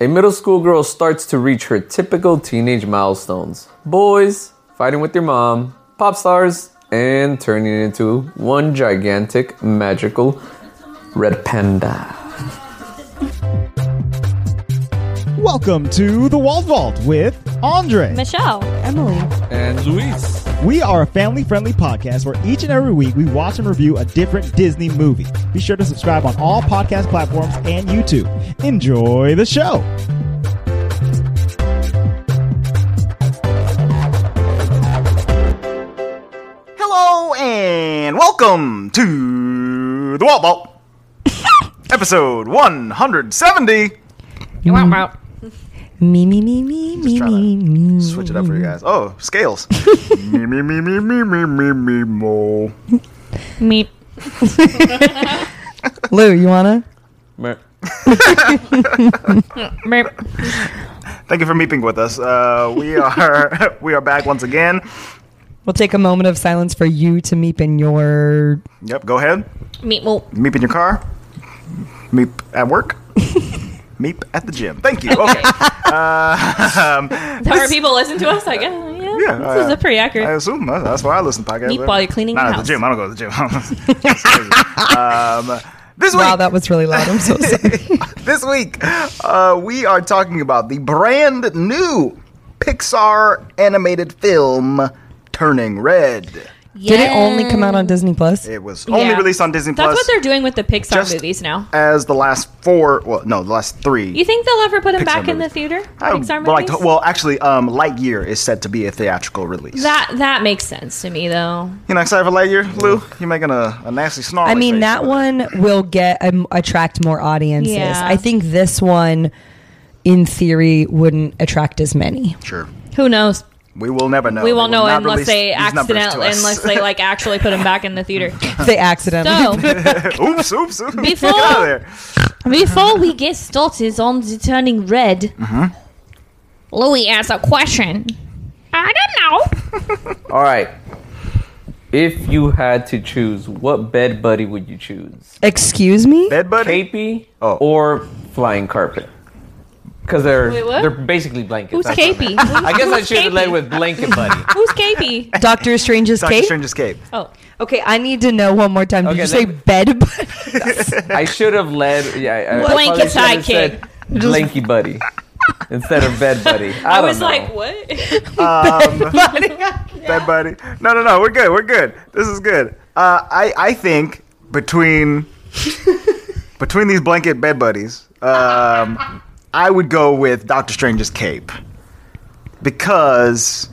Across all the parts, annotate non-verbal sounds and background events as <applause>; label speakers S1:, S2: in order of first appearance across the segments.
S1: A middle school girl starts to reach her typical teenage milestones boys, fighting with your mom, pop stars, and turning into one gigantic, magical red panda.
S2: Welcome to the Wald Vault with Andre.
S3: Michelle.
S4: Emily.
S1: And Luis.
S2: We are a family friendly podcast where each and every week we watch and review a different Disney movie. Be sure to subscribe on all podcast platforms and YouTube. Enjoy the show.
S5: Hello and welcome to the Walt Vault, episode 170.
S4: Me, me, me, me, me, me, me.
S5: Switch it up for you guys. Oh, scales. me me me me me me me me mo.
S3: Meep.
S4: Lou, you wanna?
S1: Mer-
S3: Meep.
S5: Thank you for meeping with us. Uh, we are <laughs> we are back once again.
S4: We'll take a moment of silence for you to meep in your.
S5: Yep, go ahead.
S3: Meep. Well,
S5: Meep in your car. Meep
S3: <laughs>
S5: at work. Meep at the gym. Thank you. Okay.
S3: that's how people listen to us, I guess. Yeah,
S5: Yeah,
S3: this is
S5: I-
S3: a pretty accurate.
S5: I assume uh, that's, that's why I listen to podcasts.
S3: Meep while you're cleaning
S5: Not
S3: your
S5: at
S3: house.
S5: the gym. I don't go to the gym. <laughs> That's crazy.
S3: <laughs>
S5: um, this week,
S4: Wow, that was really loud. I'm so sorry.
S5: this week, uh, we are talking about the brand new Pixar animated film Turning Red.
S4: Did it only come out on Disney Plus?
S5: It was only
S3: Yeah.
S5: released on Disney
S3: That's
S5: Plus
S3: what they're doing with the Pixar
S5: just-
S3: movies now.
S5: as the last four. Well, no, the last three.
S3: You think they'll ever put them
S5: Pixar
S3: back in the
S5: movies.
S3: theater?
S5: I would
S3: Pixar
S5: Um, like
S3: movies.
S5: to- well, actually, um, Lightyear is set to be a theatrical release.
S3: that that makes sense to me though.
S5: you know, excited for Lightyear, Lou? You're making a, a nasty snarl.
S4: I mean, that one will get um, attract more audiences.
S3: Yeah.
S4: I think this one, in theory, wouldn't attract as many.
S5: Sure.
S3: Who knows?
S5: We will never know.
S3: We
S5: Oh, They
S3: won't
S5: will
S3: know
S5: not
S3: unless
S5: release
S3: they
S5: these numbers to
S3: accidentally
S5: us.
S3: unless they like actually put them back in the theater.
S4: They accidentally.
S3: So
S5: <laughs> oops, oops, oops.
S3: Before-
S5: Get out of there.
S3: Before we get started on the turning red,
S5: Mm-hmm.
S3: Louis asks a question. I don't know.
S1: All right. If you had to choose, what bed buddy would you choose?
S4: Excuse me.
S5: Bed buddy.
S1: Capey
S5: Oh.
S1: or flying carpet? Because they're
S3: Wait, what?
S1: they're basically blankets.
S3: Who's
S1: That's what I
S3: Capey?
S1: meant. I guess I
S3: Who's
S1: should have led
S3: Capey?
S1: with blanket buddy.
S3: Who's
S5: <laughs>
S3: Capey?
S4: Doctor Strange's
S5: Doctor
S4: Cape.
S5: Strange Escape.
S3: Oh,
S4: Okay, I need to know one more time. Did
S1: Okay,
S4: you say
S1: let me-
S5: <laughs>
S4: bed? <laughs>
S1: <laughs>
S4: buddy?
S1: I should have led. Yeah, I- I, I
S3: Blanket
S1: probably should have
S3: sidekick.
S1: said Blanky buddy instead of bed buddy. I,
S3: <laughs> I,
S1: don't
S3: was
S1: know.
S3: like, what? <laughs>
S5: Bed buddy. No, no, no. We're good. We're good. This is good. Uh, I I think between between these blanket bed buddies, um, I would go with Doctor Strange's cape because.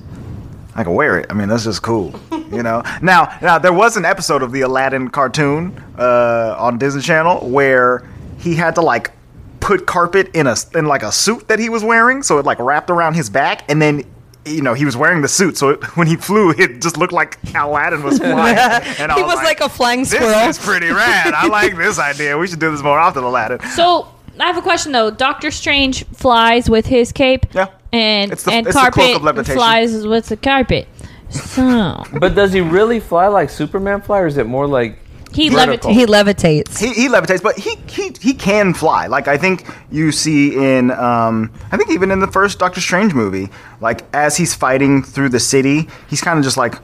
S5: I can wear it. I mean, that's just cool,
S4: <laughs>
S5: you know. Now, now there was an episode of the Aladdin cartoon uh, on Disney Channel where he had to like put carpet in a in like a suit that he was wearing, so it like wrapped around his back, and then you know he was wearing the suit, so it, <laughs> when he flew, it just looked like Aladdin was
S4: <laughs>
S5: flying. And I
S4: He was like a flying
S5: Oh this
S4: squirrel."
S5: is pretty rad. I like this idea. We should do this more often, Aladdin.
S3: so I have a question though. Doctor Strange flies with his cape,
S5: Yeah.
S3: and
S5: It's the-
S3: and
S5: it's the cloak
S3: carpet
S5: of levitation.
S3: flies with the carpet. So
S1: But does he really fly like Superman fly, or is it more like?
S3: he
S1: Vertical.
S3: levitates.
S4: He levitates.
S5: he, he levitates, but he, he he can fly. Like I think you see in um, I think even in the first Doctor Strange movie, like as he's fighting through the city, he's kind of just like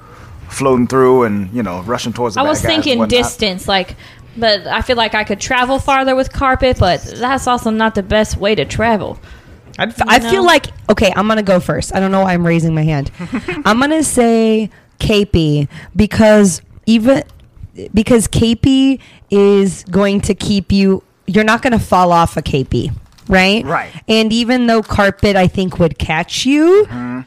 S5: floating through and you know rushing towards. The
S3: I
S5: bad
S3: was
S5: guys and
S3: thinking
S5: whatnot.
S3: distance, like, but I feel like I could travel farther with carpet, but that's also not the best way to travel.
S4: I, f- I feel
S3: No.
S4: like okay. I'm gonna go first. I don't know why I'm raising my
S5: <laughs>
S4: hand. I'm gonna say Capy because even because Capy is going to keep you. You're not gonna fall off a Capy, right?
S5: Right.
S4: And even though carpet, I think would catch you. That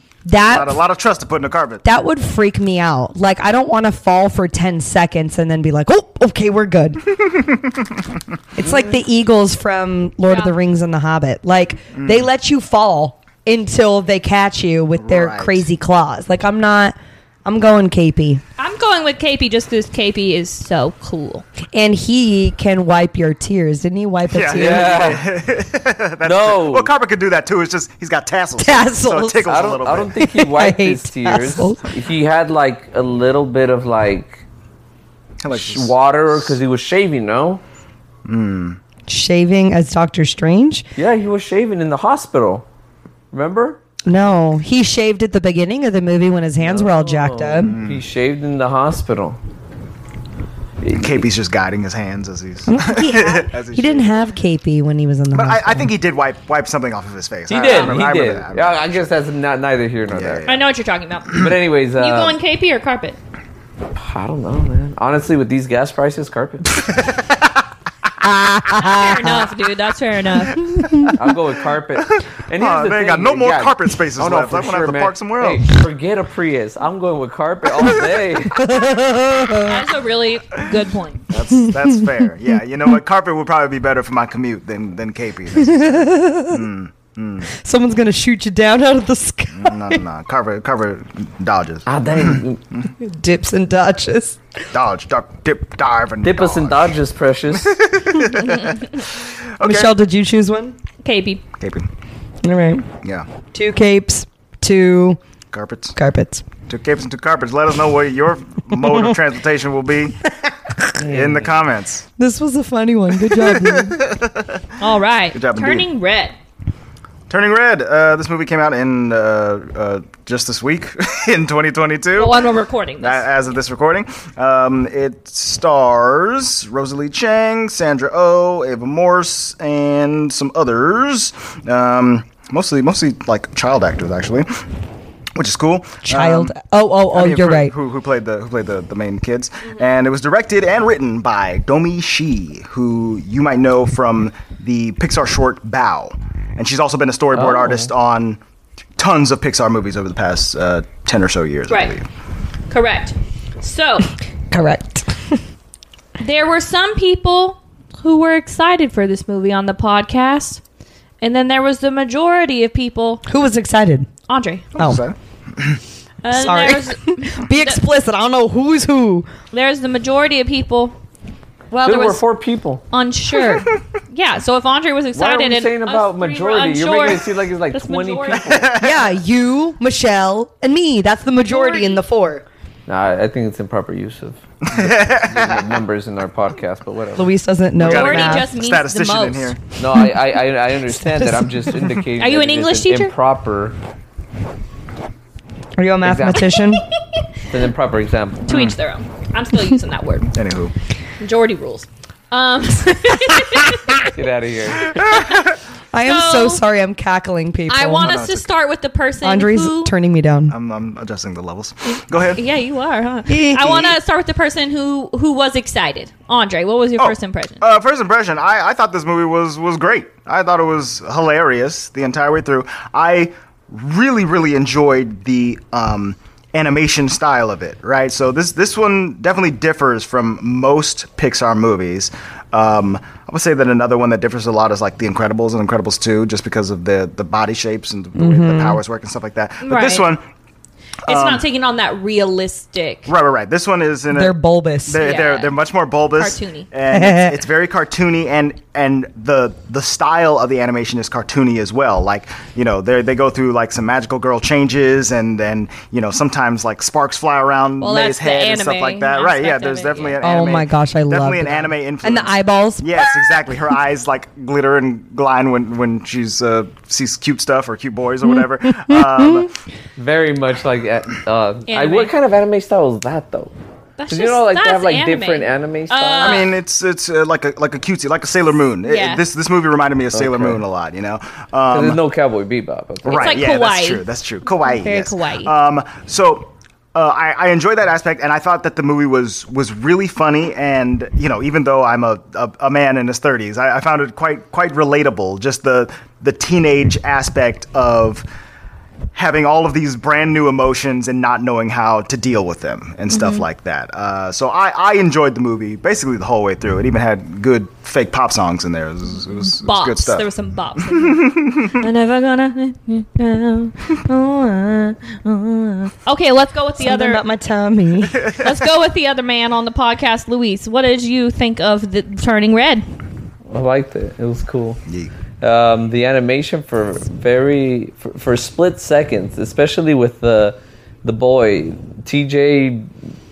S5: Mm-hmm. Not a lot of trust to put in the carpet.
S4: that would freak me out. Like I don't want to fall for 10 seconds and then be like, "Oh, okay, we're
S5: <laughs>
S4: good." it's like the eagles from Lord of
S3: Yeah.
S4: the Rings and the Hobbit. Like
S5: Mm.
S4: they let you fall until they catch you with their
S5: Right.
S4: crazy claws. Like I'm not I'm going KP.
S3: I'm going with KP just because KP is so cool.
S4: And he can wipe your tears. Didn't he wipe a
S5: Yeah. <laughs>
S4: tear?
S1: Yeah. no.
S5: Well, carpet could do that too. It's just he's got tassels, so
S4: Tassels.
S5: it tickles
S1: I
S5: a
S1: don't,
S5: little
S1: I
S5: bit.
S1: don't think
S3: <laughs>
S1: he wiped
S4: I
S1: his
S4: hate
S1: tears.
S4: tassels.
S1: He had like a little bit of like
S5: Like,
S1: water because he was shaving, no?
S4: shaving as Doctor Strange?
S1: Yeah, he was shaving in the hospital. Remember?
S4: No, he shaved at the beginning of the movie when his hands were all jacked up.
S5: Hmm.
S1: He shaved in the hospital.
S5: KP's just guiding his hands as he's.
S4: He,
S5: <laughs> As he
S4: he didn't have KP when he was in the
S5: But I, I
S4: hospital.
S5: think he did wipe wipe something off of his face.
S1: He
S5: I- I
S1: did.
S5: remember- I
S1: he
S5: remember
S1: did.
S5: that, I remember
S1: yeah, I guess that's not neither here nor
S5: Yeah,
S1: there.
S5: yeah.
S3: I know what you're talking about. You
S1: But anyways, uh,
S3: going KP or carpet?
S1: I don't know, man. Honestly, with these gas prices, carpet.
S3: Fair
S5: <laughs>
S3: enough, dude. That's fair enough.
S1: I'll go with carpet. And here's
S5: Oh,
S1: the
S5: they
S1: thing,
S5: got no
S1: you
S5: more carpet
S1: <laughs>
S5: spaces
S1: Oh, no,
S5: left.
S1: for
S5: I'm gonna have to
S1: man.
S5: park somewhere
S1: Hey,
S5: else.
S1: forget a Prius. I'm going with carpet all
S5: <laughs>
S1: day.
S3: Ah, That's a really good point.
S5: That's, that's
S1: <laughs>
S5: fair. Yeah, you know what? Carpet would probably be better for my commute than
S1: <laughs>
S5: than KP.
S4: Someone's gonna shoot you down out of the sky.
S5: No, no, no. Carpet, carpet dodges,
S1: ah, dang.
S4: <laughs> Dips and dodges.
S5: dodge, duck, dip, dive, and
S1: Dip us in
S5: dodge.
S1: Dodges,
S5: <laughs>
S1: precious.
S4: Michelle, did you choose one?
S3: KP.
S5: KP.
S4: All right,
S5: Yeah,
S4: two capes, two
S5: carpets.
S4: carpets.
S5: Two capes and two carpets. Let us know what your mode of transportation
S1: <laughs>
S5: will be in the comments.
S4: This was a funny one. Good job.
S5: <laughs>
S4: Ian.
S5: Um,
S3: All right.
S5: job, indeed.
S3: Turning red.
S5: Turning Red. Uh, this movie came out in uh, uh, just this week <laughs> in 2022.
S3: The one we're recording
S5: A-
S3: this.
S5: As of this recording, um, it stars Rosalie Chang, Sandra O, oh, Ava Morse, and some others. Um, mostly, mostly like child actors, actually, which is cool.
S4: Child.
S5: Um,
S4: oh, oh, oh.
S5: I mean,
S4: you're
S5: for-
S4: right.
S5: Who, who played the who played the, the main kids? And it was directed and written by Domi Shi, who you might know from the Pixar short Bow, and she's also been a storyboard
S1: Oh.
S5: artist on tons of Pixar movies over the past uh, ten or so years. I
S3: Right.
S5: believe.
S3: Correct.
S1: <laughs>
S3: So
S4: Correct.
S3: there were some people who were excited for this movie on the podcast. And then there was the majority of people.
S4: Who was excited?
S3: Andre.
S4: Oh,
S5: So-
S3: And then
S4: Sorry.
S3: There's,
S4: be explicit. I don't know who's who.
S3: there's the majority of people. Well,
S1: there
S3: there
S1: were
S3: was
S1: four people. <laughs>
S3: unsure. yeah. So if Andre was
S1: Why are
S3: excited,
S1: we
S3: and
S1: saying
S3: us
S1: about
S3: three were
S1: majority? You're
S3: unsure,
S1: making it seem like it's like
S3: that's
S1: 20
S3: majority.
S1: people.
S4: Yeah, you, Michelle, and me. That's the majority in the four.
S1: Nah, I think it's improper use
S5: <laughs>
S1: of numbers in our podcast, but whatever.
S4: Luis doesn't know.
S5: gotta
S3: Majority
S5: Math.
S3: just means
S5: statistician
S3: the most.
S5: in here.
S1: No, I, I, I I understand that. I'm just
S3: <laughs>
S1: indicating.
S3: Are you
S1: that
S3: an
S1: it is
S3: English teacher?
S1: Improper.
S4: Are you a mathematician?
S1: It's an improper example.
S3: To each their own. I'm still using that word.
S5: Anywho,
S3: Majority rules. Um, <laughs>
S1: Get out of here.
S4: I am so
S3: So-
S4: sorry. I'm cackling people.
S3: I want
S5: no,
S3: us
S5: it's
S3: to
S5: okay.
S3: start with the person
S4: Andre's
S3: who.
S4: turning me down.
S5: I'm, I'm adjusting the
S3: <laughs>
S5: levels. Go ahead.
S3: yeah, you are, huh? I want
S5: <laughs>
S3: to start with the person who who was excited. Andre, what was your
S5: Oh,
S3: first impression?
S5: Uh, first impression, I, I thought this movie was was great. I thought it was hilarious the entire way through. I really really enjoyed the um, animation style of it. Right, so this this one definitely differs from most Pixar movies. Um, I would say that another one that differs a lot is like The Incredibles and Incredibles Two, just because of the the body shapes and the, way the powers work and stuff like that. But this
S3: Mm-hmm. Right.
S5: one,
S3: it's not taking on that realistic.
S5: um, right, right, right. This one is in
S4: They're
S5: a,
S4: bulbous.
S5: They're,
S3: Yeah.
S5: they're they're much more bulbous,
S3: Cartoony.
S4: <laughs>
S5: and it's, it's very cartoony, and and the the style of the animation is cartoony as well. Like you know, they they go through like some magical girl changes, and and you know sometimes like sparks fly around
S3: Well,
S5: May's
S3: that's the
S5: head and stuff
S3: anime
S5: like that. Right?
S3: aspect
S5: Yeah,
S3: of
S5: there's
S3: it,
S5: definitely
S3: yeah.
S5: an
S4: Oh
S5: anime.
S4: my gosh, I love
S5: definitely an
S4: that.
S5: anime influence
S4: and the eyeballs.
S5: Yes, exactly. Her eyes like glitter and glide when when she's uh, sees cute stuff or cute
S3: <laughs>
S5: boys or whatever. um,
S1: Very much like. uh, Uh, I,
S3: Anime.
S1: what kind of anime style is that though? 'Cause
S3: That's just,
S1: you know, like they
S3: that's
S1: have like
S3: anime.
S1: different anime styles.
S5: Uh, I mean, it's it's uh, like a like a cutesy, like a Sailor Moon. It-
S3: Yeah.
S5: this this movie reminded me of Sailor
S1: Okay.
S5: Moon a lot, you know.
S1: 'Cause
S5: Um,
S1: there's no Cowboy Bebop. Okay?
S5: right?
S3: like
S5: yeah, that's
S3: kawaii.
S5: true. That's true. Kawaii.
S3: Very
S5: yes.
S3: kawaii.
S5: Um, so. Uh, I, I enjoyed that aspect, and I thought that the movie was was really funny. And you know, even though I'm a, a, a man in his 30s, I, I found it quite quite relatable. Just the the teenage aspect of having all of these brand new emotions and not knowing how to deal with them and stuff
S3: Mm-hmm.
S5: like that. Uh, so I, I enjoyed the movie basically the whole way through. It even had good fake pop songs in there. It was, it was, it was
S3: bops.
S5: good stuff.
S3: There was some
S5: <laughs>
S3: bops. I'm never gonna let you down. Oh, uh, oh, uh. <laughs> Okay, let's go with the
S4: Something
S3: other.
S4: about my tummy.
S3: <laughs> let's go with the other man on the podcast, Luis. What did you think of the turning red?
S1: I liked it. It was cool.
S5: Yeah.
S1: um, the animation for very for, for split seconds, especially with the the boy TJ,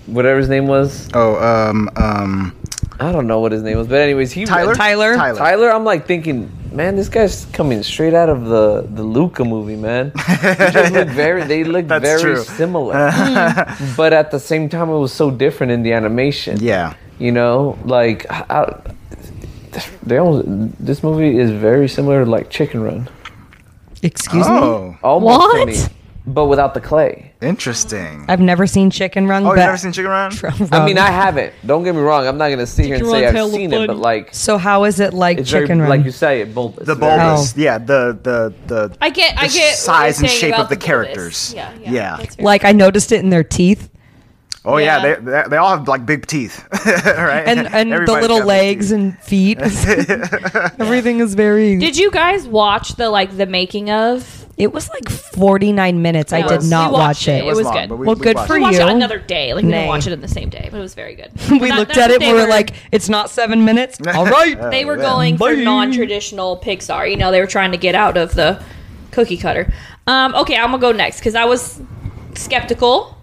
S1: whatever his name was.
S5: Oh, um, um,
S1: I don't know what his name was, but anyways, he
S5: Tyler?
S4: Tyler?
S5: Tyler.
S1: Tyler, I'm like thinking, man, this guy's coming straight out of the the Luca movie,
S5: <laughs>
S1: man. He just look very, they look
S5: That's
S1: very
S5: true. <laughs>
S1: similar, but at the same time, it was so different in the animation.
S5: Yeah.
S1: you know, like I, I- they almost, this movie is very similar to like Chicken Run,
S4: Excuse me.
S5: Oh,
S1: almost to
S3: What?
S1: me, but without the clay.
S5: interesting.
S4: I've never seen Chicken Run.
S5: Oh,
S4: but
S5: you've never seen Chicken
S4: <laughs>
S5: Run?
S1: I mean, I haven't. Don't get me wrong. I'm not gonna sit here and
S3: Chicken
S1: say
S3: Run's
S1: I've
S3: hella
S1: seen it,
S3: funny.
S1: but like
S4: So how is it like
S1: it's
S4: Chicken
S1: very,
S4: Run?
S1: like you say, it bulbous.
S5: The
S1: Very-
S5: bulbous,
S4: Oh.
S5: yeah. The the the.
S3: I get, I
S5: the
S3: get what
S5: size
S3: you're
S5: and
S3: saying
S5: shape
S3: about
S5: of the
S3: bulbous.
S5: characters.
S3: Yeah, yeah.
S5: Yeah.
S3: that's fair.
S4: like I noticed it in their teeth
S5: Oh yeah,
S3: Yeah.
S5: They, they they all have like big teeth, <laughs> right?
S4: and and the
S5: Everybody's
S4: little
S5: got big
S4: legs
S5: teeth.
S4: and feet. <laughs> Everything is very.
S3: Did you guys watch the like the making of?
S4: it was like 49 minutes. I
S3: No,
S4: did
S3: we
S4: not
S3: watched
S4: watch it.
S3: it. It was
S5: long,
S3: good.
S5: but we-
S4: Well,
S5: we
S4: good
S5: watched
S4: for
S5: it.
S3: We watched it
S4: you.
S3: another day. Like we
S4: Nay.
S3: didn't watch it on the same day, but it was very good.
S4: <laughs> we
S3: That-
S4: looked
S3: that's
S4: at
S3: what
S4: it.
S3: they
S4: We were like, it's not seven minutes. All right.
S3: they were going for non-traditional Pixar. You know, they were trying to get out of the cookie cutter. Um, okay, I'm gonna go next because I was skeptical.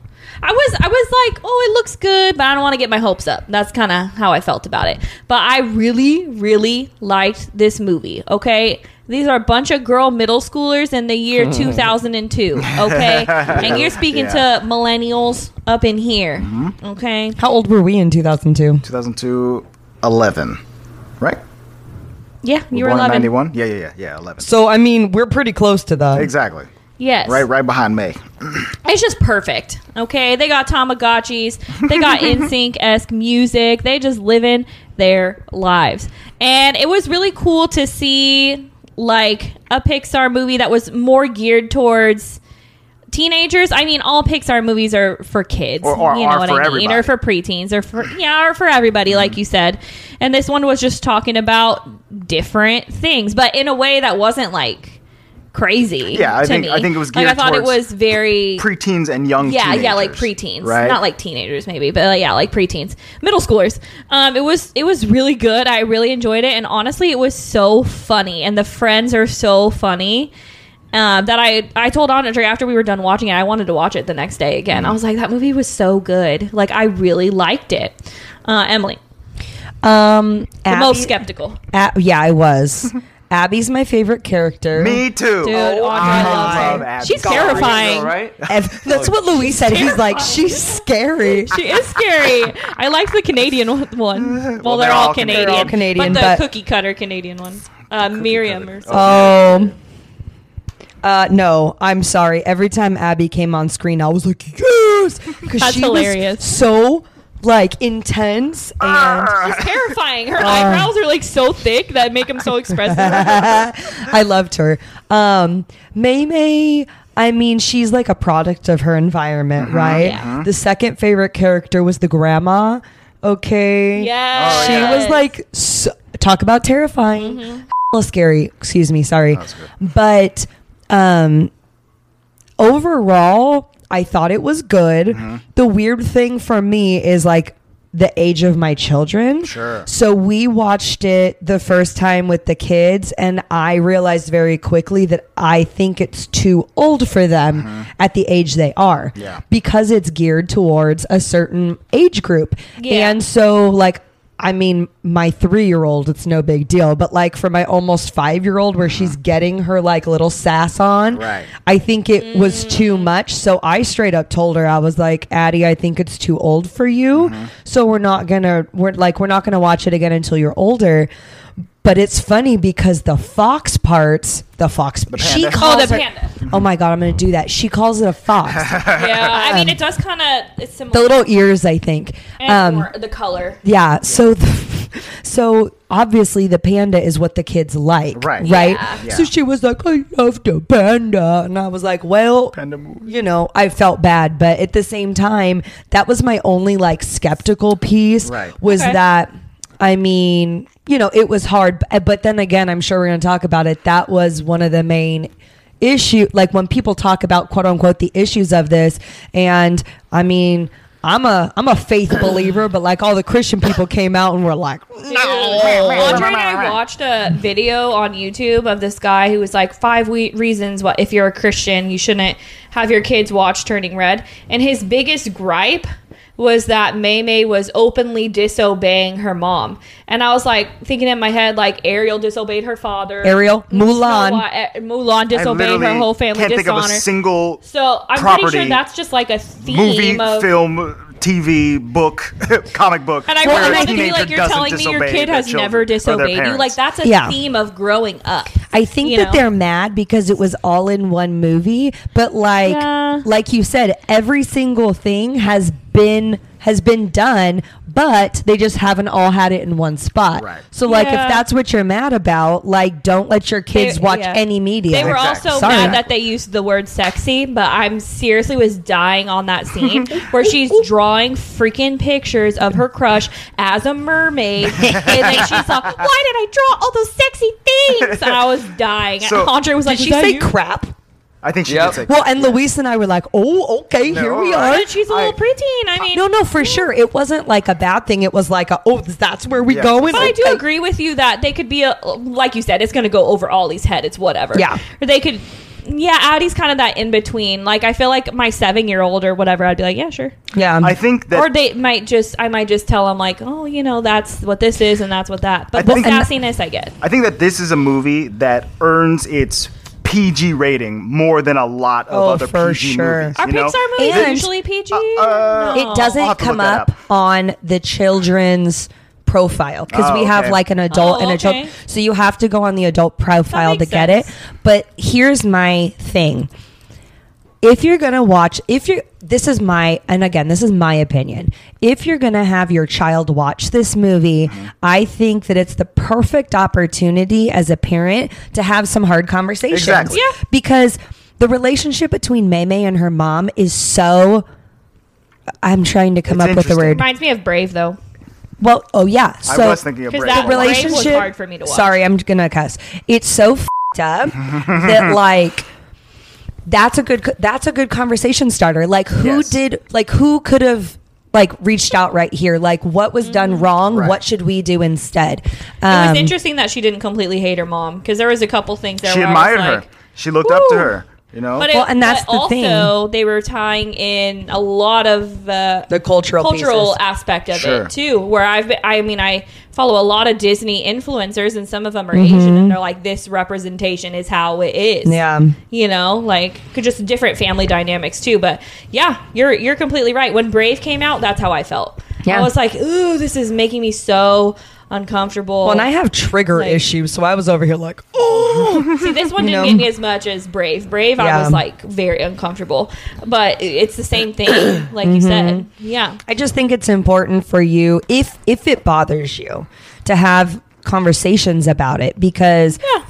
S3: I was I was like, oh, it looks good, but I don't want to get my hopes up. That's kind of how I felt about it. But I really, really liked this movie. Okay. These are a bunch of girl middle schoolers in the
S5: Hmm.
S3: year
S5: <laughs>
S3: 2002. Okay. and you're speaking
S5: Yeah. Mm-hmm.
S3: to millennials up in here. Okay.
S4: How old were we in 2002?
S5: 2002, 11, right?
S3: Yeah. You were
S5: Born
S3: 11.
S5: in 91. Yeah, yeah, yeah, yeah, 11.
S4: So, I mean, we're pretty close to the.
S5: Exactly.
S3: Yes.
S5: Right, right behind May.
S3: It's just perfect. Okay, they got Tamagotchis, they <laughs> got NSYNC esque music. They just living their lives, and it was really cool to see like a Pixar movie that was more geared towards teenagers. I mean, all Pixar movies are for kids,
S5: Or- or
S3: you
S5: are
S3: know what
S5: for
S3: I mean,
S5: everybody. Mm-hmm.
S3: or for preteens, or for yeah, or for everybody, like you said. And this one was just talking about different things, but in a way that wasn't like crazy.
S5: Yeah, I
S3: to
S5: think-
S3: me.
S5: I think it was
S3: like I
S5: geared
S3: thought it
S5: towards
S3: was very
S5: Preteens and young
S3: yeah,
S5: teenagers.
S3: yeah, like preteens,
S5: Right?
S3: not like teenagers, maybe, but like, yeah, like preteens, middle schoolers. Um, it was it was really good. I really enjoyed it, and honestly, it was so funny, and the friends are so funny. Um, that I I told Andre after we were done watching it, I wanted to watch it the next day again.
S5: Mm.
S3: I was like, that movie was so good. Like I really liked it. Uh, Emily,
S4: Um,
S3: the
S4: Abby-
S3: most skeptical.
S4: Ab- yeah, I was. <laughs> Abby's my favorite character.
S5: Me too.
S3: Dude, Audrey
S5: oh, I
S4: Lorde.
S5: love Abby.
S3: She's
S5: God.
S3: terrifying.
S1: right?
S3: <laughs>
S4: Ev-
S5: <laughs>
S3: Oh,
S4: that's what Louis said. He's like, she's scary.
S3: She is scary. I like the Canadian one.
S5: <laughs>
S3: Well, they're,
S5: they're
S3: all
S5: all Can-
S3: Canadian.
S5: they're all
S4: Canadian,
S3: but the
S4: but-
S3: cookie cutter Canadian one. Uh, Miriam or something.
S4: Oh. Uh, no, I'm sorry. Every time Abby came on screen, I was like, yes, because
S3: That's
S4: she
S3: hilarious.
S4: was so like intense
S3: <laughs>
S4: and
S3: She's terrifying.
S4: <laughs> Uh.
S3: Her eyebrows are like so thick that make them so expressive.
S4: uh, I loved her. Um, May May. I mean, she's like a product of her environment, right?
S3: Mm-hmm. Yeah.
S4: The second favorite character was the grandma. Okay.
S3: Yes.
S4: <laughs> She was like, so, talk about terrifying. <laughs> Hella Scary. Excuse me. Sorry. But um, overall, I thought it was good.
S5: Mm-hmm.
S4: The weird thing for me is like the age of my children.
S5: Sure.
S4: So we watched it the first time with the kids, and I realized very quickly that I think it's too old for them at the age they are.
S5: Mm-hmm. Yeah.
S4: Because it's geared towards a certain age group.
S3: Yeah.
S4: And so, like, I mean, my three year old, it's no big deal. But like for my almost five year old, where she's getting her like little sass on,
S5: Uh-huh. Right.
S4: I think it was
S3: Mm.
S4: too much. So I straight up told her, I was like, Addie, I think it's too old for you.
S5: Uh-huh.
S4: So we're not gonna, we're like, we're not gonna watch it again until you're older. But it's funny because the fox parts, the fox, she
S5: panda. Oh,
S4: calls
S3: the
S4: her-
S3: panda.
S4: Oh my god, I'm gonna do that. She calls it a fox.
S5: <laughs>
S3: yeah. I
S4: <laughs>
S3: mean, it does kind of. It's similar.
S4: the little um, ears, I think.
S3: and more- the color.
S4: Yeah. So, <laughs> the, so obviously the panda is what the kids like,
S5: Right.
S4: Right.
S3: Yeah.
S4: So she was like, "I love the panda," and I was like, "Well,
S5: Panda mood.
S4: you know, I felt bad, but at the same time, that was my only like skeptical piece.
S5: Right.
S4: Was
S3: Okay.
S4: that? I mean, you know, it was hard, but, but then again, I'm sure we're going to talk about it. That was one of the main issue like when people talk about quote unquote the issues of this and i mean i'm a i'm a faith believer but like all the christian people came out and were like
S3: Andre and I watched a video on YouTube of this guy who was like five we- reasons why if you're a Christian you shouldn't have your kids watch Turning Red, and his biggest gripe was that Maymay was openly disobeying her mom. And I was like thinking in my head, like Ariel disobeyed her father.
S4: Ariel?
S3: Snow
S4: Mulan.
S3: White- eh, Mulan
S5: I
S3: disobeyed
S5: literally
S3: her whole family.
S5: Can't think
S3: dishonor.
S5: of a single
S3: so I'm pretty sure
S5: property,
S3: that's just like a theme
S5: movie,
S3: of
S5: film, TV, book, <laughs> comic book.
S3: And I
S5: where
S3: want
S5: a
S3: it to be
S5: teenager
S3: like you're
S5: doesn't
S3: telling me your
S5: disobey
S3: kid
S5: their
S3: has
S5: children
S3: never
S5: or their
S3: disobeyed you. Like
S5: parents.
S3: that's a
S4: Yeah.
S3: theme of growing up.
S4: I think
S3: you
S4: that
S3: know?
S4: they're mad because it was all in one movie, but like
S3: Yeah.
S4: like you said, every single thing has been has been done, but they just haven't all had it in one spot.
S5: Right.
S4: So like
S3: Yeah.
S4: if that's what you're mad about, like don't let your kids
S3: They-
S4: watch
S3: yeah.
S4: any media.
S3: They were
S5: Exactly.
S3: also
S4: Sorry.
S3: mad that they used the word sexy, but I'm seriously was dying on that scene where
S4: <laughs>
S3: she's drawing freaking pictures of her crush as a mermaid.
S4: <laughs>
S3: and then she's like, Why did I draw all those sexy things? And I was dying.
S5: So-
S3: and Andre was like,
S4: Did she
S3: "Is that
S4: say
S3: you?"
S4: crap?
S5: I think she
S1: Yep.
S5: did say
S4: Well, and Luis and I were like, "Oh, okay,
S5: No,
S4: here we
S5: all
S4: are."
S5: right.
S3: But she's a little
S5: I-
S3: preteen. I mean,
S4: No, no, for sure. It wasn't like a bad thing. It was like, a, "Oh, that's where we
S5: Yeah.
S4: going."
S3: But I do
S4: Okay.
S3: agree with you that they could be a like you said, it's going to go over Ollie's head. It's whatever.
S4: Yeah.
S3: or they could. Yeah, Addie's kind of that in between. Like I feel like my seven year old or whatever, I'd be like, yeah, sure.
S4: Yeah,
S5: I think that
S3: or they might just, I might just tell them like, oh, you know, that's what this is and that's what that. But
S5: I
S3: the
S5: think-
S3: sassiness I get.
S5: I think that this is a movie that earns its PG rating more than a lot of
S4: Oh,
S5: other
S4: for
S5: PG
S4: sure.
S5: movies.
S3: Are
S5: you know?
S3: Pixar movies
S4: And-
S3: usually PG?
S5: uh,
S3: No.
S4: it
S5: I'll
S4: doesn't
S5: have to
S4: come
S5: look that
S4: up,
S5: up.
S4: on the children's profile because
S5: Oh,
S4: we have
S5: okay.
S4: like an adult
S3: Oh,
S4: and a
S3: okay.
S4: child so you have to go on the adult profile to
S3: makes
S4: get
S3: sense.
S4: it but here's my thing if you're gonna watch if you're this is my and again this is my opinion if you're gonna have your child watch this movie
S5: Mm-hmm.
S4: i think that it's the perfect opportunity as a parent to have some hard conversations
S5: Exactly.
S3: Yeah.
S4: because the relationship between Maymay and her mom is so I'm trying to come
S5: It's
S4: up with the
S5: interesting.
S4: word.
S3: Reminds me of Brave though,
S4: Well, oh yeah. So
S5: I was thinking of
S3: because
S5: Brave.
S3: that
S5: All Right.
S3: relationship was
S4: relationship
S3: hard for me to watch.
S4: Sorry, I'm gonna cuss. It's so fed up <laughs> that like that's a good co- that's a good conversation starter. Like who
S5: Yes.
S4: did like who could have like reached out right here? Like what was done wrong?
S5: Right.
S4: What should we do instead?
S3: It was
S4: Um,
S3: interesting that she didn't completely hate her mom because there was a couple things there.
S5: She
S3: where I was
S5: admired her.
S3: like,
S5: She looked up to
S3: "Woo."
S5: her. You know,
S3: But
S4: Well,
S3: it,
S4: and that's
S3: but
S4: the
S3: also,
S4: thing.
S3: they were tying in a lot of uh,
S4: The cultural
S3: cultural
S4: pieces.
S3: aspect of
S5: Sure.
S3: it too. Where I've, been, I mean, I follow a lot of Disney influencers, and some of them are
S4: Mm-hmm.
S3: Asian, and they're like, "This representation is how it is."
S4: Yeah.
S3: you know, like could just different family dynamics too. But yeah, you're you're completely right. When Brave came out, that's how I felt.
S4: Yeah.
S3: I was like, "Ooh, this is making me so." Uncomfortable.
S4: well, and I have trigger
S3: Like-
S4: issues, so I was over here like, oh,
S3: See, this one
S4: You
S3: didn't
S4: know?
S3: get me as much as Brave. Brave, I
S4: Yeah.
S3: was like very uncomfortable, but i- it's the same thing, like you said.
S4: Mm-hmm.
S3: Yeah,
S4: <laughs> I just think it's important for you if if it bothers you to have conversations about it because
S3: Yeah.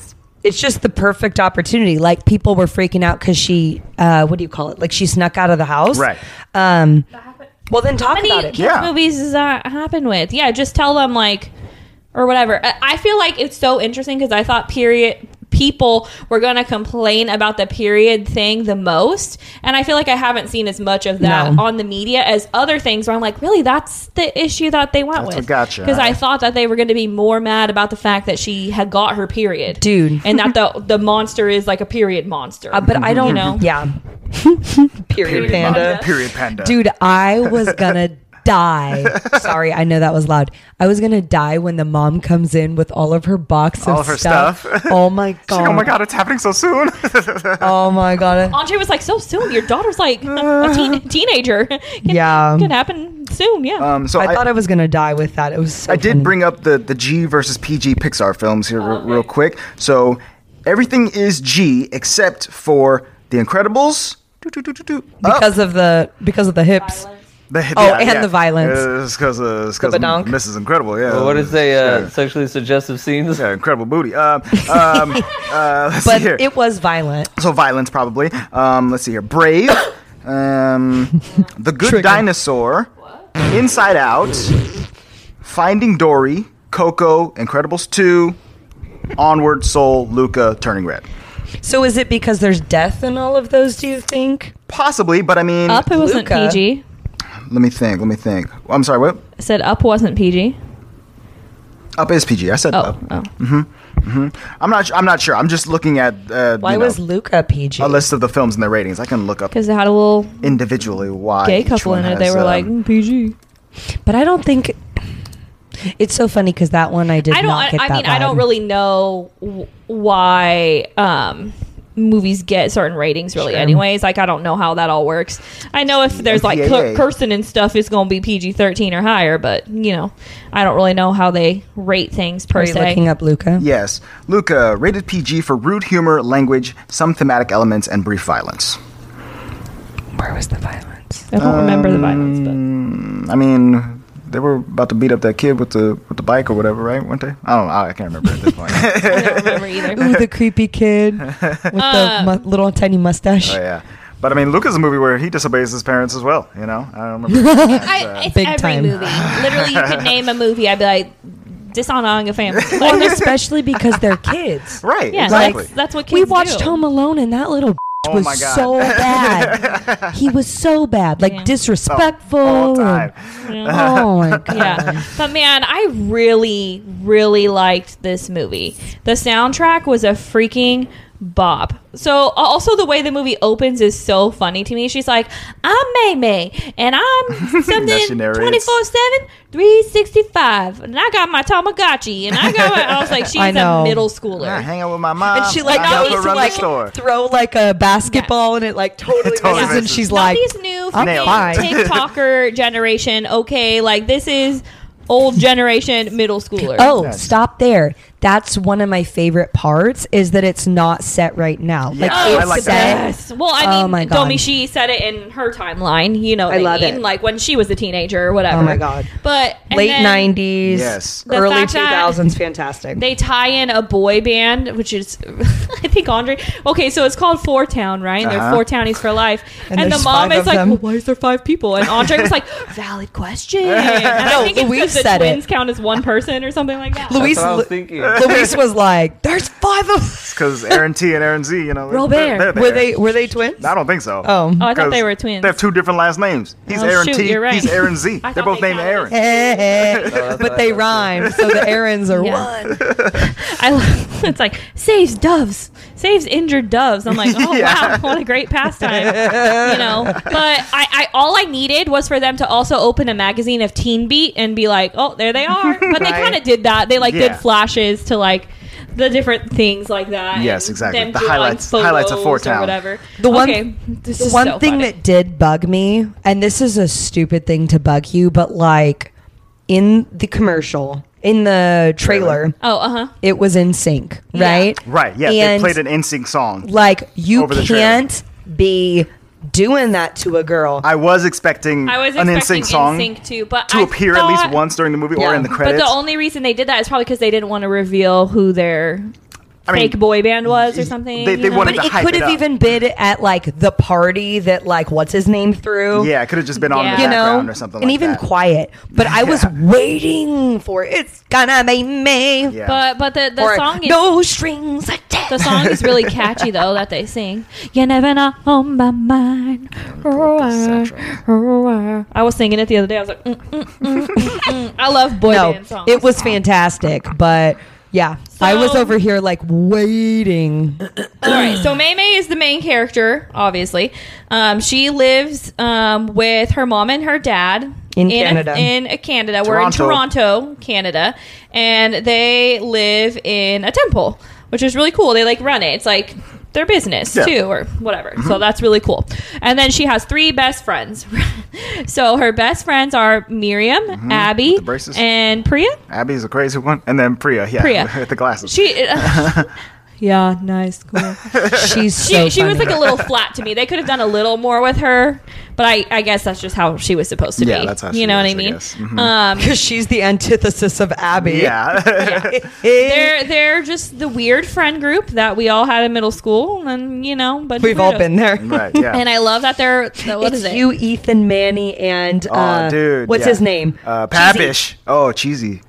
S4: it's just the perfect opportunity. Like people were freaking out because she, uh, what do you call it? Like she snuck out of the house,
S5: Right.
S4: Um, well, then talk about
S3: many
S4: it.
S3: kids
S5: Yeah.
S3: movies does that happen with? Yeah, just tell them like or whatever. I, I feel like it's so interesting because I thought period people were going to complain about the period thing the most and i feel like i haven't seen as much of that
S4: No.
S3: on the media as other things where i'm like really that's the issue that they went
S5: That's
S3: with
S5: what got you,
S3: because i
S5: huh?
S3: thought that they were going to be more mad about the fact that she had got her period
S4: Dude.
S3: and that the the monster is like a period monster
S4: Uh, but I don't
S5: <laughs>
S3: You
S4: know.
S3: know.
S4: Yeah. Period panda.
S5: Period panda.
S4: Dude, I was gonna die. Sorry, I know that was loud. I was gonna die when the mom comes in with all of her box of,
S5: All of her stuff.
S4: <laughs> Oh my god.
S5: <laughs> She's like, oh my god, it's happening so soon. <laughs>
S4: Oh my god.
S3: Andre was like, "So soon? Your daughter's like a
S4: <laughs>
S3: teen- teenager. <laughs> Can,
S4: Yeah.
S3: can happen soon. Yeah,
S5: um, <laughs> so
S4: I, thought I was gonna die with that. It was. So
S5: I did
S4: funny.
S5: bring up the the G versus PG Pixar films
S4: Oh,
S5: here r- real quick. So everything is G except for The Incredibles. Doo, doo, doo, doo, doo. Up.
S4: because of the because of the hips.
S5: The,
S4: Oh, and the violence.
S5: Uh, It's because
S4: The badonk.
S5: Mrs. Incredible. Yeah.
S1: But <laughs> what is the uh,
S5: Sure.
S1: sexually suggestive scenes?
S5: Yeah, incredible
S4: <laughs>
S5: booty. Um, um, uh, let's
S4: But
S5: see here.
S4: it was violent.
S5: so violence probably. Um, let's see here. Brave.
S3: <laughs>
S5: um, the Good
S4: Trigger.
S5: Dinosaur. Inside Out. Finding Dory. Coco. Incredibles two. Onward. Soul. Luca. Turning Red.
S4: So is it because there's death in all of those? Do you think?
S5: Possibly, but I mean,
S3: up it wasn't
S4: Luca.
S3: PG.
S5: let me think. Let me think. I'm sorry. What?
S3: I said up wasn't PG.
S5: Up is PG. I said
S3: Oh,
S5: up.
S3: oh.
S5: I'm not. su- I'm not sure. I'm just looking at. Uh,
S4: Why
S5: you
S4: was
S5: know,
S4: Luca PG?
S5: a list of the films and their ratings? I can look up
S3: Because they had a little
S5: individually why
S3: gay
S5: each
S3: couple
S5: one
S3: in it.
S5: has,
S3: They were
S5: um,
S3: like mm, PG.
S4: But I don't think it's so funny because that one I did
S3: I don't.
S4: not
S3: I,
S4: get
S3: I
S4: that
S3: mean, I don't
S4: vibe.
S3: really know w- why um, movies get certain ratings. Really,
S4: Sure.
S3: anyways, like I don't know how that all works. I know if there's like cur-
S5: MPAA.
S3: cursing and stuff, it's going to be PG thirteen or higher. But you know, I don't really know how they rate things per
S4: Are you
S3: se.
S4: looking up Luca?
S5: Yes, Luca rated PG for rude humor, language, some thematic elements, and brief violence.
S4: Where was the
S5: <laughs>
S4: violence?
S3: I don't
S5: Um,
S3: remember the violence,
S5: I mean, they were about to beat up that kid with the with the bike or whatever, right? Weren't they? I don't. know. I can't remember at this point. oh
S3: but I don't remember
S5: <laughs>
S3: either.
S4: Ooh, the creepy kid <laughs> with the
S3: Uh,
S4: mu- little tiny mustache. <laughs>
S5: yeah, but I mean, Luca's a movie where he disobeys his parents as well. You know, I don't
S3: <laughs>
S5: remember.
S3: I, it's
S4: Big
S3: every
S4: time.
S3: movie. Literally, you could name a movie. I'd be like dishonoring a family. <laughs>
S4: Well,
S5: <laughs>
S4: and especially because they're kids.
S5: right?
S3: yeah,
S5: exactly.
S3: that's, that's what kids
S4: we watched
S3: do.
S4: Home Alone, and that little
S5: Oh
S4: was
S5: my God.
S4: so bad.
S5: <laughs>
S4: he was so bad, like
S3: Yeah.
S4: disrespectful.
S5: All
S4: and-
S5: time.
S4: oh my
S5: <laughs>
S4: god!
S3: yeah. But man, I really, really liked this movie. The soundtrack was a freaking bop. So also the way the movie opens is so funny to me. She's like, I'm May May and I'm
S5: <laughs> That she
S3: something
S5: narrates.
S3: 24 7, 365. And I got my Tamagotchi and I got my, I was
S4: <laughs>
S3: like, she's
S4: I
S3: a
S4: know.
S3: middle
S5: I
S3: schooler.
S5: hang out with my mom.
S4: And she like
S5: I help
S4: goes
S5: her
S4: to
S5: run
S4: like
S5: the store.
S4: throw like a basketball, and it like totally,
S5: Totally
S4: misses, and
S5: misses.
S4: she's
S3: Now
S4: like,
S3: these new
S4: I'm
S3: freaking <laughs>
S4: fine.
S3: TikToker generation, okay, like this is old generation middle schooler.
S4: Oh, stop there. That's one of my favorite parts is that it's not set right now. Like
S5: Yeah,
S4: it's
S5: I like
S4: set.
S5: that.
S3: Yes. Oh, Well, I mean,
S4: Oh my God.
S3: Domi, she said it in her timeline. You know, what I,
S4: I love
S3: mean?
S4: it.
S3: Like when she was a teenager or whatever.
S4: Oh my God.
S3: But and
S4: Late
S3: then
S4: 90s,
S5: Yes. The
S4: early
S3: fact that
S4: 2000s, fantastic.
S3: They tie in a boy band, which is, <laughs> I think Andre. Okay, so it's called Four Town, right? And They're
S5: Uh-huh.
S3: Four Townies for life. And,
S4: And
S3: the
S4: there's
S3: mom
S4: five
S3: is
S4: of
S3: like,
S4: them.
S3: well, why is there five people? And Andre was like, valid question.
S4: <laughs>
S3: And I think it's
S4: Louise
S3: 'cause the
S4: said it.
S3: twins count as one person or something like that.
S4: Luis,
S1: That's what I was thinking. Oh,
S4: Luis was like, "There's five of
S5: <laughs> because Aaron T and Aaron Z, you know, they're-
S4: Robert.
S5: they're there.
S4: Were they were they twins?
S5: I don't think so.
S4: Oh.
S3: Oh, I thought
S5: 'Cause
S3: they were twins.
S5: They have two different last names. He's
S3: Oh,
S5: Aaron
S3: shoot,
S5: T.
S3: you're right.
S5: He's Aaron Z.
S3: <laughs> I thought
S5: They're both
S3: they
S5: named
S3: counted
S5: Aaron.
S3: as-
S4: <laughs> but they rhyme, so the errands are
S3: Yeah.
S4: one.
S3: I love, <laughs> it's like saves doves, saves injured doves. I'm
S5: <laughs>
S3: like, oh
S5: Yeah.
S3: wow, what a great pastime, you know. But I, I, all I needed was for them to also open a magazine of Teen Beat and be like, oh, there they
S5: <laughs>
S3: are. But they
S5: Right.
S3: kind of did that. They like
S5: Yeah.
S3: did flashes to like the different things like that.
S5: Yes,
S3: and
S5: exactly.
S3: them
S5: The
S3: drawing
S5: highlights- highlights of
S3: photos
S5: Four
S3: or
S5: Town.
S3: whatever.
S4: The one-
S3: okay, this
S4: The
S3: is
S4: one
S3: so
S4: thing
S3: funny.
S4: that did bug me, and this is a stupid thing to bug you, but like in the commercial, in the trailer,
S3: Oh, uh huh.
S4: it was in sync, right?
S5: Right. Yeah.
S4: And-
S5: they played an NSYNC song.
S4: Like you
S5: Over the trailer.
S4: can't be doing that to a girl.
S5: I was expecting
S3: I was
S5: an
S3: expecting
S5: NSYNC song
S3: NSYNC too, but
S5: to
S3: I
S5: appear at least
S3: thought-
S5: once during the movie or
S4: Yeah.
S5: in the
S4: But
S5: credits.
S3: But the only reason they did that is probably because they didn't want to reveal who their
S5: I mean,
S3: fake boy band was or something.
S5: they-
S3: you
S5: they
S3: know?
S5: wanted
S4: but
S5: to
S4: it
S5: hype
S4: could
S5: it
S4: have
S5: up.
S4: even been at like the party that like what's his name threw.
S5: yeah, it could have just been on
S3: Yeah.
S5: in the
S4: You know,
S5: background or something
S4: and
S5: like
S4: even
S5: that.
S4: quiet. But I was
S5: Yeah.
S4: waiting for it's gonna be me.
S5: Yeah.
S3: But but the, the
S4: or
S3: song is
S4: no strings attached.
S3: the song is really catchy though that they sing. You never know on my mind. I was singing it the other day. I was like, mm, mm, mm, mm, mm. I love boy
S4: no,
S3: band songs.
S4: it was fantastic, but yeah, I was over here like waiting.
S3: All right, so Mei Mei is the main character, obviously. Um, she lives um, with her mom and her dad
S4: In
S3: a-
S4: Canada.
S3: in a Canada, we're in
S5: Toronto.
S3: Toronto, Canada, and they live in a temple, which is really cool. They like run it. It's like their business
S5: Yeah. Mm-hmm.
S3: too, or whatever. So that's really cool. And then she has three best friends. <laughs> so her best friends are Miriam, Abby,
S5: Mm-hmm. the braces.
S3: and Priya.
S5: Abby's a crazy one, and then Priya. Yeah,
S3: Priya.
S5: <laughs> with the glasses.
S3: She. <laughs> yeah, nice, cool.
S4: She's
S3: She,
S4: so
S3: she was
S4: funny.
S3: like a little flat to me. They could have done a little more with her, but I, I guess that's just how she was supposed to
S5: Yeah,
S3: be.
S5: that's how
S3: you
S5: she
S3: know
S5: is,
S3: what I
S5: I
S3: mean.
S5: guess. Mhm.
S3: Um,
S4: <laughs> because she's the antithesis of Abby. <laughs>
S5: yeah.
S3: they're they're just the weird friend group that we all had in middle school, and you know, but
S4: We've all been there.
S5: <laughs> right. Yeah.
S3: And I love that they're that- what is
S4: it's
S3: it?
S4: you, Ethan, Manny, and
S5: oh,
S4: uh,
S5: dude.
S4: what's
S5: yeah.
S4: his name?
S5: Uh, Papish. Oh, cheesy.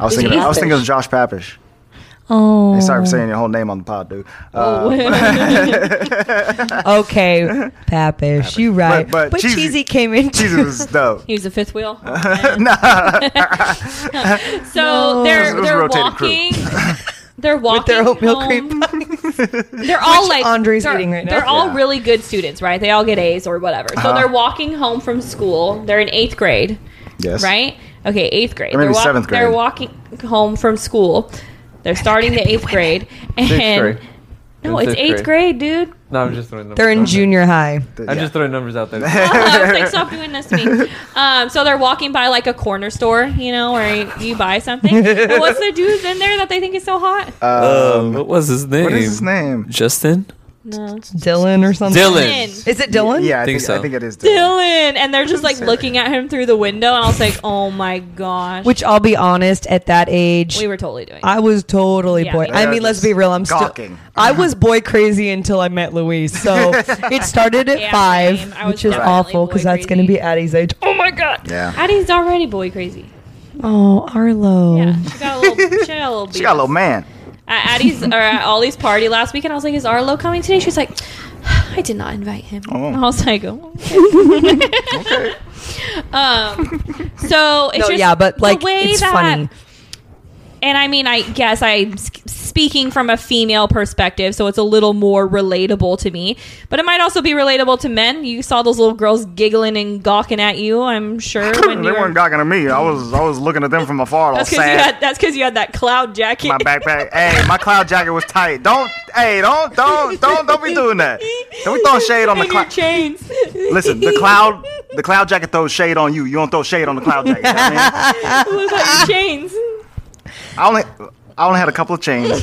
S5: I was thinking. I was thinking of Josh Papish. <laughs>
S3: <laughs>
S4: oh,
S5: Sorry for saying your whole name on the pod, dude. Uh,
S4: <laughs> okay, Papish, you right.
S5: But- but Cheesy-
S4: Cheesy came in. too.
S5: Jesus was dope.
S3: he was a fifth wheel. no. so <laughs>
S5: It
S3: they're
S5: was a
S3: they're
S5: rotated crew.
S3: walking. They're walking
S4: with their oatmeal
S3: home. <laughs>
S4: cream pie.
S3: They're all
S4: Which
S3: like
S4: Andre's
S3: they're,
S4: eating right now. Uh-huh.
S3: They're all
S5: Yeah.
S3: really good students, right? They all get A's or whatever. So they're walking home from school. They're in eighth grade,
S5: <laughs> Yes.
S3: right? Okay, eighth grade.
S5: Or maybe
S3: they're walk-
S5: seventh grade.
S3: They're walking home from school.
S4: <laughs>
S3: They're starting the eighth grade, and
S1: grade.
S3: no,
S1: It's
S3: it's
S1: sixth
S3: eighth grade,
S4: <laughs>
S3: dude.
S1: No, I'm just throwing numbers.
S4: <laughs> They're
S1: out
S4: in
S1: there.
S4: junior high.
S1: I'm
S5: Yeah.
S1: just throwing numbers out there.
S3: <laughs>
S5: <laughs>
S3: I was like, stop doing this to
S4: <laughs>
S3: me. Um, so they're walking by like a corner store, you know, where you buy something.
S4: <laughs>
S3: And what's the dude's in there that they think is so hot?
S4: Uh,
S1: um, what was his name?
S5: What is his name?
S1: Justin?
S3: no.
S4: Dylan or something.
S1: Dylan.
S4: Is it Dylan?
S5: Yeah, I
S1: Think
S5: think,
S1: so.
S5: I think it is Dylan.
S3: Dylan, and they're just like looking at him through the window, and I was like, "Oh my gosh!"
S4: Which I'll be honest, at that age,
S3: we were totally doing.
S4: I was totally
S3: Yeah.
S4: boy.
S3: They
S4: I
S5: are
S4: mean, let's
S5: just
S4: be real. I'm still.
S5: gawking.
S4: I was boy crazy until I met Louise.
S5: <laughs>
S4: So it started at
S3: Yeah,
S4: five,
S3: same. I was
S4: which is
S3: definitely
S4: awful because
S3: boy
S4: that's going to
S3: crazy.
S4: be Addie's age. Oh my god.
S5: Yeah.
S3: Addie's already boy crazy.
S4: Oh, Arlo.
S3: Yeah, she got a little. She got a little.
S5: <laughs> She got a little man.
S3: At Addie's or at Ollie's party last week, and I was like, "Is Arlo coming today?" She was like, "I did not invite him."
S5: Oh.
S3: I was like, "Oh." okay." um. So it's
S4: No,
S3: just
S4: yeah, but
S3: the
S4: like
S3: way
S4: it's
S3: that-
S4: funny.
S3: and I mean, I guess I'm s- speaking from a female perspective, so it's a little more relatable to me. But it might also be relatable to men. You saw those little girls giggling and gawking at you. I'm sure when
S5: <laughs> they
S3: you were.
S5: weren't gawking at me. I was I was looking at them from afar, all
S3: That's because you
S5: sad.
S3: had. That's because you had that cloud jacket.
S5: my backpack. hey, my cloud jacket was tight. Don't hey, don't don't don't don't be doing that. Don't be throwing shade on the
S3: And your
S5: cloud.
S3: chains.
S5: Listen, the cloud the cloud jacket throws shade on you. You don't throw shade on the cloud
S3: <laughs>
S5: jacket. I,
S3: <laughs> what about your chains?
S5: mean, I only I only had a couple of chains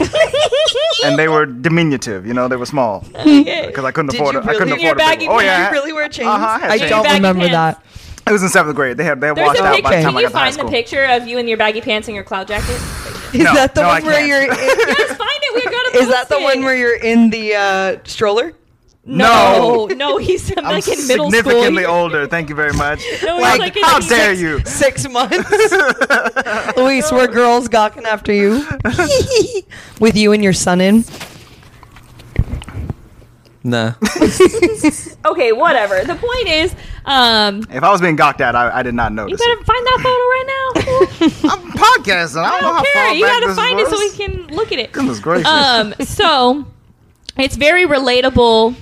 S5: <laughs> and they were diminutive, you know, they were small. Because I couldn't afford
S4: you
S5: it. I couldn't
S4: really-
S5: afford
S3: Your
S5: a
S3: baggy
S5: big one.
S3: pants
S5: Oh yeah.
S4: really wear chains?
S5: Uh-huh, I had
S4: I
S5: chains.
S4: don't
S3: Baggy
S4: remember
S3: pants.
S4: that.
S5: It was in seventh grade. They had they had
S3: There's
S5: washed
S3: a
S5: out
S3: picture.
S5: by the
S4: Okay.
S5: time
S3: Can
S5: I
S3: you
S5: got to high
S3: find the
S5: school.
S3: picture of you in your baggy pants and your cloud jacket?
S4: Is
S5: No,
S4: that the
S5: no, I
S4: one where
S5: can't.
S4: you're?
S5: <laughs>
S4: In,
S3: Guys, find it. We're gonna.
S4: is that
S3: post
S4: the
S3: it.
S4: one where you're in the uh, stroller?
S3: No, no, he's like
S5: I'm
S3: in middle school.
S5: significantly older. Thank you very much.
S3: No, he's <laughs>
S5: like,
S3: like in-
S5: how
S3: he's
S5: dare
S3: like-
S5: you? <laughs>
S4: Six months. Luis, we're girls gawking after
S5: <laughs>
S4: you. With you and your son in.
S1: Nah.
S3: Okay, whatever. The point is, um,
S5: If I was being gawked at, I, I did not
S3: you
S5: notice.
S3: better find that
S5: <laughs>
S3: photo right now.
S5: it. I'm podcasting. I
S3: I
S5: don't know how
S3: don't
S5: far
S3: care. You
S5: back
S3: gotta
S5: this
S3: find it so we
S5: was.
S3: can look at it.
S5: Goodness gracious. <laughs>
S3: Um, so it's very relatable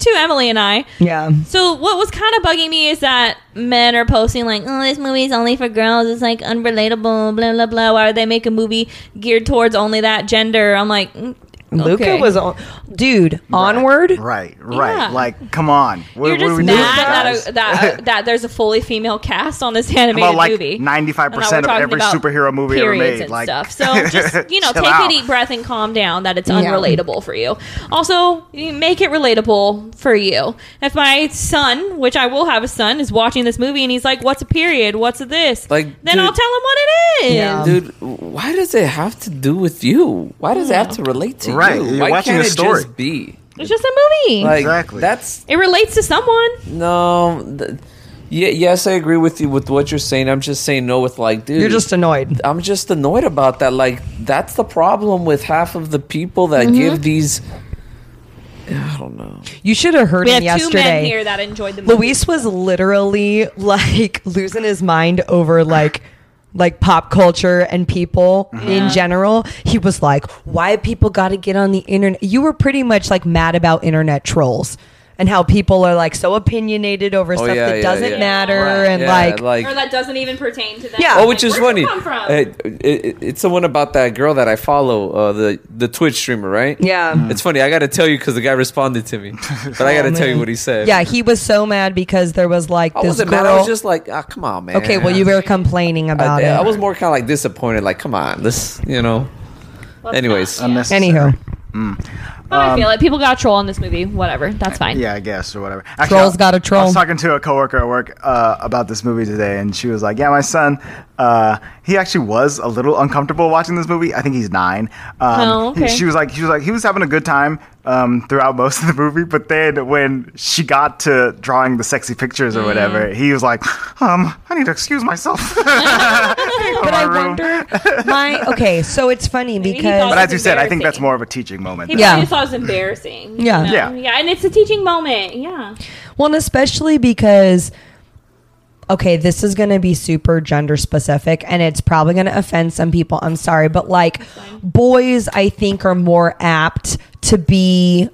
S3: to Emily and I.
S4: Yeah.
S3: So what was kind of bugging me is that men are posting like, "Oh, this movie is only for girls. It's like unrelatable." Blah blah blah. Why would they make a movie geared towards only that gender? I'm like, mm,
S4: Luca
S3: okay.
S4: was on. Dude, onward.
S5: Right, right.
S3: Yeah.
S5: Like, come on. What,
S3: You're
S5: what are
S3: just mad
S5: we doing,
S3: that,
S5: guys? <laughs>
S3: a, that that there's a fully female cast on this animated
S5: about like
S3: movie.
S5: 95%
S3: And now we're
S5: of
S3: talking
S5: every
S3: about
S5: superhero movie ever
S3: periods
S5: made.
S3: and
S5: like, <laughs>
S3: stuff. So just you know,
S5: chill
S3: take
S5: out.
S3: a deep breath and calm down. That it's
S4: Yeah.
S3: unrelatable for you. Also, you make it relatable for you. If my son, which I will have a son, is watching this movie and he's like, "What's a period? What's a this?"
S1: Like,
S3: then
S1: dude-
S3: I'll tell him what it is.
S4: Yeah.
S1: Dude, why does it have to do with you? Why does it have to relate to
S5: Right,
S1: you?
S5: you're
S1: why
S5: watching
S1: can't
S5: a
S1: it
S5: story.
S1: just be?
S3: It's just a movie.
S1: Like,
S5: Exactly.
S1: That's
S3: it relates to someone.
S1: no. Th- yeah, yes, I agree with you with what you're saying. I'm just saying no with like, dude.
S4: You're just annoyed.
S1: I'm just annoyed about that. Like, that's the problem with half of the people that
S4: Mm-hmm.
S1: give these. I don't know.
S4: You should have heard
S3: We
S4: him
S3: have two men
S4: yesterday.
S3: here that enjoyed the movie.
S4: Luis was literally <laughs> like losing his mind over like like pop culture and people
S3: Mm-hmm.
S4: in general. He was like, "Why people got to get on the internet?" You were pretty much like mad about internet trolls and how people are like so opinionated over stuff
S1: Oh, yeah,
S4: that
S1: yeah,
S4: doesn't
S1: yeah.
S4: matter
S3: Right.
S4: and
S1: Yeah,
S4: like,
S3: or that doesn't even pertain to them.
S4: Yeah.
S1: Oh,
S3: Like,
S1: which is
S3: where'd
S1: funny.
S3: you come from?
S1: Uh, it- it- it's the one about that girl that I follow, uh, the the Twitch streamer, right?
S4: Yeah. Mm.
S1: mm-hmm. It's funny. I got to tell you because the guy responded to me, but I got to tell you what he said.
S4: Oh, yeah, he was so mad because there was like
S1: I
S4: this
S1: wasn't
S4: girl.
S1: mad. I was just like, ah, come on, man.
S4: okay, well, you were complaining about
S1: I,
S4: it.
S1: I was more kind of like disappointed. Like, come on, this, you know. Anyways,
S5: Unnecessary.
S4: Anywho,
S3: But I feel it. People got troll in this movie. Whatever. That's fine.
S5: Yeah, I guess or whatever. Actually,
S4: Trolls
S5: I-
S4: got a
S5: I
S4: troll.
S5: was talking to a coworker at work uh, about this movie today, and she was like, "Yeah, my son, uh, he actually was a little uncomfortable watching this movie. I think he's nine. Um,
S3: Oh, okay.
S5: he- she was like, she was like, he was having a good time um, throughout most of the movie, but then when she got to drawing the sexy pictures or
S4: Mm.
S5: whatever, he was like, um, I need to excuse myself. <laughs>
S4: but I wonder, my okay, so it's funny
S3: Maybe he
S4: because
S3: thought-
S5: But as you said, I
S3: embarrassing.
S5: think
S4: <laughs>
S5: that's more of a teaching moment.
S3: He
S5: than-
S4: Yeah.
S3: probably just thought it was embarrassing. you
S4: Yeah.
S3: know?
S5: Yeah.
S3: Yeah. And it's a teaching moment. Yeah.
S4: Well, and especially because okay, this is going to be super gender specific and it's probably going to offend some people. I'm sorry, but like boys, I think are more apt to be.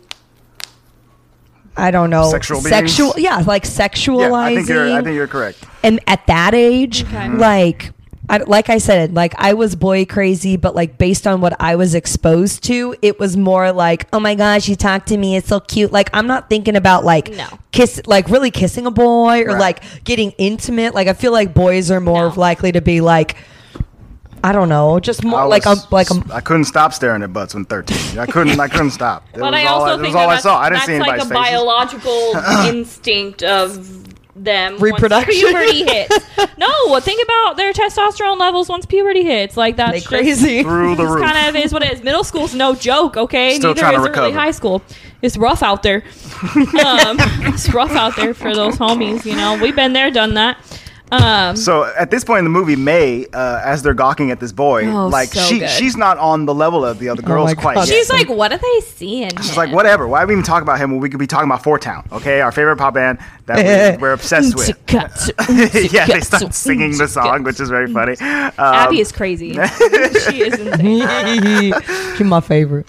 S4: I don't know.
S5: Sexual beings?
S4: sexual, yeah, like sexualizing
S5: Yeah, I think you're. I think you're correct.
S4: and at that age,
S3: Okay.
S4: like, I, like I said, like I was boy crazy, but like based on what I was exposed to, it was more like, oh my gosh, you talk to me, it's so cute. Like I'm not thinking about like
S3: No.
S4: kiss, like really kissing a boy or
S5: Right.
S4: like getting intimate. Like I feel like boys are more
S3: No.
S4: likely to be like, I don't know, just more
S5: I
S4: like
S5: was-
S4: a
S5: <laughs>
S4: like um, a <laughs>
S5: I couldn't stop staring at butts when 13. I couldn't. I couldn't stop. It
S3: But
S5: was
S3: I
S5: all,
S3: also
S5: it
S3: think
S5: was all I
S3: that
S5: saw. I didn't
S3: that's,
S5: see
S3: that's like
S5: anybody's
S3: a
S5: faces.
S3: biological
S5: <laughs>
S3: instinct of them
S4: Reproduction.
S3: once puberty
S4: <laughs>
S3: hits. No, think about their testosterone levels once puberty hits. Like that's
S4: they
S3: just- <laughs>
S4: crazy.
S5: through the
S3: It's
S4: <laughs>
S5: roof.
S3: kind of is what it is. Middle school's no joke, okay?
S5: Still
S3: Neither
S5: trying
S3: is
S5: to
S3: really
S5: recover.
S3: high school. It's rough out there.
S5: <laughs>
S3: um, it's rough out there for those homies. You know, we've been there, done that. Um,
S5: So at this point in the movie, May, uh, as they're gawking at this boy,
S3: Oh,
S5: like
S3: so
S5: she
S3: good.
S5: she's not on the level of the other
S4: my
S5: girls quite
S4: God.
S5: yet.
S3: she's like, what are they seeing?
S5: She's like, whatever. Why we even talk about him when we could be talking about Four Town? Okay, our favorite pop band that we, we're obsessed with. <laughs> yeah, they start singing the song, which is very funny. Um,
S3: Abby is crazy.
S5: <laughs>
S3: she is insane.
S4: She's my favorite.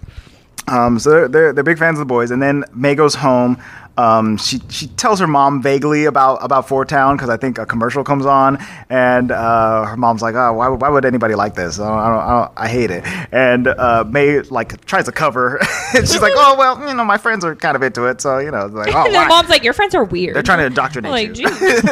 S5: Um, so they're, they're they're big fans of the boys, and then May goes home. Um, she she tells her mom vaguely about about Four Town because I think a commercial comes on, and uh, her mom's like, "Oh, why, would- why would anybody like this? I don't, I, don't, I, don't, I hate it." And uh, May like tries to cover. and <laughs> she's like, "Oh well, you know, my friends are kind of into it, so you know." Like, oh,
S3: and <laughs> their
S5: why?"
S3: mom's like, your friends are weird.
S5: they're trying to indoctrinate
S3: like,
S5: you.
S3: geez.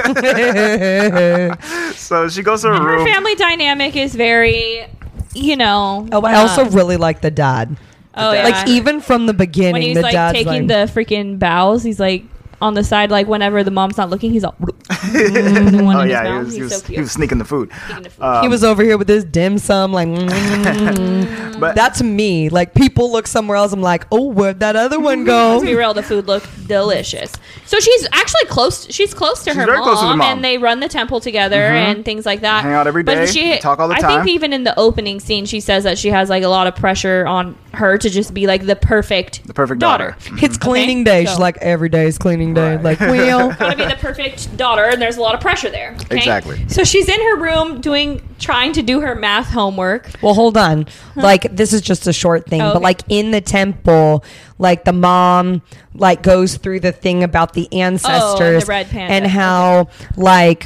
S5: <laughs> So she goes to her
S3: her
S5: room.
S3: family dynamic is very, you know.
S4: Oh, I
S3: uh,
S4: also really like the dad.
S3: oh, yeah.
S4: Like even from the beginning,
S3: when he's
S4: the
S3: like
S4: dad's
S3: taking
S4: like,
S3: the freaking bows, he's like on the side, like whenever the mom's not looking, he's all. the one
S5: Oh
S3: in his
S5: yeah,
S3: mouth.
S5: he was, he,
S3: he's
S5: was,
S3: so
S5: he
S3: cute.
S5: was sneaking the food.
S3: Speaking of food.
S5: Uh, Um,
S4: he was over here with his dim sum
S5: <laughs>
S4: like mm.
S5: But
S4: that's me like people look somewhere else i'm like oh where'd that other one
S3: <laughs>
S4: go
S3: Let's be real, the food looked delicious. So she's actually close. She's close to her
S5: very
S3: mom,
S5: close to the mom. Mm-hmm.
S3: and they run the temple together and things like that.
S5: Hang out every day, talk all the
S3: I
S5: time.
S3: think even in the opening scene, she says that she has like a lot of pressure on her to just be like the perfect, the
S5: perfect daughter.
S4: it's cleaning
S3: Okay,
S4: day
S3: so-
S4: she's like every day is cleaning day
S5: Right. <laughs>
S4: like well
S3: Gotta be the perfect daughter, and there's a lot of pressure there. okay?
S5: Exactly.
S3: So she's in her room doing, trying to do her math homework.
S4: well hold on like this is just a short thing
S3: Oh,
S4: but
S3: okay.
S4: like in the temple like the mom like goes through the thing about the ancestors
S3: Oh, red panda.
S4: and how like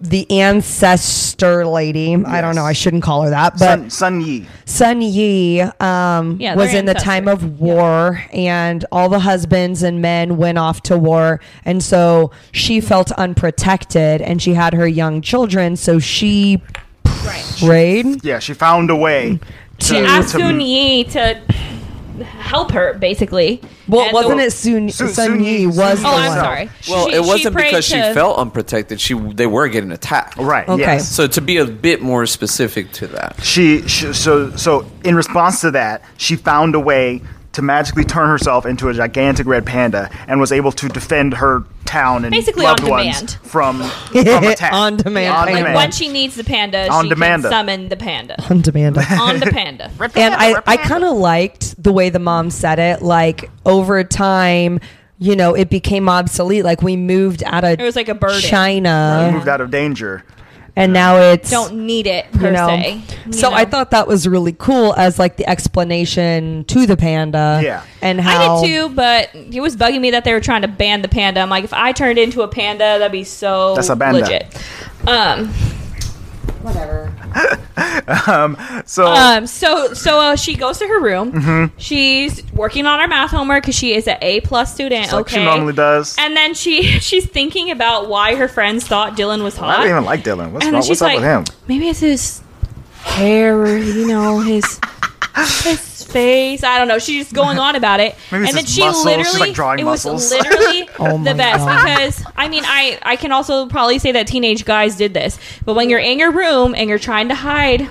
S4: the ancestor lady i don't know i shouldn't call her that but
S5: Sun, Sun Yi.
S4: Sun Yi um,
S3: Yeah,
S4: was
S3: their
S4: in the time
S3: ancestors.
S4: of war, and all the husbands and men went off to war. And so she felt unprotected, and she had her young children. So she prayed.
S5: Yeah, she found a way
S4: To-
S6: Hmm.
S5: to,
S3: Ask
S5: to
S3: Sun Yi to help her, basically.
S4: Well,
S3: And
S4: wasn't
S3: the-
S4: it Sun,
S5: Sun-
S4: Sun
S5: Sun
S4: Yi
S5: Yi-
S4: was
S5: Sun
S4: the
S3: Oh,
S5: Yi
S3: I'm
S4: one.
S5: herself.
S3: sorry.
S6: Well,
S3: She-
S6: it
S3: she
S6: wasn't
S3: prayed
S6: because she
S3: to-
S6: felt unprotected. She they were getting attacked.
S5: right.
S4: Okay.
S5: Yes.
S6: So to be a bit more specific to that,
S5: she, she so so in response to that she found a way to magically turn herself into a gigantic red panda and was able to defend her town and
S3: Basically
S5: loved
S3: on
S5: ones
S3: demand. <laughs>
S5: from from
S4: <laughs>
S5: attack
S4: On demand
S3: Like
S5: on
S4: panda.
S5: demand
S3: when she needs the panda,
S5: On
S3: she
S5: demand.
S3: can summon the panda.
S4: On
S5: <laughs>
S4: demand.
S3: On the panda.
S4: and I, I kind of liked the way the mom said it. Like over time, you know, it became obsolete. Like we moved out of
S3: It was like a burden.
S4: China,
S5: moved out of danger.
S4: and now it's
S3: Don't need it per
S4: you know.
S3: se. you
S4: So
S3: know?
S4: I thought that was really cool as like the explanation to the panda.
S5: Yeah.
S4: and how
S3: I did too, but it was bugging me that they were trying to ban the panda. I'm like, if I turned into a panda, that'd be so
S5: That's a panda.
S3: legit. Um,
S5: So
S3: um, so so uh, she goes to her room.
S5: Mm-hmm.
S3: She's working on her math homework because she is an A plus student.
S5: like
S3: okay,
S5: she normally does.
S3: And then she <laughs> she's thinking about why her friends thought Dylan was hot.
S5: I don't even like Dylan. What's
S3: and then
S5: wrong? What's
S3: she's
S5: up
S3: like,
S5: with him?
S3: maybe it's his hair or you know his his face. I don't know. She's just going on about it,
S5: Maybe it's
S3: and then
S5: his
S3: she
S5: muscles. She's,
S3: literally
S5: like, drawing
S3: it
S5: muscles. <laughs>
S3: was literally
S4: Oh my
S3: the best
S4: God.
S3: because I mean I I can also probably say that teenage guys did this, but when you're in your room and you're trying to hide,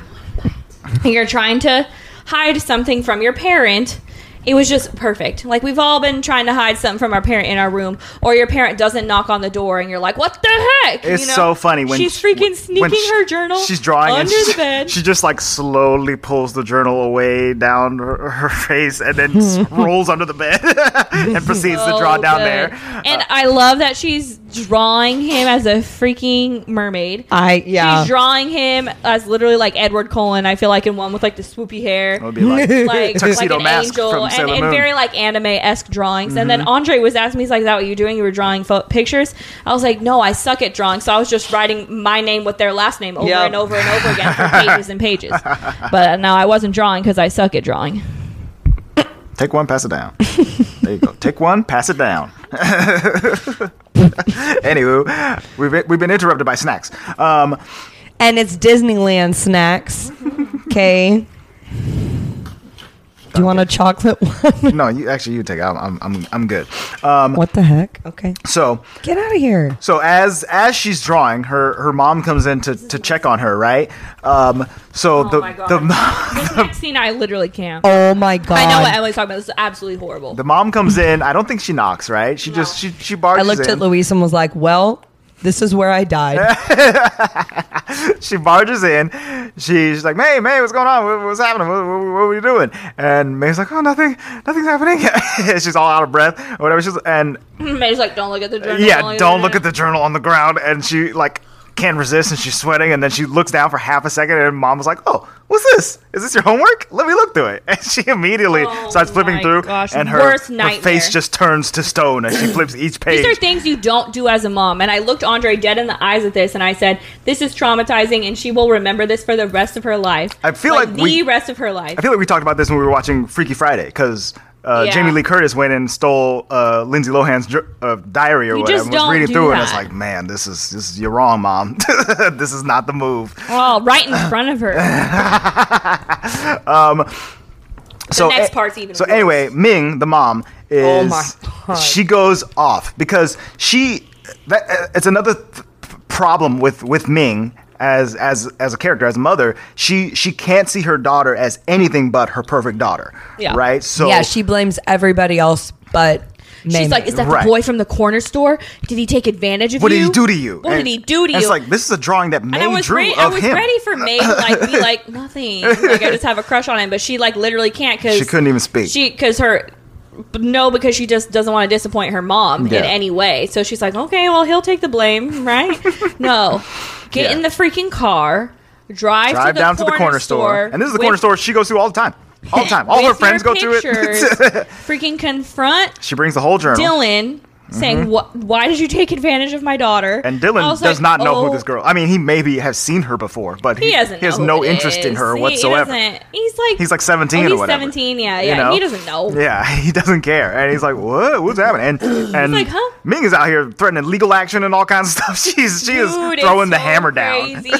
S3: and you're trying to hide something from your parent. It was just perfect. Like we've all been trying to hide something from our parent in our room, or your parent doesn't knock on the door, and you're like, "What the heck?"
S5: It's
S3: you know?
S5: so funny when
S3: she's
S5: she-
S3: freaking
S5: when
S3: sneaking
S5: she-
S3: her journal.
S5: She's drawing and
S3: under
S5: she,
S3: the bed.
S5: She just like slowly pulls the journal away down her, her face
S3: <laughs>
S5: and then rolls under the bed <laughs> and proceeds to draw
S3: So
S5: down
S3: Oh, good.
S5: there. Uh,
S3: And I love that she's drawing him as a freaking mermaid.
S4: I Uh, yeah.
S3: She's drawing him as literally like Edward Cullen. I feel like in one with like the swoopy hair,
S5: It would be
S3: <laughs>
S5: like, <laughs>
S3: like, like
S5: Tuxedo
S3: an
S5: Mask
S3: angel,
S5: from
S3: and,
S5: Sailor
S3: and
S5: Moon. Mm-hmm.
S3: very like anime esque drawings. And then Andre was asking me, he's like, "Is that what you're doing? You were drawing fo- pictures?" I was like, "No, I suck at drawing." So I was just writing my name with their last name over
S4: Yep.
S3: and over and over
S5: <laughs>
S3: again for pages and pages. But no, I wasn't drawing because I suck at drawing.
S5: Take one, pass
S3: <laughs>
S5: it down. there you go. Take one, pass it down. <laughs> Anywho, we've been, we've been interrupted by snacks. Um,
S4: and it's
S3: <laughs>
S4: Disneyland snacks. Okay. Do you want a chocolate one?
S5: no, you actually you take. it. I'm I'm I'm, I'm good. Um,
S4: what the heck? Okay.
S5: so
S4: Get out of here.
S5: so as as she's drawing, her her mom comes in to, to check on her, right? Um, so
S3: Oh
S5: the
S3: my God.
S5: the mo- <laughs>
S3: This next scene, I literally can't.
S4: Oh my god.
S3: I know what Emily's talking about. This is absolutely horrible. <laughs>
S5: the mom comes in. I don't think she knocks, right? She just she she barges
S4: I looked
S5: in.
S4: at Luis and was like, well, this is where I died.
S5: she barges in. She, she's like, May, May, what's going on? What, what's happening? What, what, what are we doing? And May's like, oh, nothing, nothing's happening. <laughs> she's all out of breath or whatever. She's and
S3: May's like, "Don't look at the journal."
S5: yeah, don't look at the journal on the ground. And she like can't resist, and she's sweating. And then she looks down for half a second, and mom was like, oh, what's this? Is this your homework? Let me look through it. <laughs> And she immediately
S3: Oh
S5: starts flipping
S3: my
S5: through,
S3: gosh,
S5: and her,
S3: worst
S5: her
S3: nightmare.
S5: face just turns to
S3: <clears throat>
S5: stone as she flips each page.
S3: These are things you don't do as a mom. And I looked Andre dead in the eyes at this, and I said, "This is traumatizing, and she will remember this for the rest of her life."
S5: I feel like
S3: the
S5: we-
S3: rest of her life.
S5: I feel like we talked about this when we were watching Freaky Friday because uh,
S3: Yeah.
S5: Jamie Lee Curtis went and stole uh, Lindsay Lohan's dr- uh, diary or
S3: You
S5: whatever.
S3: just
S5: and was
S3: don't
S5: reading
S3: do
S5: through it, and I was
S3: that.
S5: like, man, this is this is you're wrong, mom. <laughs> this is not the move.
S3: oh, right
S5: <sighs>
S3: in front of her.
S5: so
S3: next
S5: a-
S3: part's even
S5: So
S3: worse.
S5: anyway, Ming, the mom, is
S4: Oh my God.
S5: she goes off because she that uh, it's another th- problem with with Ming as as as a character as a mother. She she can't see her daughter as anything but her perfect daughter.
S3: Yeah.
S5: Right. So
S4: yeah, she blames everybody else but Mamie.
S3: She's like, "Is that
S5: Right.
S3: the boy from the corner store? Did he take advantage of
S5: What
S3: you?
S5: did he do to you?
S3: What
S5: And-
S3: did he do to
S5: and
S3: you?"
S5: It's like this is a drawing that May
S3: and I was,
S5: drew
S3: ready,
S5: of
S3: I was
S5: him.
S3: ready for May to like
S5: <laughs>
S3: be like nothing. Like I just have a crush on him, but she like literally can't because
S5: She couldn't even speak.
S3: She because her no because she just doesn't want to disappoint her mom
S5: Yeah.
S3: in any way. So she's like, okay, well he'll take the blame,
S5: <laughs>
S3: right? no, get
S5: Yeah.
S3: in the freaking car, drive,
S5: Drive down to the corner store, and this is the corner
S3: with-
S5: store she goes to all the time. All the time. All her
S3: with
S5: friends
S3: your
S5: go to <laughs> it.
S3: pictures, freaking confront
S5: she brings the whole journal.
S3: Dylan. Saying what? Why did you take advantage of my daughter?
S5: Mm-hmm. And
S3: I
S5: Dylan
S3: was
S5: does
S3: like,
S5: not know
S3: "Oh,
S5: who this girl. I mean, he maybe has seen her before, but
S3: He
S5: he,
S3: doesn't.
S5: he has
S3: know
S5: no
S3: who it
S5: interest in
S3: is.
S5: her
S3: He- he
S5: whatsoever.
S3: doesn't- he's like
S5: He's like 17
S3: oh,
S5: or
S3: he's
S5: whatever.
S3: Seventeen. Yeah,
S5: You
S3: yeah.
S5: know?
S3: He doesn't know.
S5: Yeah, <laughs> he doesn't care, and he's like, "What? What's happening?" And and
S3: like, huh?
S5: Ming is out here threatening legal action and all kinds of <laughs> stuff. She's she is
S3: Dude, it's
S5: throwing the
S3: so
S5: hammer down. <laughs>
S3: crazy.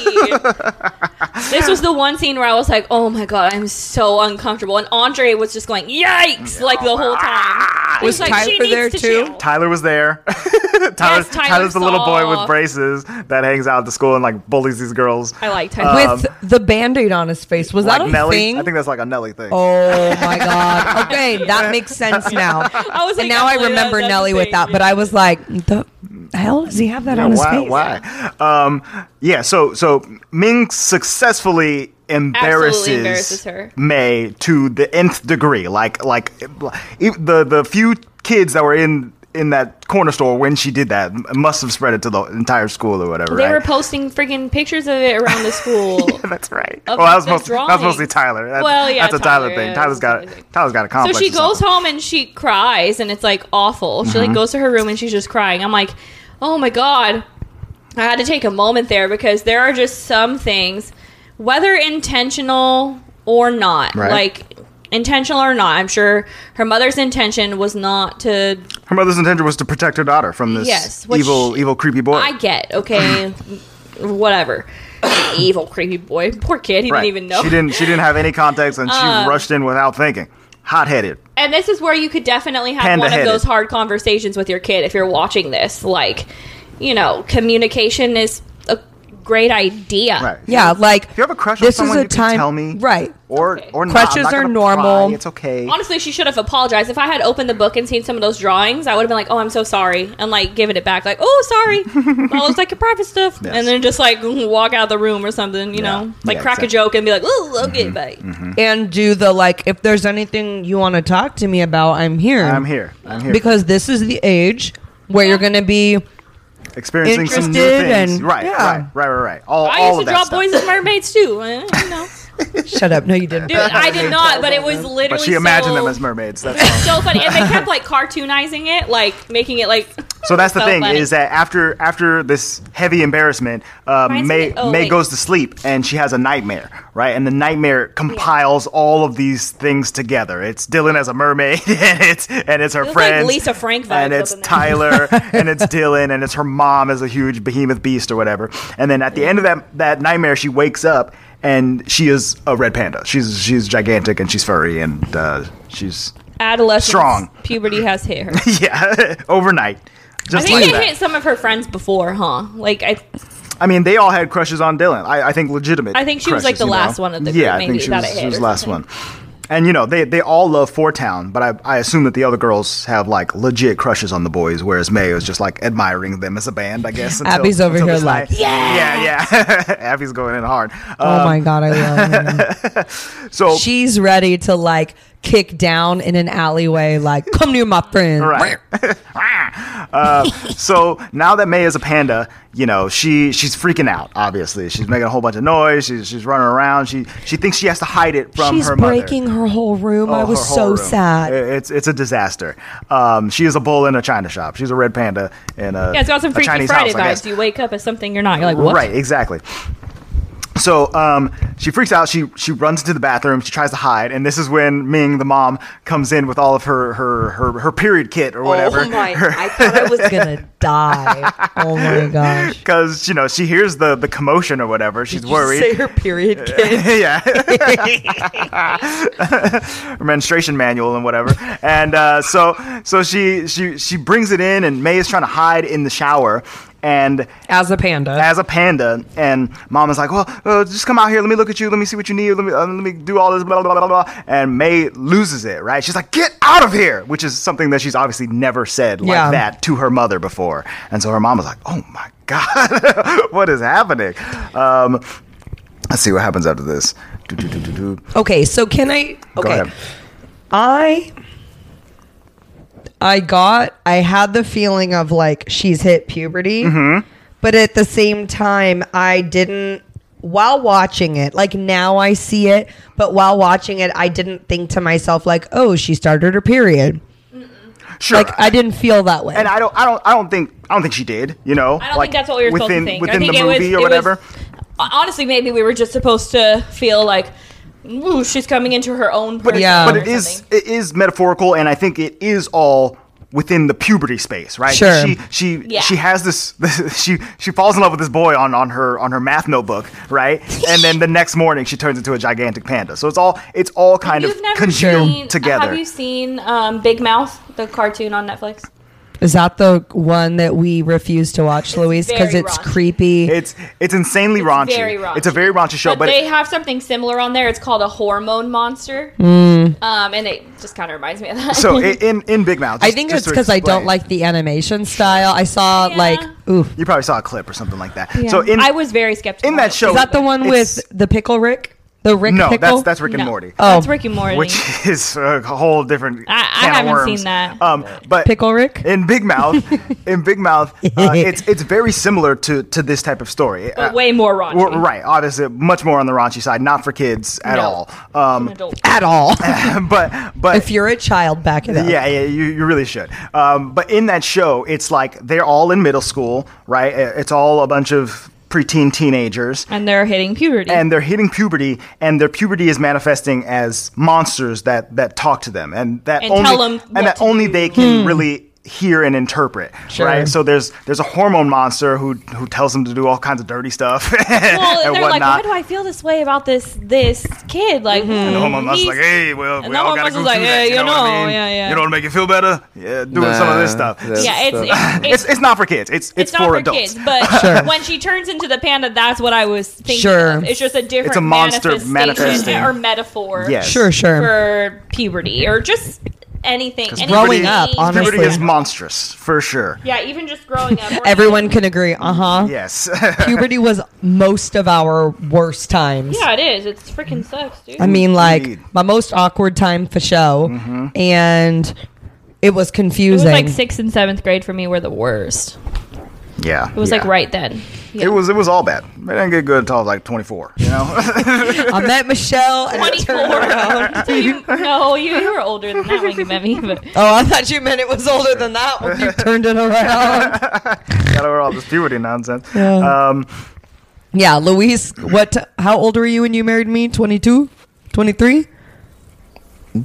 S3: this was the one scene where I was like, "Oh my god, I'm so uncomfortable," and Andre was just going, "Yikes!" like the whole
S5: Ah.
S3: time. He
S4: Was
S3: like,
S4: Tyler
S3: she needs
S4: there
S3: to
S4: too?
S3: chill.
S5: Tyler was there. <laughs> Tyler,
S3: Yes, Tyler
S5: Tyler's the little boy
S3: saw.
S5: with braces that hangs out at the school and like bullies these girls.
S3: I like Tyler.
S5: Uh,
S4: with the band aid on his face. Was that
S5: Um, like
S4: a
S5: Nelly.
S4: thing?
S5: I think that's like a Nelly thing.
S4: Oh
S3: <laughs>
S4: my god. Okay, that makes sense now.
S3: I was like,
S4: and now I
S3: Emily, that-
S4: remember
S3: that's
S4: Nelly
S3: the
S4: with
S3: thing.
S4: that, but I was like, the hell does he have that
S5: Yeah,
S4: on his
S5: why?
S4: face?
S5: Why? Um, yeah. So so Ming successfully embarrasses,
S3: Absolutely embarrasses her.
S5: May to the nth degree. Like like e- the the few kids that were in in that corner store when she did that must have spread it to the entire school or whatever.
S3: they
S5: right? <laughs>
S3: were posting freaking pictures of it around the school.
S5: That's right.
S3: of
S5: well, that was
S3: the
S5: mostly that was mostly
S3: drawings.
S5: Tyler. That's,
S3: Well, yeah,
S5: that's a Tyler,
S3: Tyler,
S5: thing.
S3: yeah, that's
S5: Tyler's got
S3: a Tyler
S5: Tyler's got a
S3: So
S5: complex.
S3: she
S5: or something.
S3: goes home and she cries, and it's like awful. She
S5: Mm-hmm.
S3: like goes to her room and she's just crying. I'm like, oh my god, I had to take a moment there because there are just some things, whether intentional or not,
S5: Right.
S3: like intentional or not. I'm sure her mother's intention was not to.
S5: Her mother's intention was to protect her daughter from this
S3: Yes, which
S5: evil, evil, creepy boy.
S3: I get
S5: <clears throat>
S3: okay, whatever. Evil creepy boy, poor kid. He
S5: Right.
S3: didn't even know. Uh,
S5: She didn't. She didn't have any context, and she rushed in without thinking. Hot headed.
S3: and this is where you could definitely have
S5: Panda
S3: one
S5: headed.
S3: of those hard conversations with your kid if you're watching this like you know communication is a great idea
S5: Right.
S4: Yeah, like
S5: If you have a crush on
S4: this
S5: someone,
S4: is a
S5: you can
S4: time
S5: tell me.
S4: right?
S5: Or
S3: Okay.
S5: or not.
S4: Crushes
S5: I'm not
S4: are
S5: gonna
S4: normal.
S5: cry. It's okay.
S3: honestly she should have apologized if i had opened the book and seen some of those drawings i would have been like oh i'm so sorry and like giving it back like oh
S5: <laughs>
S3: sorry all looks like your private stuff
S5: Yes.
S3: and then just like <laughs> walk out of the room or something you
S5: Yeah.
S3: know like
S5: Yeah,
S3: crack
S5: exactly. Mm-hmm.
S3: a joke and be like oh okay bye
S5: Mm.
S4: And do the like if there's anything you want to talk to me about, I'm here.
S5: I'm here. I'm here.
S4: because this is the age where you're going to be
S5: experiencing some new
S4: Interested
S5: things.
S4: and-
S5: right,
S4: yeah.
S5: right, right, right, right. All,
S3: I
S5: all
S3: used
S5: of
S3: to
S5: that
S3: draw
S5: stuff.
S3: boys as mermaids too. Eh, you
S5: <laughs>
S3: know.
S4: Shut up. No, you didn't.
S3: Dude, I did not, but it was literally.
S5: But she imagined
S3: so,
S5: them as mermaids.
S3: <laughs>
S5: That's all.
S3: So funny, and they kept like cartoonizing it, like making it like.
S5: so that's the
S3: so
S5: thing
S3: funny.
S5: is that after after this heavy embarrassment, uh,
S3: Reminds
S5: May
S3: me- oh,
S5: May
S3: wait.
S5: goes to sleep and she has a nightmare, right? And the nightmare compiles all of these things together. It's Dylan as a mermaid, <laughs> and it's and it's her
S3: It was like
S5: friends,
S3: Lisa Frank vibes
S5: and
S3: up
S5: it's
S3: in there. <laughs>
S5: Tyler, and it's Dylan, and it's her mom as a huge behemoth beast or whatever. And then at the end of that that nightmare, she wakes up and she is a red panda. She's she's gigantic and she's furry and uh, she's <laughs>
S3: Adolescence,
S5: Strong.
S3: puberty has hit
S5: <laughs>
S3: her.
S5: yeah overnight.
S3: I
S5: Just
S3: think
S5: like
S3: it
S5: that.
S3: hit some of her friends before, huh? Like I,
S5: I mean, they all had crushes on Dylan. I, I think legitimate.
S3: I think she was, like,
S5: crushes,
S3: the
S5: you
S3: last
S5: know?
S3: one of the
S5: yeah.
S3: group,
S5: I
S3: maybe,
S5: think she
S3: that
S5: was,
S3: it hit
S5: she was
S3: or
S5: the last
S3: something.
S5: one. And you know, they they all love Four Town, but I I assume that the other girls have like legit crushes on the boys, whereas May was just like admiring them as a band. I guess. Until,
S4: Abby's over
S5: until
S4: here
S5: this
S4: like,
S5: night. yeah, yeah. <laughs> Abby's going in hard. Uh,
S4: Oh my god, I love
S5: <laughs>
S4: her.
S5: so
S4: She's ready to like kick down in an alleyway, like come near my friend.
S5: Right. <laughs> uh, so now that May is a panda, you know she she's freaking out. Obviously, she's making a whole bunch of noise. She's she's running around. She she thinks she has to hide it from
S4: She's
S5: her mother.
S4: breaking her whole room. I
S5: Oh,
S4: was
S5: her
S4: so
S5: whole room.
S4: sad.
S5: I- It's it's a disaster. Um, she is a bull in a china shop. She's a red panda in a
S3: yeah, it's got some
S5: a
S3: Freaky
S5: Chinese
S3: Friday
S5: house, I guess.
S3: vibes. You wake up as something you're not. You're like, what?
S5: Right, exactly. So um, she freaks out. She she runs into the bathroom. She tries to hide, and this is when Ming, the mom, comes in with all of her her her, her period kit or whatever.
S4: Oh
S5: <laughs>
S4: my! I thought I was gonna die. Oh my gosh!
S5: Because you know she hears the the commotion or whatever. She's worried.
S4: Say her period kid.
S5: <laughs> yeah. <laughs> Her <laughs> menstruation manual and whatever. And uh, so so she she she brings it in and May is trying to hide in the shower and
S4: as a panda.
S5: as a panda and mom is like, "Well, uh, just come out here. Let me look at you. Let me see what you need. Let me uh, let me do all this blah blah blah blah." blah. And May loses it, right? She's like, "Get out of here," which is something that she's obviously never said like
S4: Yeah.
S5: that to her mother before. And so her mom was like, "Oh my god. <laughs> what is happening?" Um Let's see what happens after this. Do, do, do, do, do.
S4: okay, so can I?
S5: Go
S4: Okay,
S5: ahead.
S4: I I got I had the feeling of like she's hit puberty.
S5: Mm-hmm.
S4: But at the same time, I didn't while watching it, like now I see it, but while watching it, I didn't think to myself like, "Oh, she started her period."
S5: Sure.
S4: Like I didn't feel that way.
S5: and I don't, I don't, I don't think, I don't think she did. You know,
S3: I don't think that's what we were
S5: within,
S3: supposed to think.
S5: Within
S3: I think
S5: the
S3: it
S5: movie
S3: was, it
S5: or
S3: was-
S5: whatever.
S3: honestly, maybe we were just supposed to feel like, ooh, she's coming into her own. But
S4: it- Yeah.
S5: but it is, it is metaphorical, and I think it is all within the puberty space, right?
S4: Sure.
S5: She, she,
S3: Yeah.
S5: she has this, <laughs> this. She, she falls in love with this boy on on her on her math notebook, right? and then the next morning, she turns into a gigantic panda. So it's all, it's all kind
S3: You've
S5: of
S3: never
S5: congealed
S3: seen,
S5: together.
S3: Have you seen um, Big Mouth, the cartoon on Netflix?
S4: Is that the one that we refuse to watch, Louise, because
S3: very
S4: it's
S3: raunchy.
S4: creepy?
S5: it's it's insanely raunchy.
S3: very raunchy.
S5: It's a very raunchy show,
S3: but,
S5: but,
S3: they
S5: it-
S3: have something similar on there. It's called a hormone monster,
S4: Hmm.
S3: um, and it just kind of reminds me of that. <laughs>
S5: so i- in in Big Mouth.
S4: I
S5: just-
S4: think
S5: just
S4: it's
S5: to
S4: because I don't
S5: explain.
S4: like the animation style. I saw
S3: Yeah.
S4: like, ooh,
S5: You probably saw a clip or something like that. So in
S3: I was very skeptical
S5: in that
S3: of it.
S5: show-
S4: is that the one
S5: It's-
S4: with the pickle Rick? The Rick
S5: no,
S4: pickle?
S5: that's that's Rick and
S3: No.
S5: Morty.
S3: That's
S4: Oh.
S3: Rick and Morty.
S5: which <laughs> is a whole different.
S3: I- I
S5: can of
S3: haven't
S5: worms.
S3: seen that.
S5: Um, but
S4: Pickle Rick?
S5: in
S3: <laughs>
S5: Big Mouth, in Big Mouth, uh, it's it's very similar to to this type of story.
S3: but
S5: Uh,
S3: way more raunchy.
S5: w- right, obviously, much more on the raunchy side, not for kids at
S3: No.
S5: all. Um,
S3: An adult.
S4: At all.
S5: <laughs> but
S4: <laughs>
S5: but
S4: if you're a child, back it up.
S5: yeah, yeah, you, you really should. Um, but in that show, it's like they're all in middle school, right? Uh, It's all a bunch of preteen teenagers,
S3: and they're hitting puberty.
S5: and they're hitting puberty and their puberty is manifesting as monsters that that talk to them and that
S3: And
S5: only
S3: tell 'em
S5: and
S3: what
S5: that
S3: to
S5: only they
S4: Hmm.
S5: can really hear and interpret right so there's there's a hormone monster who who tells them to do all kinds of dirty stuff <laughs>
S3: well,
S5: and
S3: and they're like,
S5: whatnot
S3: why do I feel this way about this this kid? Like,
S4: Mm-hmm.
S5: and the hormone monster's
S3: he's-
S5: like hey well we
S3: the
S5: all
S3: hormone
S5: gotta
S3: monster's
S5: go through
S3: like,
S5: that
S3: "Yeah,
S5: you
S3: you
S5: know, what I
S3: know,
S5: mean
S3: yeah, yeah.
S5: you know to make you feel better yeah doing some of this
S6: Nah,
S5: stuff
S6: that's-
S3: yeah, it's it's,
S5: it's, it's not for kids it's it's,
S3: it's not
S5: for
S3: for
S5: adults
S3: kids,
S5: <laughs>
S3: but
S4: Sure.
S3: when she turns into the panda, that's what I was thinking.
S4: Sure.
S3: of. it's just a different
S5: It's a monster
S3: manifestation
S5: manifesting.
S3: or metaphor.
S5: Yes.
S4: Sure, sure.
S3: for puberty or just anything. Any
S4: growing
S5: puberty-
S4: up, honestly.
S5: puberty is monstrous for sure
S3: yeah, even just growing up. we're-
S4: <laughs> Everyone can agree. Uh huh.
S5: yes
S4: Puberty was most of our worst times.
S3: Yeah, it is. It's freaking
S4: Mm.
S3: sucks, dude.
S4: I mean, like,
S5: Indeed. Mm-hmm.
S4: my most awkward time for show. And it was
S3: it was
S4: confusing.
S3: like sixth and seventh grade for me were the worst.
S5: <laughs> Yeah.
S3: It was like right then. Yeah.
S5: It
S4: <laughs>
S5: was it was all bad. It didn't get good until I was like 24. You know,
S4: I met Michelle. and
S3: 24.
S4: it turned
S3: <laughs>
S4: around.
S3: So you, no, you, you were older than that when you met me.
S4: <laughs>
S3: But
S4: Oh, I thought you meant it was older than that when you turned it around.
S5: <laughs> got over all this puberty nonsense. Um,
S4: <laughs> yeah, Luis, what? How old were you when you married me? 22? 23?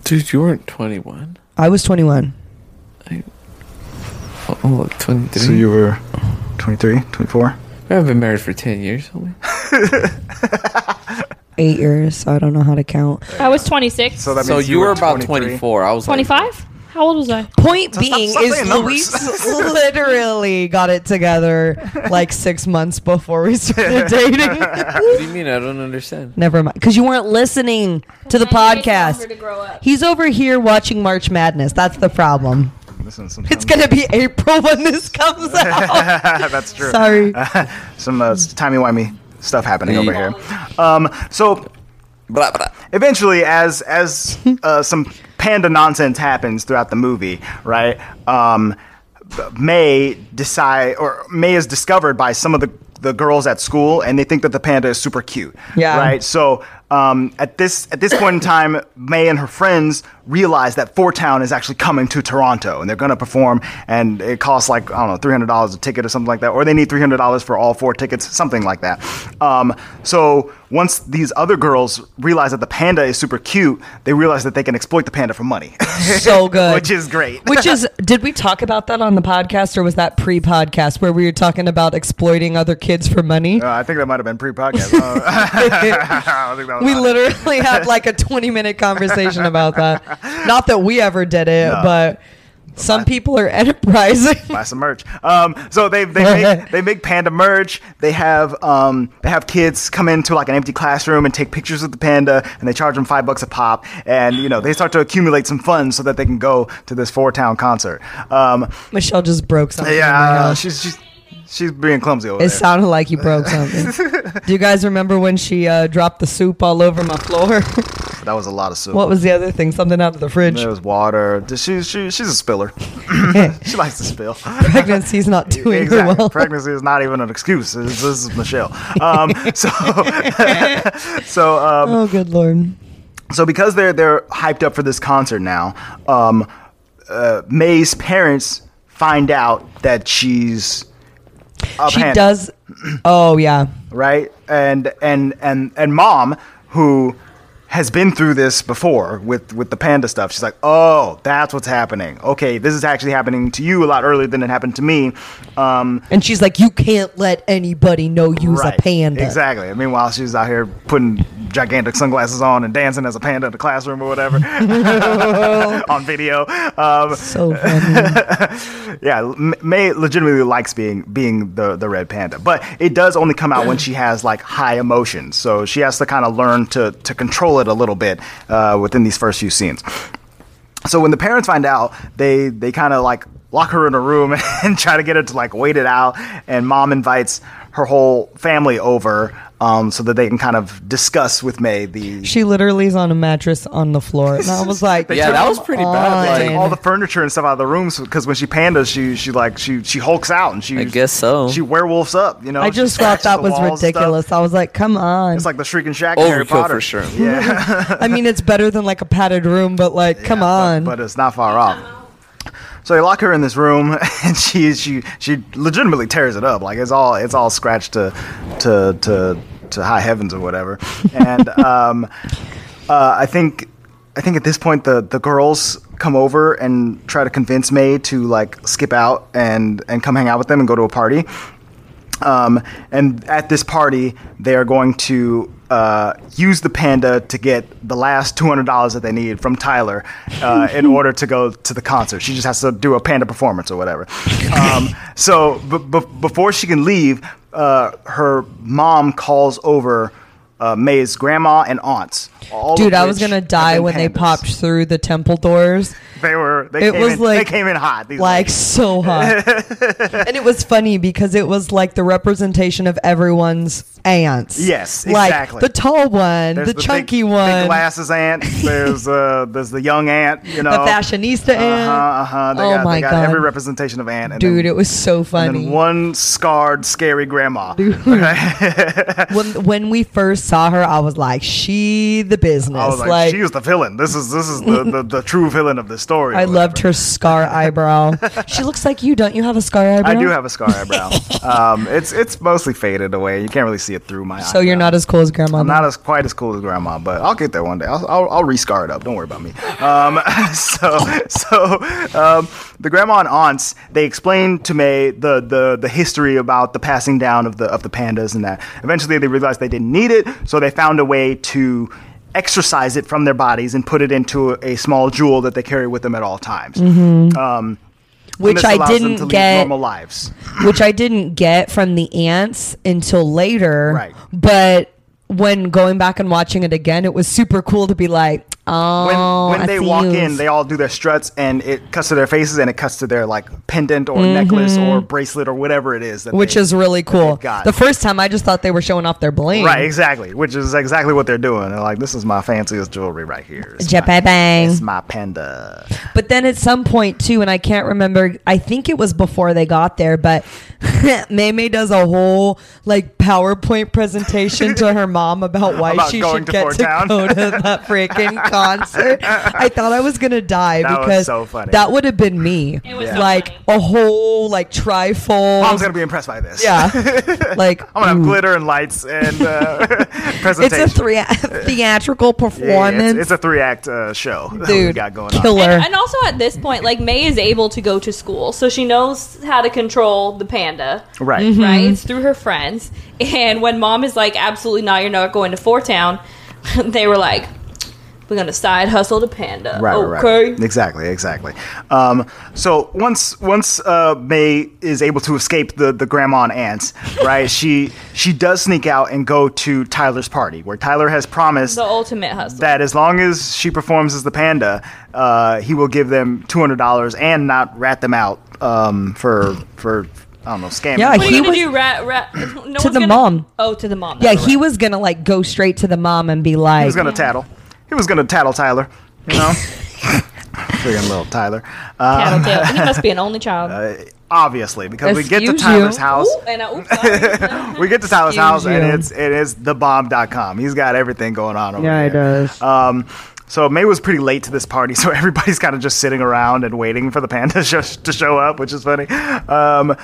S6: Dude, you weren't 21.
S4: I was 21.
S6: Oh, 23.
S5: so you were 23, 24.
S6: I've been married for 10 years only.
S4: Eight years. So I don't know how to count.
S3: I was 26.
S5: So that
S6: so
S5: means
S6: you were about
S5: 23.
S6: 24. I was
S3: 25? How old was I?
S4: Point being
S5: stop
S4: is
S5: saying numbers.
S4: Luis literally got it together like six months before we started dating. <laughs>
S6: Like, what do you mean? I don't understand.
S4: Never mind, because you weren't listening to
S3: I
S4: the
S3: needed longer to
S4: podcast.
S3: grow up.
S4: He's over here watching March Madness. That's the problem.
S5: Listen, some-
S4: It's gonna be April when this comes out.
S5: <laughs> That's true. <laughs>
S4: Sorry.
S5: Some uh, timey wimey stuff happening over
S6: Yeah.
S5: here. Um, so
S6: Blah, blah.
S5: eventually as as uh, some panda nonsense happens throughout the movie right um, may decide or may is discovered by some of the the girls at school and they think that the panda is super cute
S4: Yeah.
S5: right so um, at this at this point in time may and her friends realize that four town is actually coming to toronto and they're going to perform and it costs like i don't know $300 a ticket or something like that or they need $300 for all four tickets something like that um, so once these other girls realize that the panda is super cute, they realize that they can exploit the panda for money, <laughs>
S4: so good.
S5: which is great.
S4: Which is, did we talk about that on the podcast or was that pre podcast where we were talking about exploiting other kids for money? <laughs>
S5: Uh, <laughs> I think that might have been pre-podcast. <laughs> Uh, I don't think that was
S4: we
S5: on.
S4: literally had like a 20 minute conversation about that. Not that we ever did it, but some people are enterprising.
S5: <laughs>
S4: <laughs>
S5: buy some merch. Um, so they they make, they make panda merch. They have um, they have kids come into like an empty classroom and take pictures of the panda, and they charge them five bucks a pop. And you know they start to accumulate some funds so that they can go to this four town concert. Um,
S4: Michelle just broke something. in Oh my
S5: yeah,
S4: mouth.
S5: she's she's she's being clumsy over
S4: It
S5: there.
S4: sounded like you broke
S5: <laughs>
S4: something. Do you guys remember when she uh, dropped the soup all over my floor? <laughs>
S5: that was a lot of soup.
S4: what was the other thing? Something out of the fridge.
S5: There was water. She, she, she's
S4: <laughs>
S5: a spiller. <laughs> she likes to spill.
S4: Pregnancy's
S5: <laughs>
S4: not <laughs> doing
S5: Exactly.
S4: her well.
S5: Pregnancy is not even an excuse. This, this is Michelle. Um, so, <laughs> so, um,
S4: <laughs> Oh, good lord.
S5: so because they're they're hyped up for this concert now, um, uh, May's parents find out that she's a
S4: She
S5: panda,
S4: does. Oh, yeah.
S5: right, and and and and mom who has been through this before with with the panda stuff. She's like, oh, that's what's happening. Okay, this is actually happening to you a lot earlier than it happened to me. Um,
S4: And she's like, you can't let anybody know you's a panda.
S5: Exactly. Meanwhile, she's out here putting gigantic sunglasses on and dancing as a panda in the classroom
S4: <laughs>
S5: or whatever <laughs> on video. Um,
S4: So
S5: <laughs>
S4: funny.
S5: yeah, M- May legitimately likes being being the the red panda, but it does only come out when she has like high emotions. So she has to kind of learn to to control it a little bit uh, within these first few scenes. So when the parents find out, they they kind of like lock her in a room <laughs> and try to get her to like wait it out. And mom invites her whole family over um, so that they can kind of discuss with May the
S4: she literally is on a mattress on the floor. And I
S5: <laughs>
S4: was like,
S6: Yeah, that was pretty bad.
S4: on.
S6: Like,
S5: Take all the furniture and stuff out of the rooms because when she pandas, she she like she she hulks out and she
S6: I guess so.
S5: she werewolves up. You know,
S4: I
S5: She
S4: just thought
S5: scratches
S4: that
S5: the
S4: was
S5: walls and stuff.
S4: ridiculous. I was like, come on.
S5: It's like the shrieking shack in Harry
S6: Overkill
S5: Potter
S6: Oh, for sure.
S5: Yeah,
S4: I mean, it's better than like a padded room, but like, come
S5: but-
S4: on.
S5: but, it's not far off. So they lock her in this room, <laughs> and she she she legitimately tears it up. Like it's all it's all scratched to to to to high heavens or whatever.
S4: <laughs>
S5: And um, uh, I think I think at this point the the girls come over and try to convince May to like skip out and and come hang out with them and go to a party. Um, and at this party, they are going to uh, use the panda to get the last two hundred dollars that they need from Tyler
S4: <laughs>
S5: uh, in order to go to the concert. She just has to do a panda performance or whatever.
S4: <laughs>
S5: Um, so b- b- before she can leave, uh, her mom calls over uh, May's grandma and aunts. all of
S4: Dude, I
S5: which
S4: was gonna
S5: have
S4: die
S5: been
S4: when they
S5: pandas.
S4: popped through the temple doors
S5: They were. They
S4: It
S5: came
S4: was
S5: in,
S4: like-
S5: they came in hot. These
S4: like
S5: <laughs>
S4: so hot. and it was funny because it was like the representation of everyone's aunts.
S5: Yes,
S4: like
S5: exactly.
S4: the tall one, the,
S5: There's big-
S4: chunky
S5: big
S4: one,
S5: glasses ant. There's uh, there's the young ant. You know,
S4: the fashionista aunt.
S5: Uh huh. Uh-huh. They
S4: oh
S5: got,
S4: my
S5: they got
S4: god,
S5: every representation of ant. And
S4: dude,
S5: then,
S4: it was so
S5: and
S4: funny.
S5: then one scarred, scary
S4: <laughs>
S5: grandma. <laughs>
S4: when when we first saw her, I was like, she the business.
S5: I was like, she was the villain. This is this is the, the, the true villain of this story.
S4: <laughs>
S5: or
S4: I loved
S5: whatever.
S4: her scar
S5: <laughs>
S4: eyebrow. she looks like you. Don't you have a scar eyebrow?
S5: I do have a
S4: <laughs>
S5: scar eyebrow. um, it's it's mostly faded away. You can't really see it through my.
S4: So you're
S5: eyebrow.
S4: not as cool as grandma.
S5: I'm not as quite as cool as grandma, but I'll get there one day. I'll I'll, I'll re-scar it up. Don't worry about me. Um, <laughs> so so um, the grandma and aunts they explained to May the, the the history about the passing down of the of the pandas and that. Eventually they realized they didn't need it, so they found a way to exercise it from their bodies and put it into a, a small jewel that they carry with them at all times. Um, and
S4: Mm-hmm. which
S5: this
S4: I
S5: allows them to
S4: didn't
S5: lead
S4: get.
S5: normal lives.
S4: <laughs> which I didn't get from the ants until later.
S5: Right.
S4: But when going back and watching it again, it was super cool to be like,
S5: when,
S4: oh,
S5: when
S4: I
S5: they
S4: see
S5: walk
S4: yous."
S5: in, they all do their struts, and it cuts to their faces, and it cuts to their like pendant or necklace or bracelet or whatever it is. That
S4: Mm-hmm. which
S5: they-
S4: is really cool.
S5: they got.
S4: The first time, I just thought they were showing off their bling.
S5: right, exactly. Which is exactly what they're doing. They're like, "This is my fanciest jewelry right here. It's my,
S4: Jepe bang.
S5: it's my panda."
S4: But then at some point too, and I can't remember. I think it was before they got there, but <laughs> Maymay does a whole like PowerPoint presentation to her mom about why
S5: About
S4: she
S5: going
S4: should
S5: to
S4: get
S5: Fort
S4: to
S5: Town.
S4: go to
S5: <laughs>
S4: the freaking concert. I thought I was gonna die
S5: That was
S4: because
S5: so funny.
S4: that would have been me.
S3: It was
S5: Yeah.
S3: so
S4: Like
S3: funny.
S4: a whole like trifold.
S5: Mom's gonna be impressed by this. <laughs>
S4: yeah, like
S5: I'm gonna have glitter and lights and uh, <laughs>
S4: it's
S5: presentation.
S4: a three <laughs> theatrical
S5: Yeah, it's-
S4: performance.
S5: it's, a three act uh, show that we
S4: Dude,
S5: got going on.
S4: killer.
S3: And, and also at this point, like May is able to go to school, so she knows how to control the panda.
S5: Right.
S4: Mm-hmm.
S3: Right? It's through her friends. And when mom is like, absolutely not, you're not going to Four Town, <laughs> they were like, we're going to side hustle the panda.
S5: Right, right,
S3: okay.
S5: right. Exactly, exactly. Um, so once once uh, May is able to escape the the grandma and aunts, right? she she does sneak out and go to Tyler's party, where Tyler has promised
S3: The ultimate hustle.
S5: that as long as she performs as the panda, uh, he will give them two hundred dollars and not rat them out um, for for I don't know scamming.
S4: Yeah,
S3: what are
S4: he
S3: you going
S4: was-
S3: to do? Rat, rat, <laughs> no one's
S4: the
S3: gonna-
S4: mom.
S3: Oh, to the mom.
S4: yeah,
S3: that's
S4: he
S3: right.
S4: was gonna like go straight to the mom and be like,
S5: He was gonna tattle. He was gonna tattle Tyler. You
S4: <laughs>
S5: know, freaking little Tyler. Uh,
S3: Tattletale. he must be an only child.
S5: obviously, because we get to
S4: Excuse you.
S5: Tyler's house.
S3: Ooh, and I, oops,
S5: <laughs>
S3: sorry.
S5: we get to Tyler's
S4: Excuse
S5: house and
S4: you.
S5: it's it is thebomb.com. He's got everything going on over
S4: Yeah, he
S5: there.
S4: does.
S5: Um so May was pretty late to this party, <laughs> so everybody's kind of just sitting around and waiting for the panda <laughs> show, to show up, which is funny. Um,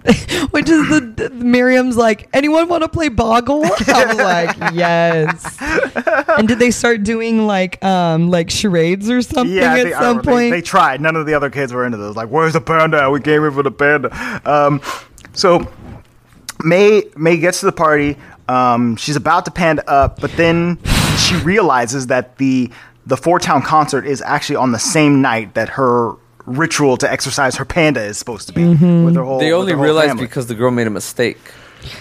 S4: <laughs> Which is the, the- Miriam's like, anyone want to play Boggle? I was like,
S5: <laughs>
S4: yes. And did they start doing like um like charades or something
S5: yeah, I
S4: at
S5: think- I
S4: some
S5: remember they,
S4: point?
S5: they tried. None of the other kids were into this. Like, where's the panda? We came here for the panda. Um, so May May gets to the party. Um, she's about to panda up, but then she realizes that the the four town concert is actually on the same night that her ritual to exercise her panda is supposed to be.
S4: Mm-hmm.
S5: With her whole
S6: They
S5: with
S6: only
S5: her whole
S6: realized
S5: family. Oh,
S6: because the girl made a mistake.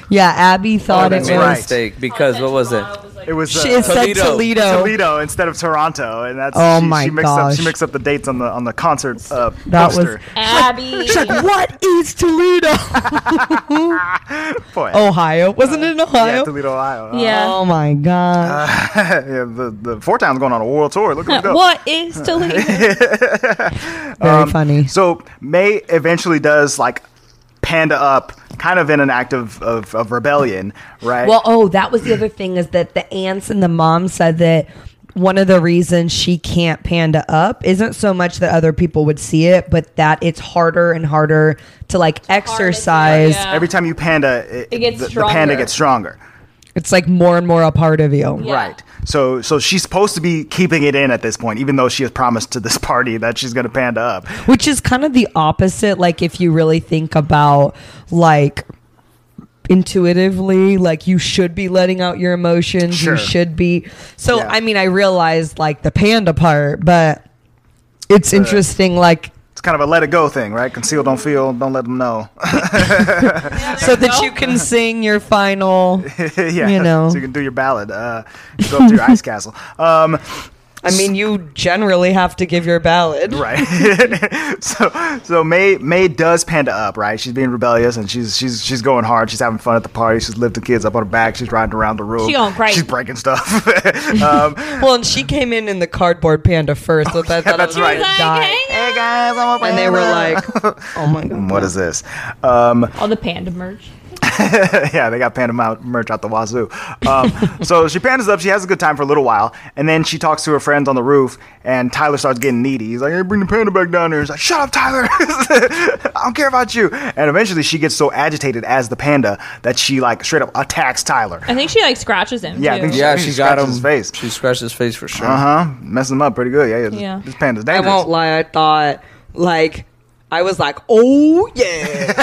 S4: yeah, Abby thought it
S5: that's
S4: was.
S6: made a
S5: right.
S6: mistake because what was it?
S5: it was
S4: She
S5: uh,
S4: it said
S6: Toledo.
S4: Toledo.
S5: Toledo instead of Toronto, and that's
S4: Oh
S5: she,
S4: my
S5: she mixed up she
S4: gosh.
S5: mixed up the dates on the on the concert uh,
S4: That was-
S5: poster.
S3: Abby.
S4: She's like, <laughs> what is Toledo?
S5: Boy.
S4: <laughs> Ohio. Wasn't it in Ohio?
S5: yeah, Toledo, Ohio. Uh,
S3: Yeah.
S4: Oh my god.
S5: yeah, the the four times going on a world tour. Look
S3: <laughs>
S5: at them go.
S3: Uh, what is
S5: <laughs>
S3: Toledo?
S5: Uh,
S4: Very
S5: um,
S4: funny.
S5: So May eventually does like panda up, kind of in an act of of, of rebellion, right?
S4: Well, oh, that was the other thing is that the aunts and the mom said that one of the reasons she can't panda up isn't so much that other people would see it, but that it's harder and harder to like exercise.
S3: yeah.
S5: every time you panda, it,
S3: uh, It gets
S5: the, the panda
S3: stronger.
S5: gets stronger,
S4: It's like more and more a part of you.
S3: Yeah.
S5: right? So so she's supposed to be keeping it in at this point, even though she has promised to this <laughs> party that she's going to panda up.
S4: Which is kind of the opposite. Like, if you really think about, like, intuitively, like, you should be letting out your emotions.
S5: Sure.
S4: You should be. So,
S5: Yeah.
S4: I mean, I realized, like, the panda part, but
S5: Uh,
S4: it's interesting, like,
S5: It's kind of a let it go thing, right? Conceal, don't feel, don't let them know. <laughs>
S4: so that you can sing your final.
S5: yeah, <laughs>
S4: You know.
S5: so you can do your ballad, uh, go up to your ice castle. Um,
S4: I mean, you generally have to give your ballot.
S5: right? <laughs> so so May May does panda up, right? She's being rebellious and she's she's she's going hard. She's having fun at the party. She's lifting kids up on her back. She's riding around the room.
S3: She going crazy.
S5: She's breaking stuff. um,
S4: Well, and she came in in the cardboard panda first, so that,
S5: Oh, yeah, that's
S4: I was
S5: right.
S4: gonna
S3: She's
S4: die.
S3: like, "Hey."
S5: hey guys, I'm a panda.
S4: And they were
S5: <laughs>
S4: like, "Oh my god,
S5: what is this? Um,
S3: All the panda merch.
S5: <laughs> yeah, they got panda mou- merch out the wazoo. Um, so she pandas up. She has a good time for a little while, and then she talks to her friends on the roof. And Tyler starts getting needy. He's like, "Hey, bring the panda back down here." He's like, "Shut up, Tyler! <laughs> I don't care about you." And eventually, she gets so agitated as the panda that she like straight up attacks Tyler.
S3: I think she like scratches him.
S5: Yeah, I
S3: too.
S5: think
S6: Yeah,
S5: She
S6: she got
S5: scratched
S6: him.
S5: his face.
S6: She scratched his face for sure.
S5: Uh huh. Messing him up pretty good. Yeah, yeah. This,
S3: Yeah.
S5: this panda's
S4: I
S5: dangerous.
S4: won't lie, I thought like I was like, oh
S5: <laughs>
S4: yeah.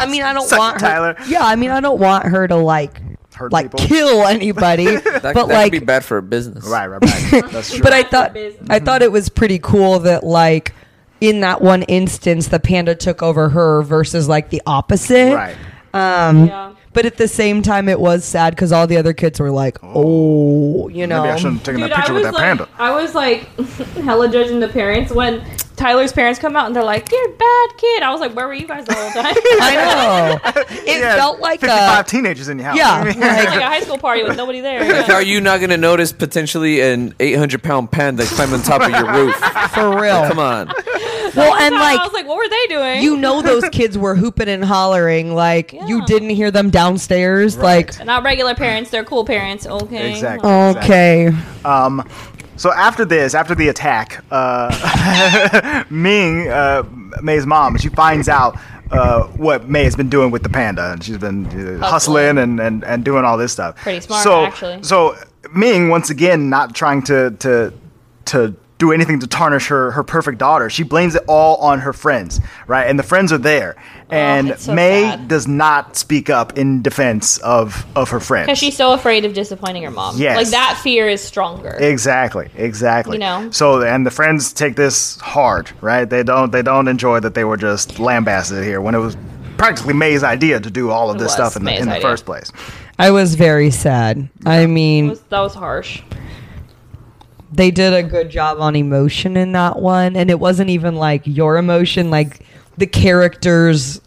S4: I mean, I don't
S5: Suck it,
S4: want her,
S5: Tyler.
S4: Yeah, I mean, I don't want her to like
S5: Hurt
S4: like
S5: people.
S4: kill
S5: <laughs>
S4: anybody,
S6: That,
S4: but
S6: that
S4: like.
S6: could be bad for a business.
S5: Right, right,
S4: <laughs>
S5: right. That's true.
S4: but I thought I thought it was pretty cool that like in that one instance the panda took over her versus like the opposite.
S5: right.
S3: Yeah.
S4: Um, But at the same time, it was sad because all the other kids were like, "Oh, you know."
S5: Maybe I shouldn't have taken
S3: Dude,
S5: that
S3: I
S5: picture
S3: was
S5: with that
S3: like,
S5: panda.
S3: I was like, <laughs> hella judging the parents when Tyler's parents come out and they're like, "You're a bad kid." I was like, "Where were you guys the
S6: <laughs>
S3: whole time?" <laughs>
S4: <laughs> I know.
S5: <laughs>
S4: It
S5: Yeah,
S4: felt like a
S3: uh,
S5: fifty-five teenagers in your
S4: <laughs>
S5: house.
S4: yeah,
S3: It's
S5: <laughs>
S4: like,
S3: like a high school party with nobody there.
S6: Like,
S3: <laughs>
S6: how are you not going to notice potentially an 800 pound panda climbing on top of your roof?
S4: for real.
S6: Come
S5: <laughs>
S6: on.
S4: Well, and
S3: I
S4: like
S3: was like, "What were they doing?"
S4: you
S3: <laughs>
S4: know, those kids were hooping and hollering. Like you
S3: Yeah.
S4: didn't hear them downstairs.
S3: They're not regular parents. They're cool parents. Okay. Oh.
S5: Exactly.
S4: Like okay,
S5: Um, so after this, after the attack, uh, <laughs> Ming, uh, May's mom, she finds out uh, what May has been doing with the panda, and she's been uh, hustling and, and, and doing all this stuff.
S3: Pretty smart,
S5: so,
S3: actually.
S5: So Ming, once again, not trying to to to do anything to tarnish her her perfect daughter, she blames it all on her friends, right? And the friends are there, and
S3: Oh, it's so
S5: May
S3: sad.
S5: does not speak up in defense of of her friends.
S3: Because she's so afraid of disappointing her mom.
S5: Yes.
S3: Like that fear is stronger.
S5: Exactly, exactly.
S3: You know?
S5: So and the friends take this hard, right? They don't they don't enjoy that they were just lambasted here when it was practically May's idea to do all of
S3: It
S5: this
S3: was
S5: stuff in the,
S3: May's
S5: in the
S3: idea.
S5: first place.
S4: I was very sad. I
S3: That
S4: mean,
S3: was, that was harsh.
S4: they did a good job on emotion in that one, and it wasn't even like your emotion, like the characters.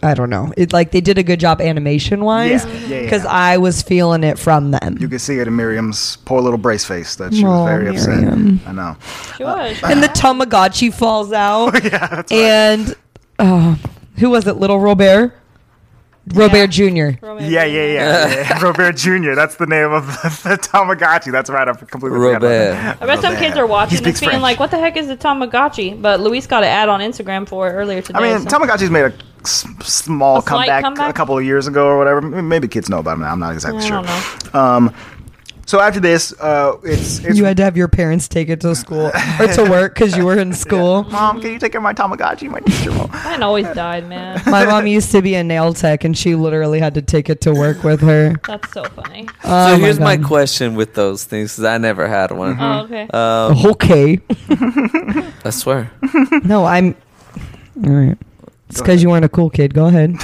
S4: I don't know. It like they did a good job animation wise
S5: Yeah,
S4: because
S5: yeah, yeah.
S4: I was feeling it from them.
S5: You can see it in Miriam's poor little brace face that she
S4: Aw,
S5: was very
S4: Miriam.
S5: upset. I know.
S3: She
S5: uh,
S3: was.
S4: and the Tamagotchi falls
S5: <laughs>
S4: out. and uh, who was it? Little Robert? Robert Jr.
S3: Roman
S5: Yeah, yeah,
S3: <laughs>
S5: yeah. yeah. Robert Jr. That's the name of <laughs> the, Tamagotchi. That's right. I completely forgot about
S6: Robert.
S5: that.
S3: I bet some
S5: Robert.
S3: kids are watching
S5: He
S3: this
S5: speaks
S3: being
S5: French.
S3: like, what the heck is a Tamagotchi? But Luis got an ad on Instagram for it earlier today.
S5: I mean,
S3: so-
S5: Tamagotchi's made a s- small
S3: A slight
S5: comeback,
S3: comeback?
S5: a couple of years ago or whatever. M- Maybe kids know about them now. I'm not exactly
S3: I
S5: sure.
S3: don't know.
S5: Um, so after this, uh, it's, it's
S4: You had to have your parents take it to school or
S5: <laughs>
S4: to work because you were in school.
S5: Mom, can you take care of my Tamagotchi, my teacher? Mom?
S3: Mine always died,
S5: <laughs>
S3: man.
S4: My mom used to be a nail tech and she literally had to take it to work with her.
S3: That's so funny.
S4: Oh
S6: so here's my,
S4: God.
S6: question with those things because I never had one.
S1: Hmm.
S5: Uh-huh.
S6: Um,
S3: Oh, okay.
S4: Okay.
S6: I swear.
S4: <laughs> No, I'm. All right. It's because you weren't a cool kid. Go ahead.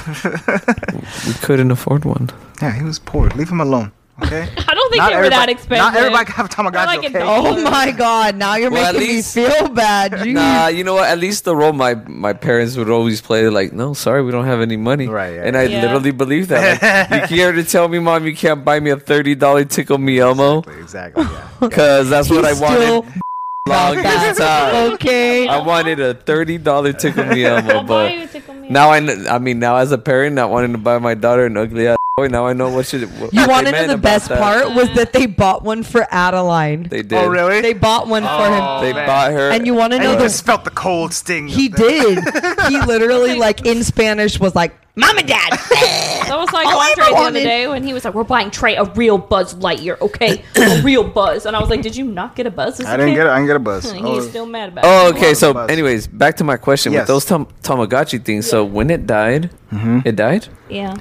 S6: We couldn't afford one.
S5: Yeah, he was poor. Leave him alone. Okay.
S3: I don't think they were that
S5: everybody-
S3: expensive.
S5: Not everybody can have a Tamagotchi.
S3: like a
S5: okay?
S3: dog.
S4: <laughs> Oh my God. Now you're
S6: Well, at
S4: making
S6: least-
S4: me feel bad. Jeez. <laughs>
S6: Nah, you know what? At least the role my, my parents would always play, like, no, sorry, we don't have any money.
S5: Right, yeah,
S6: and I
S3: yeah.
S6: literally believe that.
S4: <laughs>
S6: Like, you care to tell me, mom, you can't buy me a $30 Tickle Me Elmo?
S5: Exactly. <laughs> Yeah.
S6: Because that's what I
S4: Still
S6: wanted <laughs>
S4: <laughs>
S6: longest time.
S4: okay.
S6: I wanted a $30 Tickle
S4: <laughs>
S6: Me
S3: I'll
S4: Oh,
S6: Elmo,
S3: buy you a
S6: but
S3: tickle me.
S6: now I, kn- I mean, now as a parent, not wanting to buy my daughter an ugly ass boy, now I know what should. What
S4: You
S6: they
S4: want to know
S6: meant
S4: the
S6: about
S4: best
S6: that.
S4: part was that they bought one for Adeline.
S6: They did.
S5: Oh really?
S4: They bought one for him.
S6: They bought her.
S4: And you want to
S5: And
S4: know
S5: you
S4: the
S5: just felt the cold sting.
S4: he
S5: of that.
S4: did.
S6: <laughs>
S4: He literally like in Spanish was like, "Mom and Dad."
S6: <laughs>
S3: That was like
S4: All I
S3: Andre the
S4: wanted-
S3: other day when he was like, "We're buying Trey a real Buzz Lightyear, okay?
S4: <coughs>
S3: a real Buzz." And I was like, "Did you not get a Buzz?" As
S5: I didn't get it. I didn't get a buzz.
S3: He's
S5: Oh,
S3: still mad about.
S6: Oh,
S3: it.
S6: okay. So,
S5: bus.
S6: anyways, back to my question
S5: Yes.
S6: with those tam- Tamagotchi things. So, when it died, it died.
S3: Yeah,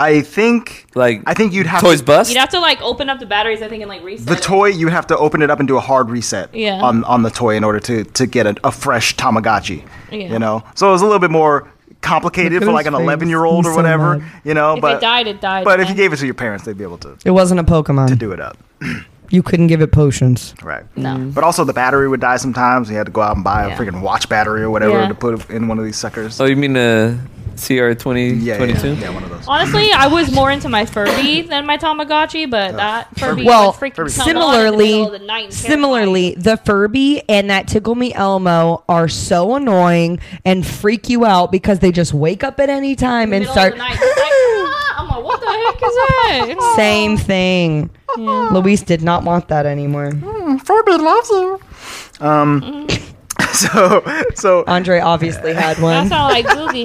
S5: I think
S6: Like,
S5: I think you'd have
S6: toys
S5: to,
S6: bust.
S3: you'd have to like open up the batteries, I think, and like reset.
S5: the
S3: it.
S5: toy. You would have to open it up and do a hard reset
S3: Yeah.
S5: on on the toy in order to to get a, a fresh Tamagotchi.
S3: Yeah.
S5: You know, so it was a little bit more complicated
S4: Look at
S5: for
S4: his
S5: like an
S4: face.
S5: 11 year old
S4: He's
S5: or
S4: so
S5: whatever.
S4: mad.
S5: You know,
S3: If
S5: but
S3: it died, it died.
S5: but if you
S3: man.
S5: gave it to your parents, they'd be able to
S4: It wasn't a Pokemon.
S5: do it up.
S4: you couldn't give it potions.
S5: Right.
S3: No.
S5: But also the battery would die sometimes. You had to go out and buy
S3: Yeah.
S5: a freaking watch battery or whatever
S3: Yeah.
S5: to put in one of these suckers.
S6: Oh, you mean uh, CR twenty
S5: yeah,
S6: twenty
S5: yeah,
S6: two?
S5: yeah, one of those.
S3: Honestly, I was more into my Furby than my Tamagotchi, but that Furby
S4: Well,
S3: was freaking coming on in the middle
S4: similarly,
S3: of the night and terrifying.
S4: similarly, the Furby and that Tickle Me Elmo are so annoying and freak you out because they just wake up at any time and
S3: Middle of
S4: start.
S3: the night, it's like,
S4: <laughs>
S3: "Ah," I'm like, <laughs> what the heck is that?
S4: Same thing. Luis did not want that anymore.
S5: Furby loves you. Um. <laughs> So, so
S4: Andre obviously had
S3: That
S4: one.
S3: sounds like
S5: <laughs>
S3: Booby.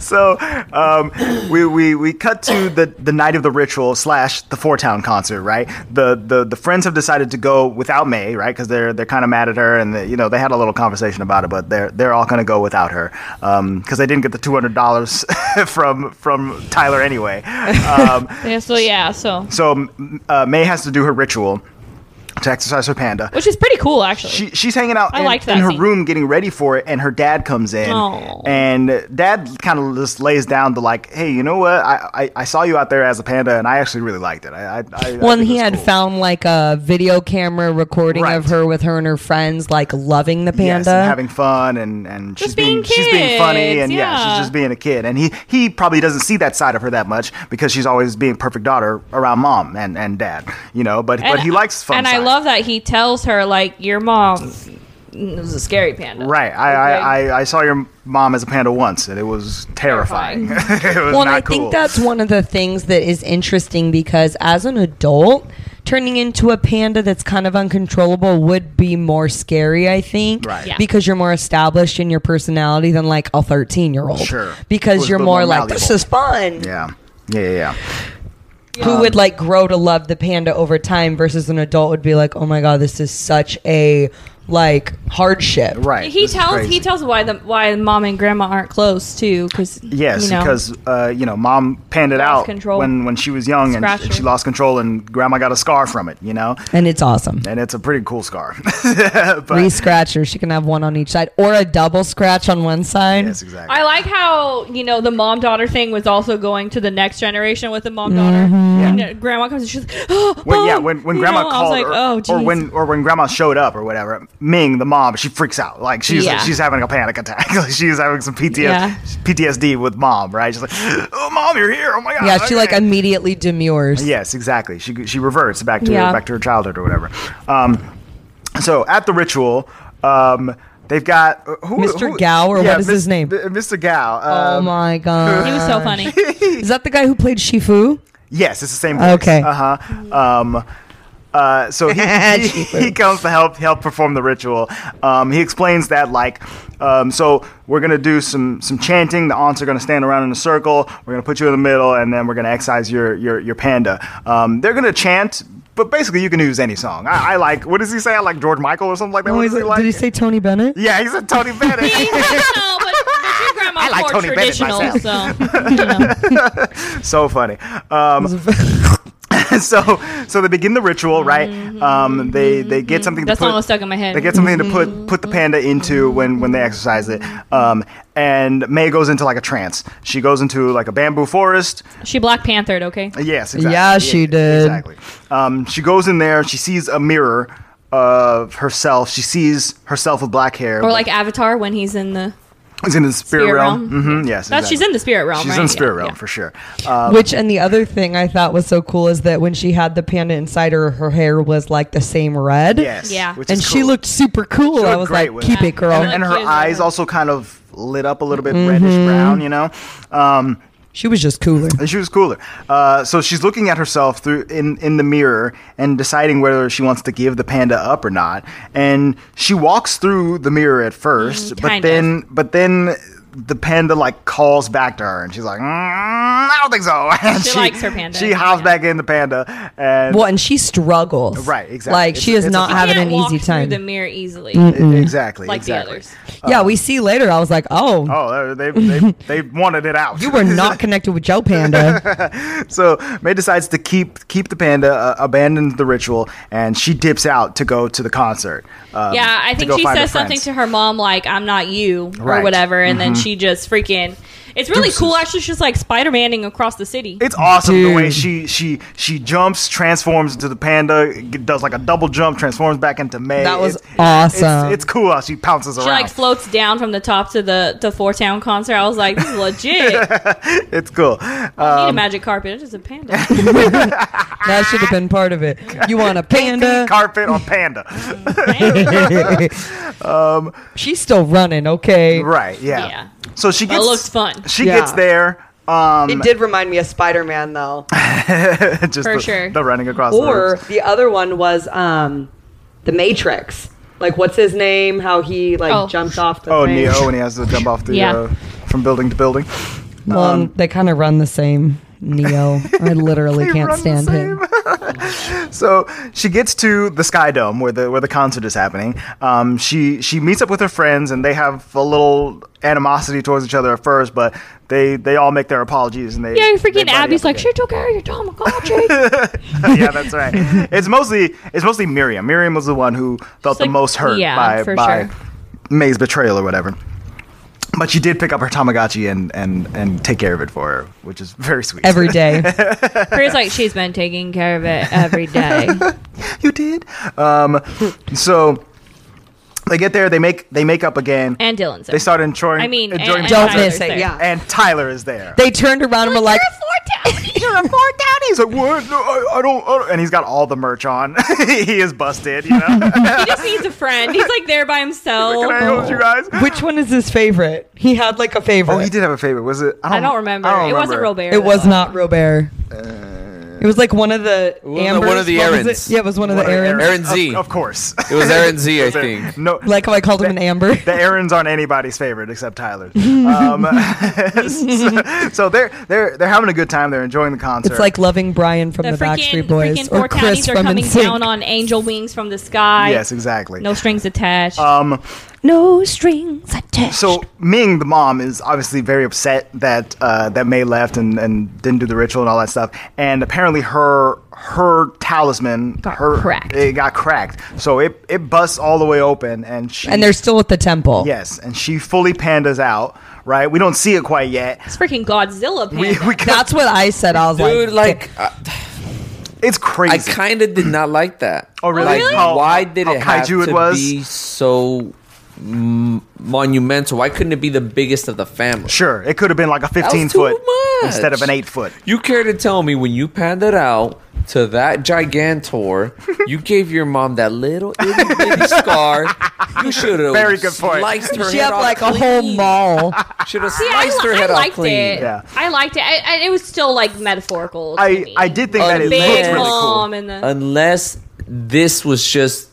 S5: so um, we, we we cut to the the night of the ritual slash the four town concert right the the the friends have decided to go without may right because they're they're kind of mad at her and they, you know they had a little conversation about it but they're they're all going to go without her because they didn't get the $200 <laughs> from from tyler anyway um,
S3: Yeah, so yeah, so
S5: so m- uh, may has to do her ritual to exercise her panda
S3: which is pretty cool actually.
S5: she, she's hanging out
S3: I
S5: in,
S3: liked
S5: in
S3: that
S5: her
S3: scene.
S5: room getting ready for it, and her dad comes in,
S3: Aw.
S5: and dad kind of just lays down the like, hey, you know what? I, I, I saw you out there as a panda, and I actually really liked it. I, I, I I
S4: When
S5: think
S4: he
S5: it's
S4: had
S5: cool."
S4: found like a video camera recording
S5: Right.
S4: of her with her and her friends, like loving the panda.
S5: Yes, and having fun, and and she's being,
S3: being
S5: she's being funny,
S3: kids,
S5: and yeah.
S3: yeah.
S5: she's just being a kid. And he he probably doesn't see that side of her that much because she's always being perfect daughter around mom and, and dad, you know. But but he likes fun.
S3: And I
S5: side.
S3: love that he tells her like your mom was a scary panda.
S5: Right, I, I, I, I saw your mom as a panda once, and it was terrifying. <laughs> it was
S4: well,
S5: not
S4: and I
S5: cool.
S4: think that's one of the things that is interesting because as an adult, turning into a panda that's kind of uncontrollable would be more scary, I think.
S5: Right. Yeah.
S4: Because you're more established in your personality than like a 13 year old.
S5: Sure.
S4: Because
S5: Who's
S4: you're
S5: the
S4: more
S5: more
S4: like, this is
S5: malleable.
S4: fun.
S5: Yeah. Yeah, yeah, yeah.
S4: Who would like grow to love the panda over time versus an adult would be like, oh my God, this is such a like hardship.
S5: Right.
S3: He
S5: this is
S3: tells
S5: crazy.
S3: he tells why the why mom and grandma aren't close too because
S5: Yes,
S3: you know,
S5: because uh, you know, mom panned it
S3: Lost
S5: out
S3: control.
S5: when when she was young, and,
S3: Scratched
S5: and she
S3: her.
S5: lost control, and grandma got a scar from it. You know,
S4: And it's awesome.
S5: and it's a pretty cool scar. <laughs>
S4: Three scratchers. She can have one on each side or a double scratch on one side.
S5: yes, exactly.
S3: I like how you know the mom daughter thing was also going to the next generation with the mom daughter. And, uh, grandma comes and she's like, oh,
S5: Mm-hmm. when, yeah,
S3: Mom,"
S5: when, when
S3: you
S5: grandma
S3: know?
S5: called
S3: I was like,
S5: or,
S3: oh,
S5: or
S3: geez.
S5: when or when grandma showed up or whatever, Ming, the mom, she freaks out. Like she's
S3: Yeah.
S5: she's having a panic attack. <laughs> Like, she's having some PTS,
S3: Yeah.
S5: PTSD with mom, right? She's like, <gasps> "Oh, mom, you're here. Oh my god."
S4: Yeah, she like
S5: okay."
S4: immediately demurs.
S5: Yes, exactly. She she reverts back to
S3: Yeah.
S5: back to her childhood or whatever. Um, so at the ritual, um, they've got uh, who,
S4: Mr.
S5: who-
S4: Gao, or what is his name?
S5: B- Mr. Gao.
S4: Oh
S5: Um, <laughs>
S4: my
S3: he
S4: god.
S3: was
S5: Uh,
S3: so funny. <laughs>
S4: Is that the guy who played Shifu?
S5: Yes, it's the same. Voice.
S4: Okay.
S5: Uh huh. Um, uh, so
S4: <laughs>
S5: he, he, he comes to help help perform the ritual. Um, he explains that like, um, so we're gonna do some some chanting. The aunts are gonna stand around in a circle. We're gonna put you in the middle, and then we're gonna excise your your your panda. Um, they're gonna chant, but basically you can use any song. I, I like. What does he say? I like George Michael or something like that. What does he Oh, like?
S4: Did he say Tony Bennett?
S5: yeah, he's a Tony
S3: He's <laughs>
S5: Bennett.
S3: traditional, but, but your grandma's
S5: like
S3: more
S5: Tony Bennett
S3: traditional,
S5: myself.
S3: so
S5: <laughs>
S3: you know.
S5: so funny. Um, <laughs> so so they begin the ritual, right?
S4: Mm-hmm.
S5: Um, they they get something.
S3: that
S5: to put,
S3: song was stuck in my head.
S5: They get something to
S4: Mm-hmm.
S5: put put the panda into when when they exercise it. Um, and May goes into like a trance. She goes into like a bamboo forest.
S3: she Black Panthered, okay?
S5: Yes, exactly.
S4: Yeah, she did.
S5: Exactly. Um, she goes in there. She sees a mirror of herself. She sees herself with black hair.
S3: Or like Avatar when he's in the
S5: it's in the spirit,
S3: Spirit
S5: realm.
S3: realm.
S5: hmm Yes,
S3: that's she's in the spirit realm.
S5: She's
S3: right?
S5: in
S3: Yeah,
S5: the spirit realm
S3: yeah.
S5: for sure. Um,
S4: Which and the other thing I thought was so cool is that when she had the panda inside her, her hair was like the same red.
S5: Yes.
S3: Yeah.
S5: which
S4: And
S5: is
S4: she
S5: cool.
S4: looked super cool.
S5: She
S4: I
S5: looked
S4: was
S5: great
S4: like,
S5: with
S4: keep
S5: it.
S4: it, girl.
S5: and, and her
S3: She was
S5: eyes
S3: really-
S5: also kind of lit up a little bit
S3: Mm-hmm.
S5: reddish brown, you know. Um,
S4: she was just cooler.
S5: and she was cooler. Uh, so she's looking at herself through in in the mirror and deciding whether she wants to give the panda up or not. And she walks through the mirror at first,
S3: Mm,
S5: but
S3: kind of.
S5: then but then the panda like calls back to her, and she's like, mm, "I don't think so." <laughs> And
S3: She likes her panda,
S5: She hops
S3: yeah.
S5: back in the panda, and
S4: Well, and she struggles.
S5: Right, exactly.
S4: Like she is
S5: It's- it's
S4: not
S5: a-
S4: having
S3: Can't
S4: an
S3: walk
S4: easy
S3: through
S4: time.
S3: the mirror easily,
S5: exactly,
S3: like the
S5: exactly.
S3: others.
S4: yeah, we see later. I was like, oh,
S5: Oh, they they
S3: <laughs>
S5: they wanted it out.
S4: you were
S5: <laughs>
S4: not connected with Joe Panda.
S5: So May decides to keep keep the panda, uh, abandons the ritual, and she dips out to go to the concert. Um,
S3: Yeah, I
S5: to
S3: think
S5: go
S3: she
S5: find her
S3: says something
S5: friends.
S3: to her mom like "I'm not you" or
S5: Right. Mm-hmm.
S3: whatever, and then she just freaking. It's really
S5: Deuces.
S3: cool, actually. She's like Spider Maning across the city.
S5: It's awesome the way
S6: Dude.
S5: she she she jumps, transforms into the panda, g- does like a double jump, transforms back into May.
S4: That was
S5: It's-
S4: awesome.
S5: It's, it's cool how she pounces
S3: she
S5: around.
S3: like floats down from the top to the to Four Town concert. I was like, this is
S5: <laughs>
S3: legit. I
S5: it's cool. Uh,
S3: don't
S5: Um,
S3: need a magic carpet. It's just a
S5: <laughs>
S3: panda.
S4: That should have been part of it. You
S5: <laughs>
S4: want a <laughs> panda?
S5: Carpet on panda.
S3: <laughs>
S4: She's still running, okay?
S5: Um, right. Yeah.
S3: Yeah.
S5: So she
S3: That
S5: gets
S3: looks fun.
S5: She
S7: Yeah.
S5: gets there. Um,
S7: It did remind me of Spider Man though.
S5: <laughs> just
S3: For
S5: the,
S3: sure.
S5: the running across the
S7: or
S5: rooms.
S7: the other one was um, the Matrix. Like what's his name? How he like
S3: Oh.
S7: jumped off the
S5: Oh,
S7: thing. <laughs>
S5: Neo, and he has to jump off the
S3: Yeah.
S5: uh, from building to building.
S4: Well, um, they kind of run the same. Neo, I literally
S5: They
S4: can't
S5: run the
S4: stand him.
S5: <laughs> So she gets to the Sky Dome where the where the concert is happening. Um, she she meets up with her friends and they have a little animosity towards each other at first, but they they all make their apologies and they
S3: Yeah,
S5: they
S3: freaking
S5: buddy
S3: Abby's
S5: up
S3: like,
S5: again.
S3: she took care of your Tamagotchi. <laughs>
S5: <laughs> yeah that's right. It's mostly it's mostly Miriam. Miriam was the one who felt
S3: She's
S5: the
S3: like,
S5: most hurt
S3: yeah,
S5: by
S3: for
S5: by
S3: sure.
S5: May's betrayal or whatever. But she did pick up her Tamagotchi and and and take care of it for her, which is very sweet.
S4: Every day.
S3: Chris like she's been taking care of it every day.
S5: you did. Um, so they get there. They make they make up again.
S3: And Dylan's.
S5: They start enjoying.
S3: I mean, and,
S5: enjoying
S3: and
S4: Don't
S5: Tyler's
S4: miss
S3: Tyler's there.
S4: it,
S7: yeah.
S5: And Tyler is there.
S4: They turned around and were like, <laughs>
S5: You're a four down. He's like, what? No, I, I don't. I don't-" And he's got all the merch on. <laughs> he is busted. You know. <laughs>
S3: He <laughs> just needs a friend. He's like there by
S5: Can I
S3: himself.
S5: hold you guys?
S4: which one is his favorite? He had like a favorite.
S5: Oh, he did have a favorite. Was it?
S3: I don't remember.
S5: I
S3: it wasn't Robert.
S4: It was not Robert. it was like one of the
S6: was the-
S4: Ambers-
S6: one of the
S4: what was
S6: errands.
S4: it? Yeah, it was one of
S5: What
S4: the
S5: are
S4: errands.
S5: errands?
S6: Aaron Z.
S5: Of, of course.
S6: It was Aaron Z,
S5: <laughs>
S6: I think.
S5: no.
S4: Like how I called him an Amber.
S5: the errands aren't anybody's favorite except Tyler's. Um, <laughs> so, so they're they're they're having a good time. They're enjoying the concert.
S4: It's like loving Brian from
S3: The
S4: the,
S3: freaking,
S4: Backstreet Boys
S3: freaking four
S4: or Chris
S3: townies are
S4: from
S3: coming
S4: NSYNC.
S3: down on angel wings from the sky.
S5: yes, exactly.
S3: No strings attached.
S5: Um,
S4: no strings attached.
S5: so Ming, the mom, is obviously very upset that uh, that May left and, and didn't do the ritual and all that stuff. And apparently her her talisman
S3: Got
S5: her
S3: cracked.
S5: It got cracked. So it it busts all the way open, and she
S4: and they're still at the temple.
S5: yes, and she fully pandas out. Right, we don't see it quite yet.
S3: it's freaking Godzilla. Panda.
S5: We, we
S4: That's what I said. I was
S6: Dude,
S4: like,
S1: <laughs>
S6: like, I,
S5: it's
S6: I
S5: crazy.
S6: kind of did not like that.
S5: <clears throat> Oh, really?
S6: Like,
S5: Really? How-
S6: why did
S5: how
S6: it have
S5: kaiju it
S6: to
S5: was?
S6: be so m- monumental? Why couldn't it be the biggest of the family?
S5: Sure, it could have been like a 15
S6: was too
S5: foot
S6: much.
S5: instead of an 8 foot.
S6: You care to tell me when you panned it out to that gigantor, you gave your mom that little itty
S5: <laughs>
S6: bitty scar. You should have
S5: Very good point.
S6: sliced her
S4: she
S6: head
S4: had
S6: off
S4: like a whole
S6: clean.
S4: mall.
S6: Should have
S3: Yeah, I,
S6: sliced
S3: li-
S6: her head
S3: I
S6: off
S3: liked it.
S6: clean.
S5: Yeah.
S3: I liked it. I, I, it was still like metaphorical. to
S5: I,
S3: me.
S5: I did think that it
S3: big
S5: looked really cool.
S3: mom and the
S6: Unless this was just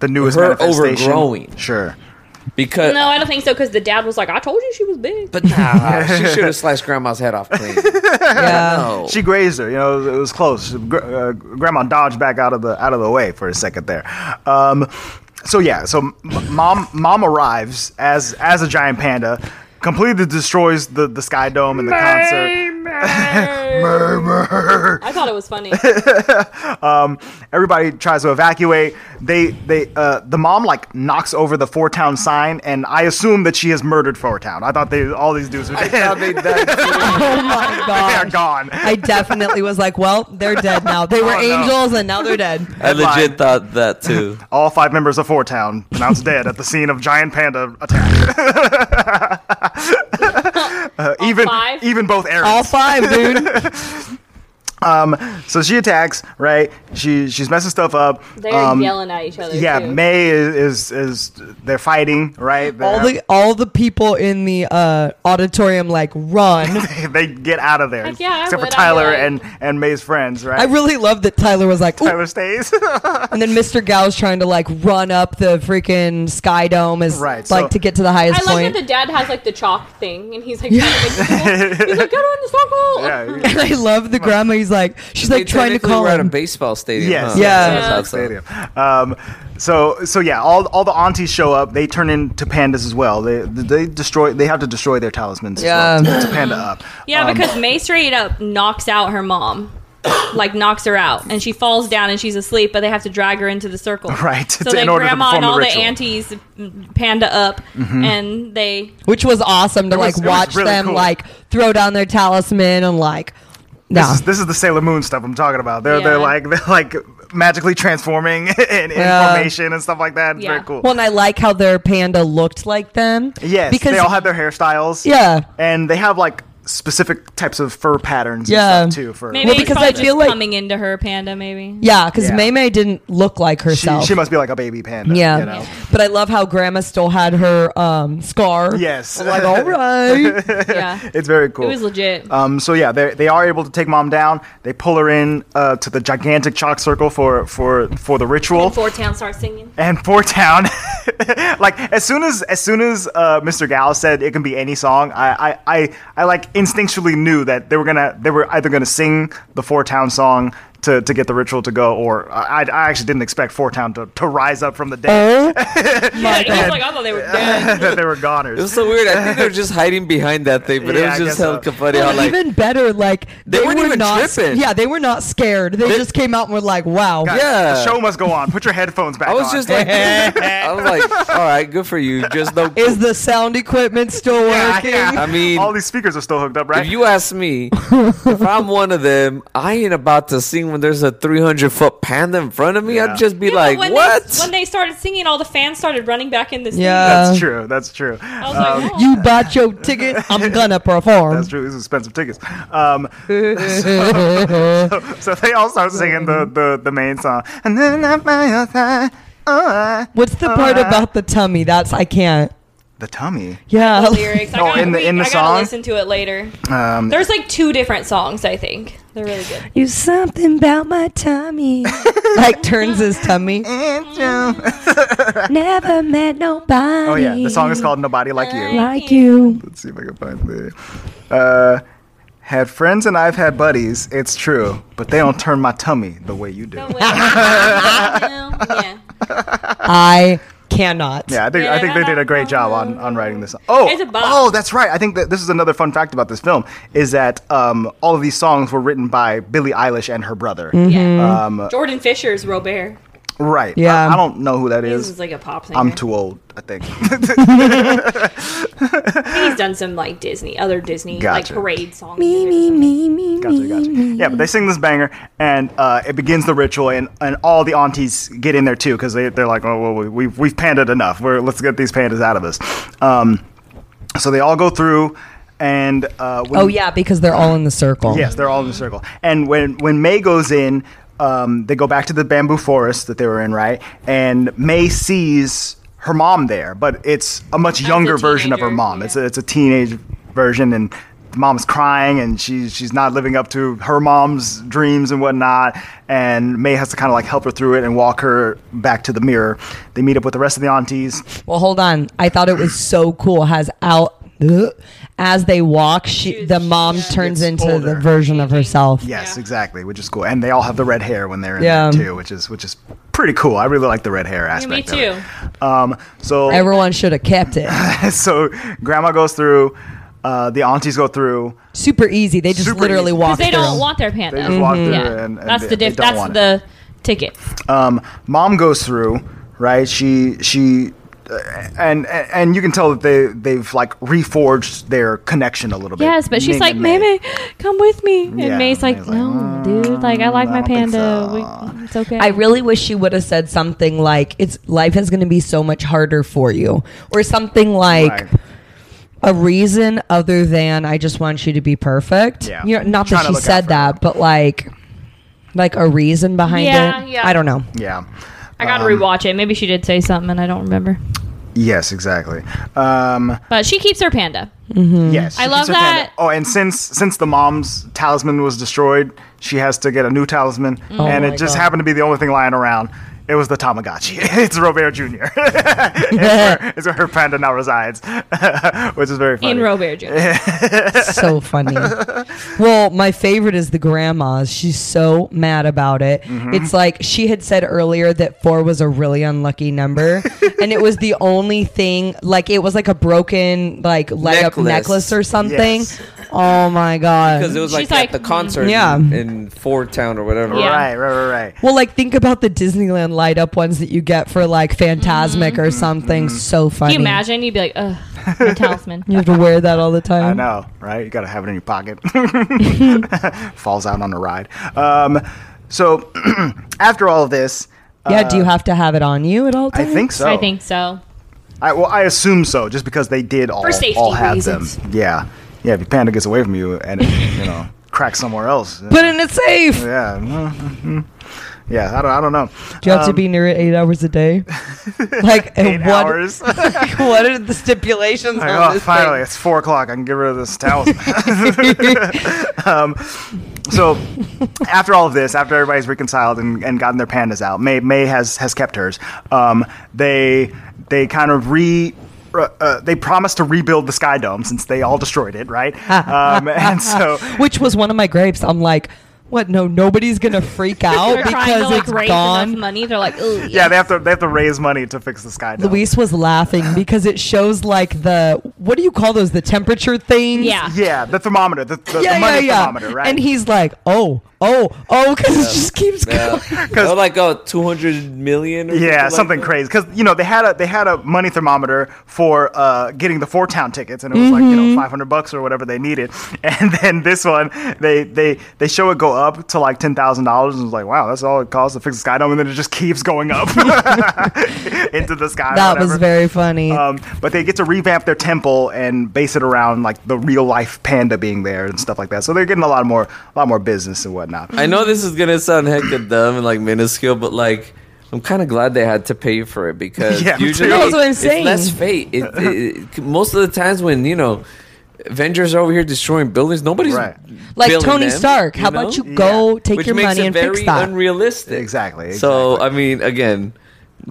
S5: The newest
S6: Her
S5: manifestation.
S6: overgrowing.
S5: Sure.
S6: because.
S3: no, I don't think so because the dad was like, "I told you she was big."
S6: <laughs> But nah, she should have sliced grandma's head off
S5: <laughs>
S6: clean.
S4: Yeah.
S6: No.
S5: She grazed her. You know, it was, it was close. Gr- uh, grandma dodged back out of the out of the way for a second there. Um, so yeah, so m- mom mom arrives as as a giant panda, completely destroys the the sky dome and the concert. <laughs>
S3: I thought it was funny.
S5: Everybody tries to evacuate. They they uh, the mom like knocks over the four town sign, and I assume that she has murdered four town. I thought they all these dudes were
S6: I
S5: dead.
S6: thought they died.
S4: Oh
S5: <laughs>
S4: my
S5: They're
S4: god.
S5: gone.
S4: I definitely was like, well, they're dead now. They were
S5: Oh, no.
S4: angels and now they're dead.
S6: I legit thought that too.
S5: All five members of Four Town
S3: <laughs>
S5: pronounced dead at the scene of giant panda attack. <laughs> Uh, even
S3: five?
S5: even both
S4: All
S5: Aaron.
S4: five, dude.
S5: So she attacks, right? She she's messing stuff up.
S3: They're
S5: Um,
S3: yelling at each other.
S5: Yeah,
S3: too.
S5: May is, is is they're fighting, right? They're-
S4: all the all the people in the uh, auditorium like run.
S5: <laughs> they get out of there.
S3: Heck yeah, I
S5: except for
S3: would, I'd be
S5: Tyler
S3: like-
S5: and and May's friends, right?
S4: I really love that Tyler was like, "Ooh,"
S5: <laughs>
S3: <laughs>
S5: Tyler stays. <laughs>
S4: and then Mr. Gao's trying to like run up the freaking sky dome as
S5: Right, so-
S4: like to get to the highest
S3: I like
S4: point.
S3: that the dad has like the chalk thing, and he's like, trying to make people- he's like, get on the circle.
S5: <laughs> yeah,
S4: and <laughs> I love the grandma. He's like, she's like trying to
S6: technically
S4: call
S6: we're at a
S4: him.
S6: baseball stadium.
S5: Yes.
S6: huh?
S4: Yeah.
S6: That's
S3: Yeah.
S6: outside.
S5: stadium. Um, so so yeah, all all the aunties show up. They turn into pandas as well. They they destroy. They have to destroy their talismans. as well
S4: Yeah.
S5: to, to panda up.
S3: Yeah, because May straight up knocks out her mom. <coughs> like knocks her out, and she falls down and she's asleep, but they have to drag her into the circle.
S5: <laughs> Right,
S3: So
S5: in
S3: they
S5: order to
S3: grandma
S5: perform
S3: and
S5: the
S3: all the,
S5: ritual. Mm-hmm.
S3: aunties panda up, and they
S4: which was awesome to like
S5: was- it was
S4: watch
S5: really
S4: them
S5: cool.
S4: like throw down their talisman and like no.
S5: This is, this is the Sailor Moon stuff I'm talking about. They're they're
S3: Yeah.
S5: like they're like magically transforming <laughs> and
S4: Yeah.
S5: information and stuff like that. It's Very
S3: Yeah.
S5: cool.
S4: well, and I like how their panda looked like them.
S5: yes,
S4: because
S5: they all have their hairstyles.
S4: Yeah.
S5: and they have like specific types of fur patterns.
S4: Yeah.
S5: and stuff too. For
S3: maybe
S4: Well,
S3: it's
S4: because
S3: probably
S4: I feel
S3: just
S4: like-
S3: coming into her panda maybe.
S4: yeah, because
S5: Yeah.
S4: Mei Mei didn't look like
S5: she,
S4: herself.
S5: she must be like a baby panda.
S4: yeah,
S5: you know?
S4: but I love how Grandma still had her um, scar.
S5: Yes.
S4: I'm like all right.
S3: yeah.
S5: <laughs> it's very cool.
S3: It was legit.
S5: Um, so yeah, they they are able to take mom down. They pull her in uh, to the gigantic chalk circle for for for the ritual.
S3: Four Town starts singing.
S5: and for town <laughs> like as soon as as soon as uh, mr gal said it can be any song I, I i i like instinctually knew that they were gonna they were either gonna sing the four town song to, to get the ritual to go or i, I actually didn't expect four town to, to rise up from the
S4: Oh,
S5: dead
S3: Yeah, <laughs> it was like I thought they were
S5: <laughs>
S3: dead.
S5: that they were goners
S6: Oh. It was so weird. I think they were just hiding behind that thing, but
S5: Yeah,
S6: it was
S5: I
S6: just
S5: guess so.
S6: hell funny.
S4: Well,
S6: how, like,
S4: even better. Like
S6: They weren't
S4: were
S6: even
S4: not.
S6: tripping.
S4: Yeah, they were not scared. They,
S6: They-
S4: just came out and were like, "Wow."
S5: Guys,
S6: Yeah.
S5: the show must go on put your headphones back
S6: I was
S5: on.
S6: just like, <laughs> I was like, all right, good for you. Just no.
S4: Is the sound equipment still
S5: <laughs> Yeah,
S4: working?
S5: yeah.
S6: I mean-
S5: all these speakers are still hooked up right
S6: If you ask me, if I'm one of them, I ain't about to sing when there's a 300 foot panda in front of me.
S5: Yeah.
S6: I'd just be
S3: Yeah, but
S6: like,
S3: when
S6: what?
S3: They, when they started singing, all the fans started running back in the scene.
S4: Yeah.
S5: that's true that's true
S3: I was
S5: Um,
S3: like, oh.
S4: You bought your ticket. I'm gonna perform.
S5: <laughs> That's true. These are expensive tickets.
S4: <laughs>
S5: Um, so, so they all start singing the, the, the main song. And then I find your thigh, oh, I-
S4: What's the part about the tummy? That's I can't.
S5: the tummy.
S4: Yeah.
S3: the lyrics. I
S5: Oh,
S3: gotta,
S5: in the-
S3: we-
S5: in the
S3: I gotta
S5: song?
S3: listen to it later.
S5: Um, <laughs>
S3: There's like two different songs. I think they're really good.
S4: You something about my tummy. <laughs> like turns his tummy. Never met nobody.
S5: oh, yeah. The song is called Nobody Like You.
S4: <laughs> Like you.
S5: Let's see if I can find the. Uh, had friends and I've had buddies, it's true, but they don't turn my tummy the way you do.
S3: No way. <laughs> yeah.
S4: I cannot.
S5: Yeah, I think I think they did a great job on, on writing this. Oh,
S3: It's a bop.
S5: oh, that's right. I think that this is another fun fact about this film is that um, all of these songs were written by Billie Eilish and her brother.
S4: Mm.
S3: Yeah.
S4: Mm-hmm.
S5: Um,
S3: Jordan Fisher's Robert.
S5: Right.
S4: Yeah.
S5: I, I don't know who that
S3: He
S5: is.
S3: was like a pop singer.
S5: I'm too old, I think. <laughs>
S3: He's done some like Disney, other Disney
S5: Gotcha.
S3: like parade songs.
S4: Me, me, me, me,
S5: gotcha,
S4: me,
S5: gotcha.
S4: me.
S5: Yeah, but they sing this banger, and uh, it begins the ritual, and, and all the aunties get in there too because they they're like, oh, well, we, we've we've pandaed enough. We're let's get these pandas out of us. Um, so they all go through, and uh, when,
S4: Oh yeah, because they're all in the circle.
S5: Yes, they're all in the circle. And when when May goes in, um, they go back to the bamboo forest that they were in, right? And May sees her mom there, but it's a much younger version of her
S3: teenager,
S5: mom.
S3: yeah.
S5: It's a, it's a teenage version, and mom's crying, and she's she's not living up to her mom's dreams and whatnot. And May has to kind of like help her through it and walk her back to the mirror. They meet up with the rest of the aunties.
S4: Well, hold on. I thought it was so cool. Has out as they walk, she, the mom turns
S5: gets
S4: into
S5: older.
S4: the version of herself.
S5: Yes,
S3: Yeah.
S5: exactly, which is cool. And they all have the red hair when they're in
S4: Yeah.
S5: there too, which is which is pretty cool. I really like the red hair
S3: Yeah,
S5: aspect.
S3: me
S5: of it.
S3: too.
S5: Um, so
S4: Everyone should have kept it.
S5: <laughs> so grandma goes through, uh, the aunties go through.
S4: Super easy. They just
S5: Super
S4: literally
S5: easy.
S4: walk.
S3: Because they
S4: through. Mm-hmm.
S3: don't want their panda.
S5: They just walk through,
S3: Yeah.
S5: and, and
S3: that's
S5: they,
S3: the diff-
S5: they don't
S3: That's
S5: want it.
S3: the ticket.
S5: Um, mom goes through, right? She she. uh, And and you can tell that they they've like reforged their connection a little bit.
S3: Yes, but she's
S5: Ming
S3: like,
S5: and May.
S3: May, come with me. And
S5: Yeah,
S3: May's like,
S5: May's like, "Mm,
S3: no, dude. Like, I like my
S5: I don't think
S3: panda.
S5: so."
S3: We, it's okay.
S4: I really wish she would have said something like, "It's life is going to be so much harder for you," or something like
S5: Right.
S4: a reason other than "I just want you to be perfect."
S5: Yeah.
S4: You know, not
S5: Trying
S4: that she
S5: to look out for
S4: said
S5: her.
S4: that, but like, like a reason behind
S3: Yeah,
S4: it.
S3: yeah.
S4: I don't know.
S5: Yeah.
S3: I gotta
S5: Um,
S3: rewatch it. Maybe she did say something and I don't remember.
S5: Yes, exactly. Um,
S3: But she keeps her panda.
S4: Mm-hmm.
S5: Yes,
S3: I
S5: she
S3: love
S5: keeps her panda.
S3: that.
S5: Oh, and since since the mom's talisman was destroyed, she has to get a new talisman,
S3: Mm.
S5: and
S4: Oh my
S5: it just
S4: God.
S5: happened to be the only thing lying around. It was the Tamagotchi. <laughs> it's Robert Jr.
S3: <laughs>
S4: <laughs>
S5: it's, where, <laughs> it's where her panda now resides, <laughs> which is very funny.
S3: In Robert Jr.
S5: <laughs>
S4: so funny. Well, my favorite is the grandma's. She's so mad about it.
S5: Mm-hmm.
S4: It's like she had said earlier that four was a really unlucky
S5: <laughs>
S4: number, and it was the only thing. Like it was like a broken like leg up
S6: Necklace.
S4: necklace or something.
S5: Yes.
S4: Oh my god.
S6: because it was like,
S3: She's
S6: at
S3: like,
S6: the concert
S4: Yeah.
S6: in, in Ford Town or whatever.
S3: Yeah.
S5: Right, right, right, right.
S4: Well, like think about the Disneyland light up ones that you get for like Fantasmic
S5: Mm-hmm.
S4: or something. So funny.
S3: Can you imagine? You'd be like,
S5: <laughs>
S3: ugh, my talisman.
S4: You have to wear that all the time.
S5: I know, right? You got to have it in your pocket.
S4: <laughs>
S5: <laughs> Falls out on the ride. Um, so <clears throat> after all of this, uh,
S4: Yeah. do you have to have it on you at all
S5: I
S4: times?
S5: think so.
S3: I think so.
S5: I, well, I assume so, just because they did all,
S3: For safety
S5: all have
S3: reasons.
S5: them. Yeah, yeah. If your panda gets away from you and it,
S3: <laughs>
S5: you know cracks somewhere else,
S4: Put it in a safe.
S5: yeah, mhm. yeah. I don't, I don't know.
S4: Do you have to be near it eight hours a
S5: <laughs>
S4: day? like
S5: um, Eight
S4: and
S3: <laughs>
S4: what? <laughs>
S5: hours.
S4: What are the stipulations
S5: Like,
S4: on
S5: oh,
S4: this
S5: finally,
S4: thing?
S5: it's four o'clock. I can get rid of
S4: <laughs>
S5: this towel. <laughs> um, so, after all of this, after everybody's reconciled and, and gotten their pandas out, May May has has kept hers. Um, they they kind of re. Uh, they promised to rebuild the Sky Dome since they all destroyed it,
S4: <laughs>
S5: right? um, and so
S4: Which was one of my grapes. I'm like, what? No, nobody's gonna
S5: <laughs>
S4: freak out
S3: They're trying
S4: because
S3: to like
S4: it's
S3: raise
S4: gone.
S3: enough money. They're like, ooh,
S5: yeah, they have to they have to raise money to fix the Sky Dome.
S4: Luis was laughing because it shows like the what do you call those? The temperature things.
S3: Yeah.
S5: <laughs> Yeah, the thermometer, the, the, the money thermometer, right?
S4: And he's like, oh, oh, oh, because it just keeps
S6: Yeah.
S4: going.
S3: <laughs>
S6: They're like oh, 200 million or
S5: Yeah, something
S6: like
S4: uh,
S6: that.
S5: crazy because you know they had a they had a money thermometer for uh, getting the four town tickets, and it was like you
S4: Mm-hmm.
S5: know five hundred bucks or whatever they needed. <laughs> And then this one, they they they show it go up to like ten thousand dollars, and it's like wow, that's all it costs to fix the sky dome, and then it just keeps going
S4: <laughs>
S5: up <laughs> into the sky. or
S4: That was
S5: whatever.
S4: very funny.
S5: Um, but they get to revamp their temple and base it around like the real life panda being there and stuff like that. So they're getting a lot more, a lot more business and whatnot.
S6: I know this is gonna sound hecka dumb and like minuscule, but like I'm kind of glad they had to pay for it because
S5: <laughs> Yeah, me too.
S6: usually
S5: That's
S4: what I'm
S6: it's
S4: saying.
S6: less fate. It, it, it- most of the times when you know Avengers are over here destroying buildings, nobody's
S5: Right.
S4: like
S6: building
S4: Tony
S6: them,
S4: Stark, how about
S6: know?
S4: you go take
S6: Which
S4: your
S6: makes
S4: money
S6: it
S4: and
S6: very
S4: fix that?
S6: unrealistic.
S5: Exactly,
S6: So
S5: exactly.
S6: I mean, again,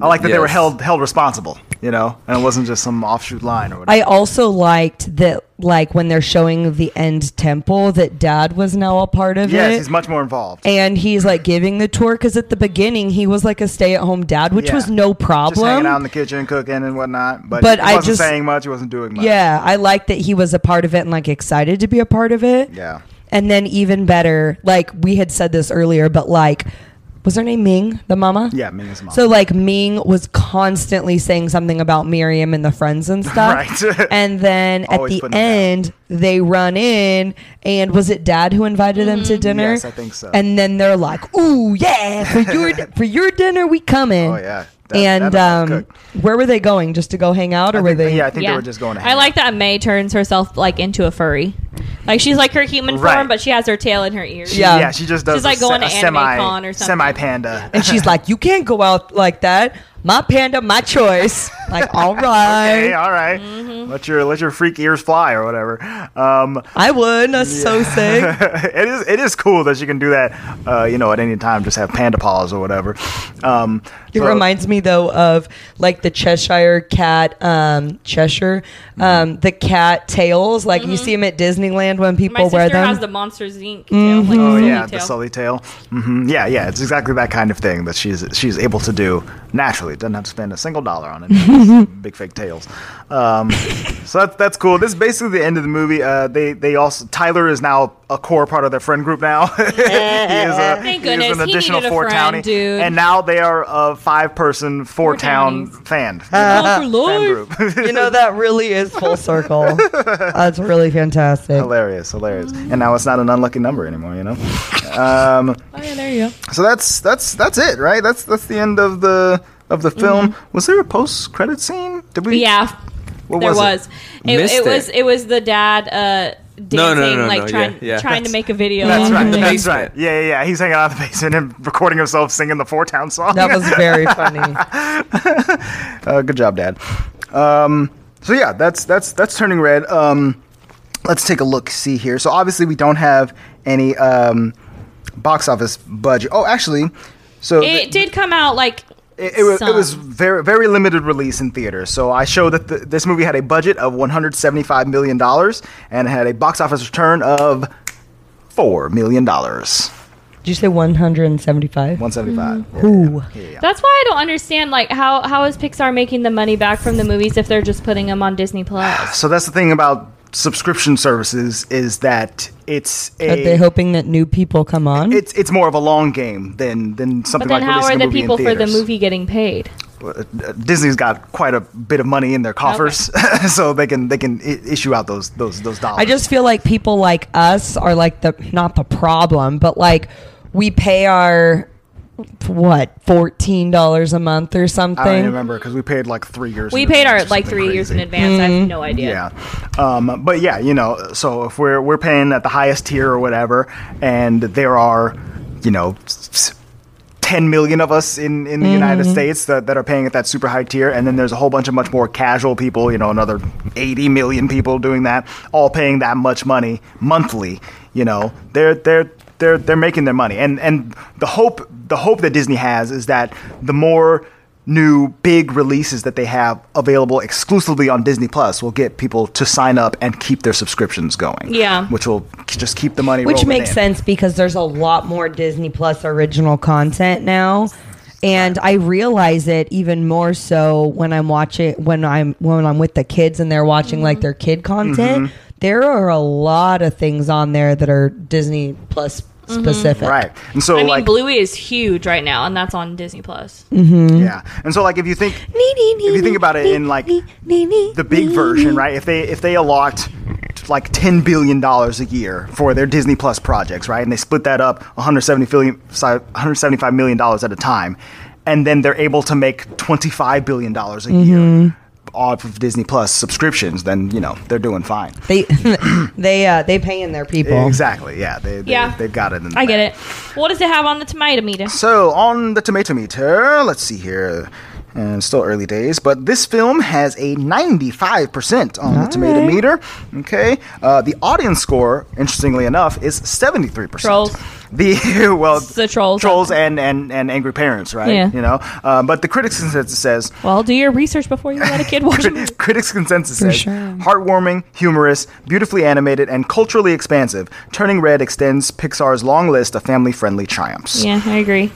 S5: I like that they were
S6: yes.
S5: held held responsible, you know, and it wasn't just some offshoot line or whatever.
S4: I also liked that, like when they're showing the end temple, that Dad was now a part of
S5: Yes,
S4: it.
S5: he's much more involved.
S4: and he's like giving the tour because at the beginning he was like a stay-at-home dad, which
S5: Yeah.
S4: was no problem.
S5: Just hanging out in the kitchen, cooking and whatnot. But,
S4: But
S5: he
S4: I
S5: wasn't
S4: just-
S5: saying much. He wasn't doing much.
S4: Yeah, I like that he was a part of it and like excited to be a part of it.
S5: Yeah.
S4: And then even better, like we had said this earlier, but like was her name Ming, the mama?
S5: Yeah, Ming is mom.
S4: So like Ming was constantly saying something about Miriam and the friends
S5: <laughs>
S4: and stuff.
S5: Right.
S4: and then at
S5: Always
S4: the
S5: putting it down.
S4: end, they run in and was it dad who invited them to dinner?
S5: Yes, I think so.
S4: And then they're like, "Ooh, yeah, for
S5: <laughs>
S4: your for your dinner we coming."
S5: Oh, yeah. That-
S4: and
S5: that'll
S4: um,
S5: cook.
S4: where were they going? Just to go hang out or
S5: I
S4: were
S5: think,
S4: they
S5: yeah, I think
S3: Yeah.
S5: they were just going to hang
S3: I like
S5: out.
S3: that May turns herself like into a furry. Like she's like her human
S5: Right.
S3: form, but she has her tail in her ears.
S4: Yeah.
S5: Yeah, she just does
S3: She's like
S5: a,
S3: going
S5: se-
S3: to
S5: a
S3: anime
S5: semi,
S3: con or something.
S5: semi panda.
S4: And she's like, "You can't go out like that. My panda, my choice."
S3: <laughs>
S4: Like, all right,
S5: okay, all right.
S3: Mm-hmm.
S5: Let your let your freak ears fly or whatever. Um, <laughs>
S4: I would. That's so sick.
S5: it is it is cool that she can do that. Uh, you know, at any time, just have panda paws or whatever. Um,
S3: <laughs>
S4: It
S5: so-
S4: reminds me though of like the Cheshire cat, um, Cheshire,
S3: Mm-hmm.
S4: um, the cat tails. Like you see them at Disneyland when
S3: My
S4: people
S3: sister
S4: wear them.
S3: has the Monsters Inc. tail, like
S5: Oh
S3: the
S5: yeah,
S3: tail.
S5: the Sully tail. hmm Yeah, yeah, it's exactly that kind of thing that she's she's able to do naturally. Doesn't have to spend a single dollar on
S3: <laughs>
S5: it. Big fake tails. Um, so that's that's cool. This is basically the end of the movie. Uh, they they also Tyler is now a core part of their friend group now. <laughs> he is, a,
S3: <laughs> Thank goodness. He needed a friend, dude.
S5: and now they are a five person four town fan
S3: Oh, for
S5: <laughs> fan
S3: Lord.
S5: group.
S3: <laughs>
S4: you know that really is full circle. That's really fantastic.
S5: hilarious, hilarious. And now it's not an unlucky number anymore. You know. Um,
S3: Mm-hmm. Oh, yeah, there you go.
S5: So that's that's that's it, right? That's that's the end of the of the film. Was there a post credit scene? Did we?
S3: Mm-hmm. Yeah,
S5: What
S3: there
S5: was
S3: was.
S5: it?
S3: It,
S6: Missed
S3: it was.
S6: it.
S3: It was the dad uh, dancing,
S6: No, no, no,
S3: like
S6: no,
S3: trying
S6: yeah, yeah.
S3: trying to make a video.
S5: That's right.
S6: In the
S3: Mm-hmm.
S5: That's
S6: basement.
S5: right. Yeah, yeah, yeah. He's hanging out in the basement and <laughs> recording himself singing the Four Town song.
S4: That was very funny.
S5: <laughs> uh, good job, Dad. Um, so yeah, that's that's that's turning red. Um, let's take a look, see here. So obviously we don't have any um, box office budget. Oh, actually, so the-
S3: It did come out like
S5: It, it was it was
S3: some.
S5: very very limited release in theaters. So I showed that the, this movie had a budget of 175 million dollars and had a box office return of four million dollars.
S4: Did you say 175?
S5: 175.
S3: Mm-hmm.
S5: Yeah,
S4: Ooh.
S5: yeah, yeah, yeah.
S3: That's why I don't understand like
S5: <sighs>
S3: how how is Pixar making the money back from the movies if they're just putting them on Disney Plus?
S5: So that's the thing about subscription services is that it's a
S4: Are they hoping that new people come on?
S5: it's it's more of a long game than than
S3: But
S5: something
S3: then,
S5: like
S3: how
S5: releasing
S3: are
S5: a
S3: the
S5: movie in
S3: people for the
S5: theaters.
S3: movie getting paid?
S5: Uh, Disney's got quite a bit of money in their coffers, <laughs> so they can they can I- issue out those those those dollars.
S4: I just feel like people like us are like the not the problem, but like we pay our what fourteen dollars a month or something.
S5: I don't even remember because we paid like three years.
S3: We
S5: in
S3: paid
S5: advance
S3: our
S5: or
S3: like
S5: something
S3: three years in
S5: crazy.
S3: advance. I have no idea.
S5: Mm-hmm. Yeah, um, but yeah, you know, so if we're we're paying at the highest tier or whatever, and there are, you know. s- s- 10 million of us in, in the United States that, that are paying at that super high tier. And then there's a whole bunch of much more casual people, you know, another 80 million people doing that, all paying that much money monthly, you know, they're, they're, they're, they're making their money. And, and the hope, the hope that Disney has is that the more new big releases that they have available exclusively on Disney Plus will get people to sign up and keep their subscriptions going.
S3: Yeah.
S5: Which will just keep the money
S4: which
S5: rolling
S4: makes
S5: in.
S4: sense because there's a lot more Disney Plus original content now. And I realize it even more so when I'm watching when I'm when I'm with the kids and they're watching like their kid content.
S5: Mm-hmm.
S4: There are a lot of things on there that are Disney Plus specific.
S5: Right. And so,
S3: I mean,
S5: like,
S3: Bluey is huge right now, and that's on Disney Plus.
S5: yeah. And so, like, if you think, if you think about it in like the big version, right? If they if they allot like ten billion dollars a year for their Disney Plus projects, right, and they split that up 170 million, 175 million dollars at a time, and then they're able to make 25 billion dollars a year off of Disney Plus subscriptions, then you know they're doing fine.
S4: They <laughs> they uh they paying their people.
S5: Exactly. Yeah. They, they,
S3: Yeah.
S5: They've got it. In the
S3: I get
S5: bag.
S3: it.
S5: Mm-hmm.
S3: What does it have on the tomato meter?
S5: So on the tomato meter, let's see here. And still early days, but this film has a 95% on the tomato meter. Okay. Uh, the audience score, interestingly enough, is 73%.
S3: Trolls.
S5: The, <laughs> well,
S3: It's the trolls.
S5: Trolls and, and, and angry parents, right?
S3: Yeah.
S5: You know, uh, but the critics' consensus says
S3: Well, do your research before you let a kid
S5: <laughs>
S3: watch a movie.
S5: Critics' consensus says
S4: sure.
S5: heartwarming, humorous, beautifully animated, and culturally expansive. Turning Red extends Pixar's long list of family-friendly triumphs.
S3: Yeah, I agree.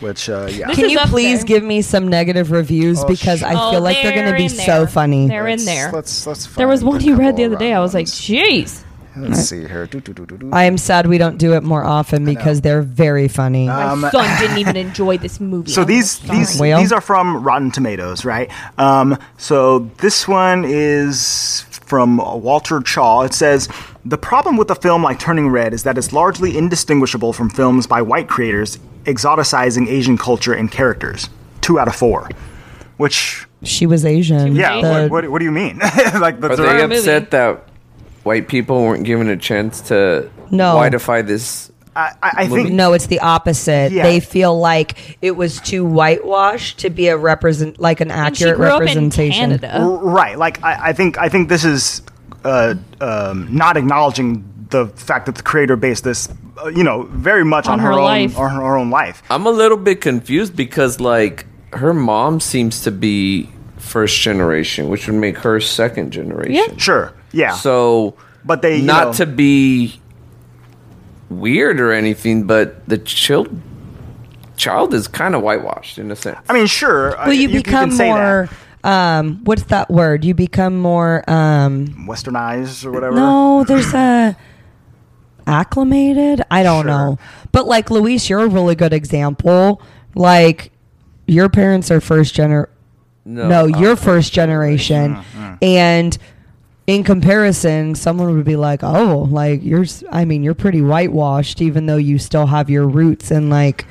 S5: Which, uh, yeah,
S3: This
S4: Can
S3: is
S4: you
S3: up
S4: please
S3: there.
S4: give me some negative reviews because I
S3: Oh,
S4: feel like they're going to be
S3: in
S4: so
S3: there.
S4: funny.
S3: They're in
S5: Let's-
S3: there.
S5: Let's let's. Find
S3: there was one
S5: a
S3: you read
S5: couple
S3: the other day. I was like,
S5: rounds.
S3: jeez.
S5: let's see here. Do, do, do, do, do.
S4: I am sad we don't do it more often because they're very funny.
S5: Ah.
S3: My
S5: Um, <laughs>
S3: son didn't even enjoy this movie.
S5: so
S3: I'm
S5: these
S3: sorry.
S5: these
S4: Well.
S5: these are from Rotten Tomatoes, right? Um, so this one is from Walter Chaw. It says the problem with a film like Turning Red is that it's largely indistinguishable from films by white creators exoticizing Asian culture and characters. Two out of four, which
S4: She was Asian.
S5: yeah,
S4: The-
S5: what, what, what do you mean? <laughs> like the
S6: Are
S5: third-
S6: they
S3: movie.
S6: upset that white people weren't given a chance to
S4: No.
S6: whiteify this?
S5: I, I I think
S4: no, it's the opposite.
S5: Yeah.
S4: They feel like it was too whitewashed to be a represent like an
S3: And she
S4: accurate
S3: grew up in
S4: representation.
S3: Canada.
S5: R- right like I, I think i think this is uh, um, not acknowledging the fact that the creator based this uh, you know very much on,
S3: On
S5: her,
S3: her
S5: own
S3: life.
S5: on her own life
S1: Uh,
S6: I'm a little bit confused because like her mom seems to be first generation, which would make her second generation.
S5: sure yeah
S6: So,
S5: But they, you
S6: not
S5: know-
S6: to be weird or anything, but the child child is kind of whitewashed in a sense.
S5: i mean sure uh,
S4: Well, you, become more. Um, what's that word? You become more. Um,
S5: westernized or whatever
S4: no, there's a acclimated. I don't
S5: Sure.
S4: know, but like Luis, you're a really good example. Like your parents are first gener.
S6: uh,
S4: No, you're first generation,
S5: uh,
S4: and in comparison, someone would be like, "Oh, like you're. s- I mean, you're pretty whitewashed, even though you still have your roots and like,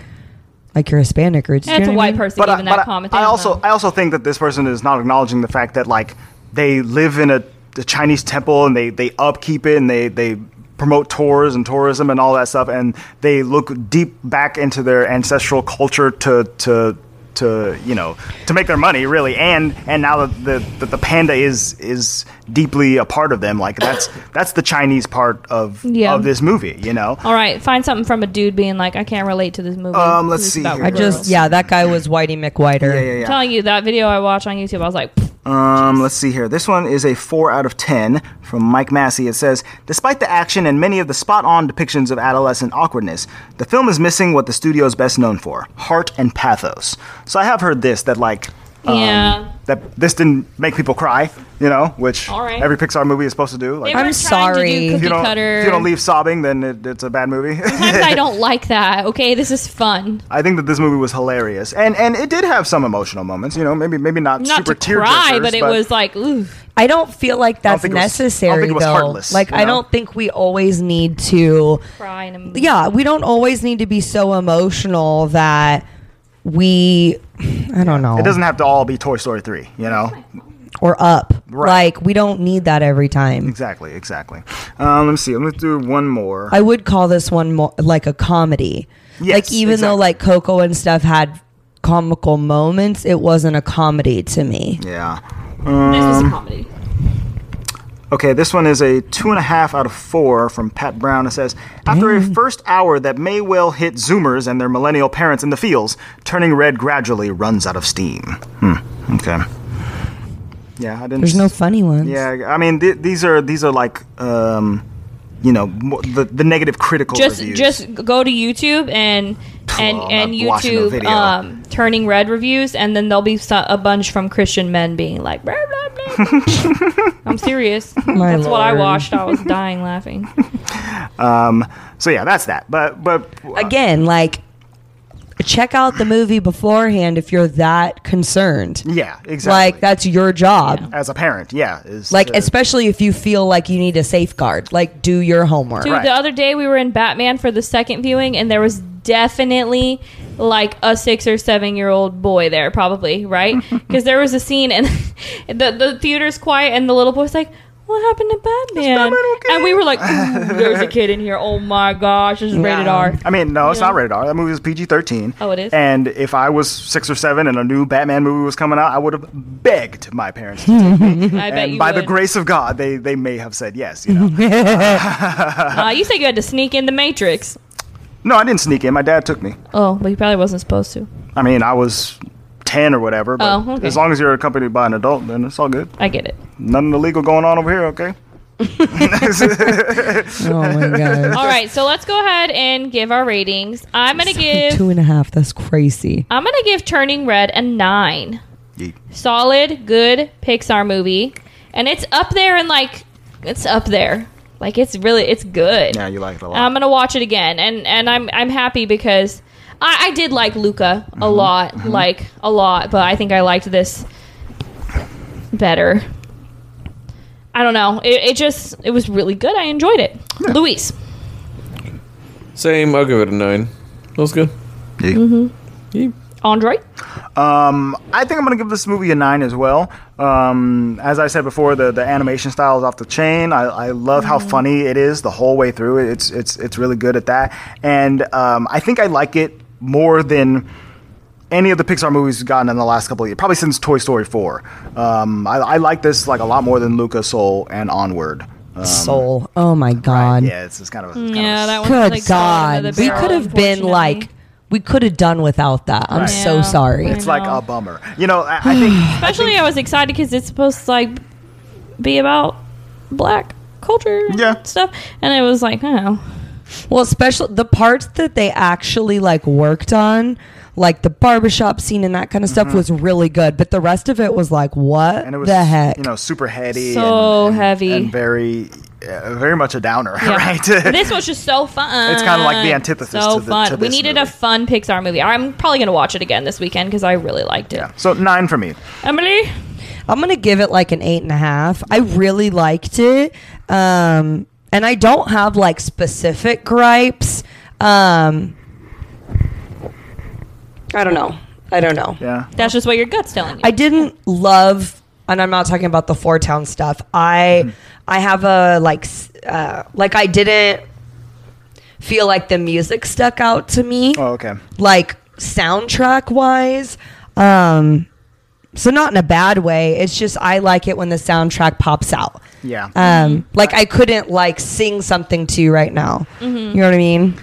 S4: like your Hispanic roots." Do you
S3: That's
S4: know
S3: a
S4: what I
S3: white
S4: mean?
S3: person
S5: but, I,
S3: giving
S5: but
S3: that
S5: I-
S3: comment.
S5: I
S3: They don't
S5: also
S3: know.
S5: i also think that this person is not acknowledging the fact that like they live in a, a chinese temple and they they upkeep it and they they promote tours and tourism and all that stuff and they look deep back into their ancestral culture to to to you know to make their money really and and now that the that the panda is is deeply a part of them like that's that's the chinese part of
S3: Yeah.
S5: of this movie you know
S3: All right, find something from a dude being like, I can't relate to this movie.
S5: Um, let's
S3: It's
S5: see
S3: about
S5: here.
S4: I
S3: girls.
S4: just yeah, that guy was Whitey McWhiter.
S5: yeah yeah yeah
S3: I'm telling you that video I watched on YouTube. I was like, "Pfft,
S5: Um, let's see here. This one is a 4 out of 10 from Mike Massey. It says Despite the action and many of the spot on depictions of adolescent awkwardness, the film is missing what the studio is best known for heart and pathos. So I have heard this that, like, um,
S3: yeah,
S5: that this didn't make people cry, you know, which
S3: All right.
S5: every Pixar movie is supposed to do.
S3: They
S5: Like,
S3: were
S4: I'm
S3: trying
S4: sorry.
S3: To do
S4: If
S5: if
S3: cookie
S5: you don't,
S3: cutter. Mm-hmm.
S5: if you don't leave sobbing, then it, it's a bad movie.
S3: Sometimes I don't like that. Okay, this is fun.
S5: <laughs> I think that this movie was hilarious, and and it did have some emotional moments. You know, maybe maybe not,
S3: Not
S5: super
S3: to cry,
S5: tear-jerkers,
S3: but it was like, ooh.
S4: I don't feel like
S5: don't
S4: that's
S5: think it was- I don't
S4: necessary
S5: think it was
S4: though.
S5: heartless,
S4: like
S5: you
S4: I
S5: know?
S4: don't think we always need to
S3: Cry in a movie.
S4: Yeah, we don't always need to be so emotional that we I don't know.
S5: It doesn't have to all be Toy Story three. You know,
S4: or up.
S5: Right.
S4: Like we don't need that every time.
S5: exactly, exactly. Um, let me see. Let me do one more.
S4: I would call this one more like a comedy.
S5: Yes,
S4: like even though
S5: exactly.
S4: like Coco and stuff had comical moments, it wasn't a comedy to me.
S5: yeah.
S3: This was
S5: Um,
S3: a comedy.
S5: Okay, this one is a two and a half out of four from Pat Brown. It says, After
S4: Mm.
S5: a first hour that may well hit Zoomers and their millennial parents in the fields, turning red gradually runs out of steam. Hmm, okay. Yeah, I didn't.
S4: There's no funny ones.
S5: Yeah, I mean, th- these are these are like, um, you know, mo- the, the negative critical
S3: Just
S5: reviews.
S3: just go to YouTube and and
S5: Well, I'm
S3: and
S5: not watching the
S3: YouTube
S5: video.
S3: um, turning red reviews, and then there'll be so- a bunch from Christian men being like, blah, blah, blah,
S4: <laughs>
S3: blah." I'm serious.
S4: My
S3: That's what I
S4: lord.
S3: watched. I was dying laughing.
S5: so yeah, that's that. But but
S4: Again, like check out the movie beforehand if you're that concerned.
S5: yeah, exactly.
S4: Like that's your job.
S5: as a parent, yeah, is uh,
S4: Like
S5: to-
S4: especially if you feel like you need a safeguard. Like do your homework.
S3: Dude,
S5: Right.
S3: the other day we were in Batman for the second viewing, and there was definitely like a six or seven year old boy there, probably
S5: <laughs>
S3: right? Because there was a scene, and <laughs> the the theater's quiet, and the little boy's like. What happened to Batman?
S5: Batman okay?
S3: And we were
S5: <laughs>
S3: like, "Ooh, "There's a kid in here! Oh my gosh, this is rated
S4: Yeah.
S3: R."
S5: I mean, no, it's
S3: Yeah.
S5: not rated R. That movie is PG thirteen.
S3: Oh, it is?
S5: And if I was six or seven and a new Batman movie was coming out, I would have begged my
S3: <laughs>
S5: parents. to take me.
S3: I bet
S5: and
S3: you
S5: by the
S3: would.
S5: grace of God, they they may have said yes.
S3: <laughs>
S5: You know,
S3: Uh, you said you had to sneak in the Matrix.
S5: no, I didn't sneak in. My dad took me.
S3: Oh, but you probably wasn't supposed to.
S5: I mean, I was ten or whatever. But
S3: Oh, okay.
S5: as long as you're accompanied by an adult, then it's all good.
S3: I get it.
S5: Nothing illegal going on over here. Okay.
S4: oh my god.
S3: <laughs> All right, so let's go ahead and give our ratings. I'm gonna give
S4: Two and a half. That's crazy.
S3: I'm gonna give Turning Red a nine.
S5: Yeet.
S3: Solid, good Pixar movie, and it's up there and like it's up there. Like it's really it's good.
S5: Yeah, you like it a lot.
S3: I'm gonna watch it again, and and I'm I'm happy because I, I did like Luca
S5: Mm-hmm.
S3: a lot, like a lot, but I think I liked this better. I don't know. It, it just it was really good. I enjoyed it. Luis,
S1: Same. I'll give it a nine. That was good.
S3: Andre,
S5: I think I'm going to give this movie a nine as well. Um, as I said before, the, the animation style is off the chain. I, I love how
S3: Mm-hmm.
S5: funny it is the whole way through. It's it's it's really good at that, and um, I think I like it more than any of the Pixar movies we've gotten in the last couple of years, probably since Toy Story four. Um, I, I like this like a lot more than Luca, Soul, and Onward. Um,
S4: Soul. Oh my god.
S5: yeah, it's, it's kind of a, kind
S3: yeah,
S5: of a
S3: that one's
S4: Good
S3: like bottom
S4: god.
S3: of the
S4: We
S3: barrel,
S4: could have been like
S3: unfortunately.
S4: we could have done without that. I'm
S5: Right.
S4: so
S3: Yeah.
S4: sorry.
S5: it's like
S3: know.
S5: a bummer. You know, I, I think <sighs>
S3: Especially, <sighs> I, was excited because it's supposed to like be about black culture, and
S5: Yeah.
S3: stuff, and it was like, oh,
S4: Well, especially the parts that they actually like worked on, like the barbershop scene and that kind of stuff was really good, but the rest of it was like what
S5: Mm-hmm. and it was
S4: the heck?
S5: you know super heady,
S3: So
S5: and, and-
S3: heavy.
S5: and very, uh, very much a downer, <laughs> right?
S3: But <laughs> this was just so fun.
S5: It's kinda like the antithesis
S3: So
S5: to the-
S3: fun.
S5: to
S3: we
S5: this
S3: needed a
S5: movie.
S3: fun Pixar movie. I'm probably gonna watch it again this weekend because I really liked it.
S5: Yeah. <laughs> So nine for me.
S3: Emily,
S4: I'm gonna give it like an eight and a half. I really liked it, um, and I don't have like specific gripes. Um, I don't know. I don't know.
S5: Yeah.
S3: that's just what your gut's telling you.
S4: I didn't love, and I'm not talking about the four town stuff. I I have a like s- uh, like I didn't feel like the music stuck out to me,
S5: Oh, okay.
S4: like soundtrack wise. Um, so not in a bad way. It's just I like it when the soundtrack pops out.
S5: Yeah.
S3: Uh,
S4: Um, like I couldn't like sing something to you right now. You know what I mean?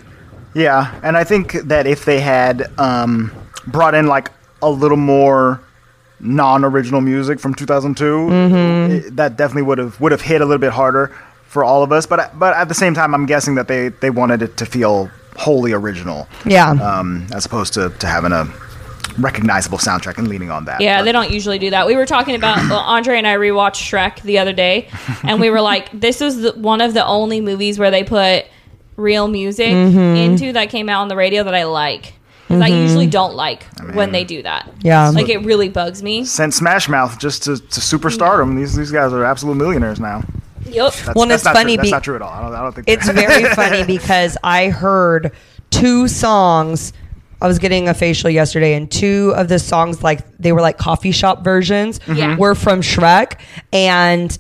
S5: yeah. And I think that if they had um, brought in like a little more non-original music from 2002,
S3: Mm-hmm.
S5: it- that definitely would have would have hit a little bit harder for all of us. But I- but at the same time, I'm guessing that they they wanted it to feel wholly original,
S4: Yeah.
S5: um, as opposed to to having a recognizable soundtrack and leaning on that.
S3: Yeah,
S5: But
S3: they don't usually do that. We were talking
S5: <laughs>
S3: about well, Andre and I rewatched Shrek the other day, and we were like, "This is the, one of the only movies where they put real music
S4: Mm-hmm.
S3: into that came out on the radio that I like." 'Cause I usually don't like when they do that.
S4: Mm-hmm. Yeah.
S3: like it really bugs me.
S5: Send Smash Mouth just to, to superstardom. These these guys are absolute millionaires now.
S3: Yep.
S5: That's,
S4: Well, and
S5: that's
S4: it's
S5: not
S4: funny
S5: True. That's
S4: be-
S5: not true at all. I don't, I don't think
S4: It's
S5: that-
S4: very funny because I heard two songs. I was getting a facial yesterday, and two of the songs, like they were like coffee shop versions,
S3: Yeah.
S4: were from Shrek, and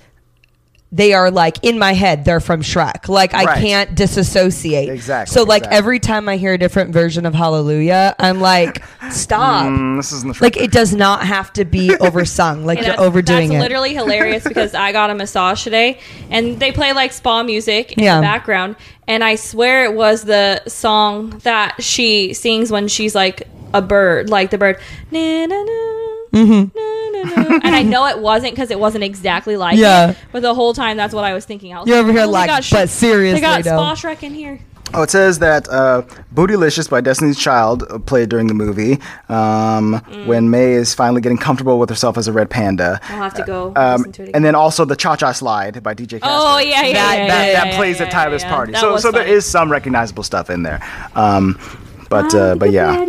S4: they are like in my head. They're from Shrek. Like I
S5: Right.
S4: can't disassociate.
S5: Exactly,
S4: So like
S5: exactly.
S4: every time I hear a different version of Hallelujah, I'm like, stop.
S5: <laughs> Mm, this isn't the
S4: Like it does not have to be oversung. Like
S3: And
S4: you're
S3: that's,
S4: overdoing
S3: that's
S4: it.
S3: literally hilarious
S4: <laughs>
S3: because I got a massage today and they play like spa music in
S4: Yeah.
S3: the background. And I swear it was the song that she sings when she's like a bird, like the bird. Na, na, na.
S4: Mm-hmm.
S3: na, na, na. and I know it wasn't because it wasn't exactly like
S4: Yeah.
S3: it, but the whole time that's what I was thinking. I was "Oh
S4: You're over here
S3: they
S4: like,
S3: got
S4: but seriously,
S3: they got
S4: though.
S3: Spa Shrek in here.
S5: Oh, it says that uh, "Bootylicious" by Destiny's Child uh, played during the movie um, when May is finally getting comfortable with herself as a red panda.
S3: Mm. I'll have to go
S5: Um,
S3: listen to it again.
S5: and then also the Cha Cha Slide by DJ. Casper.
S3: oh yeah, yeah,
S4: That-
S3: yeah,
S5: that,
S3: yeah,
S5: that
S3: yeah,
S5: plays
S3: yeah,
S5: at Tyler's
S3: yeah, yeah.
S5: party.
S3: That
S5: So
S3: was
S5: so there
S3: funny.
S5: is some recognizable stuff in there. Um, but uh, but yeah,
S3: <laughs>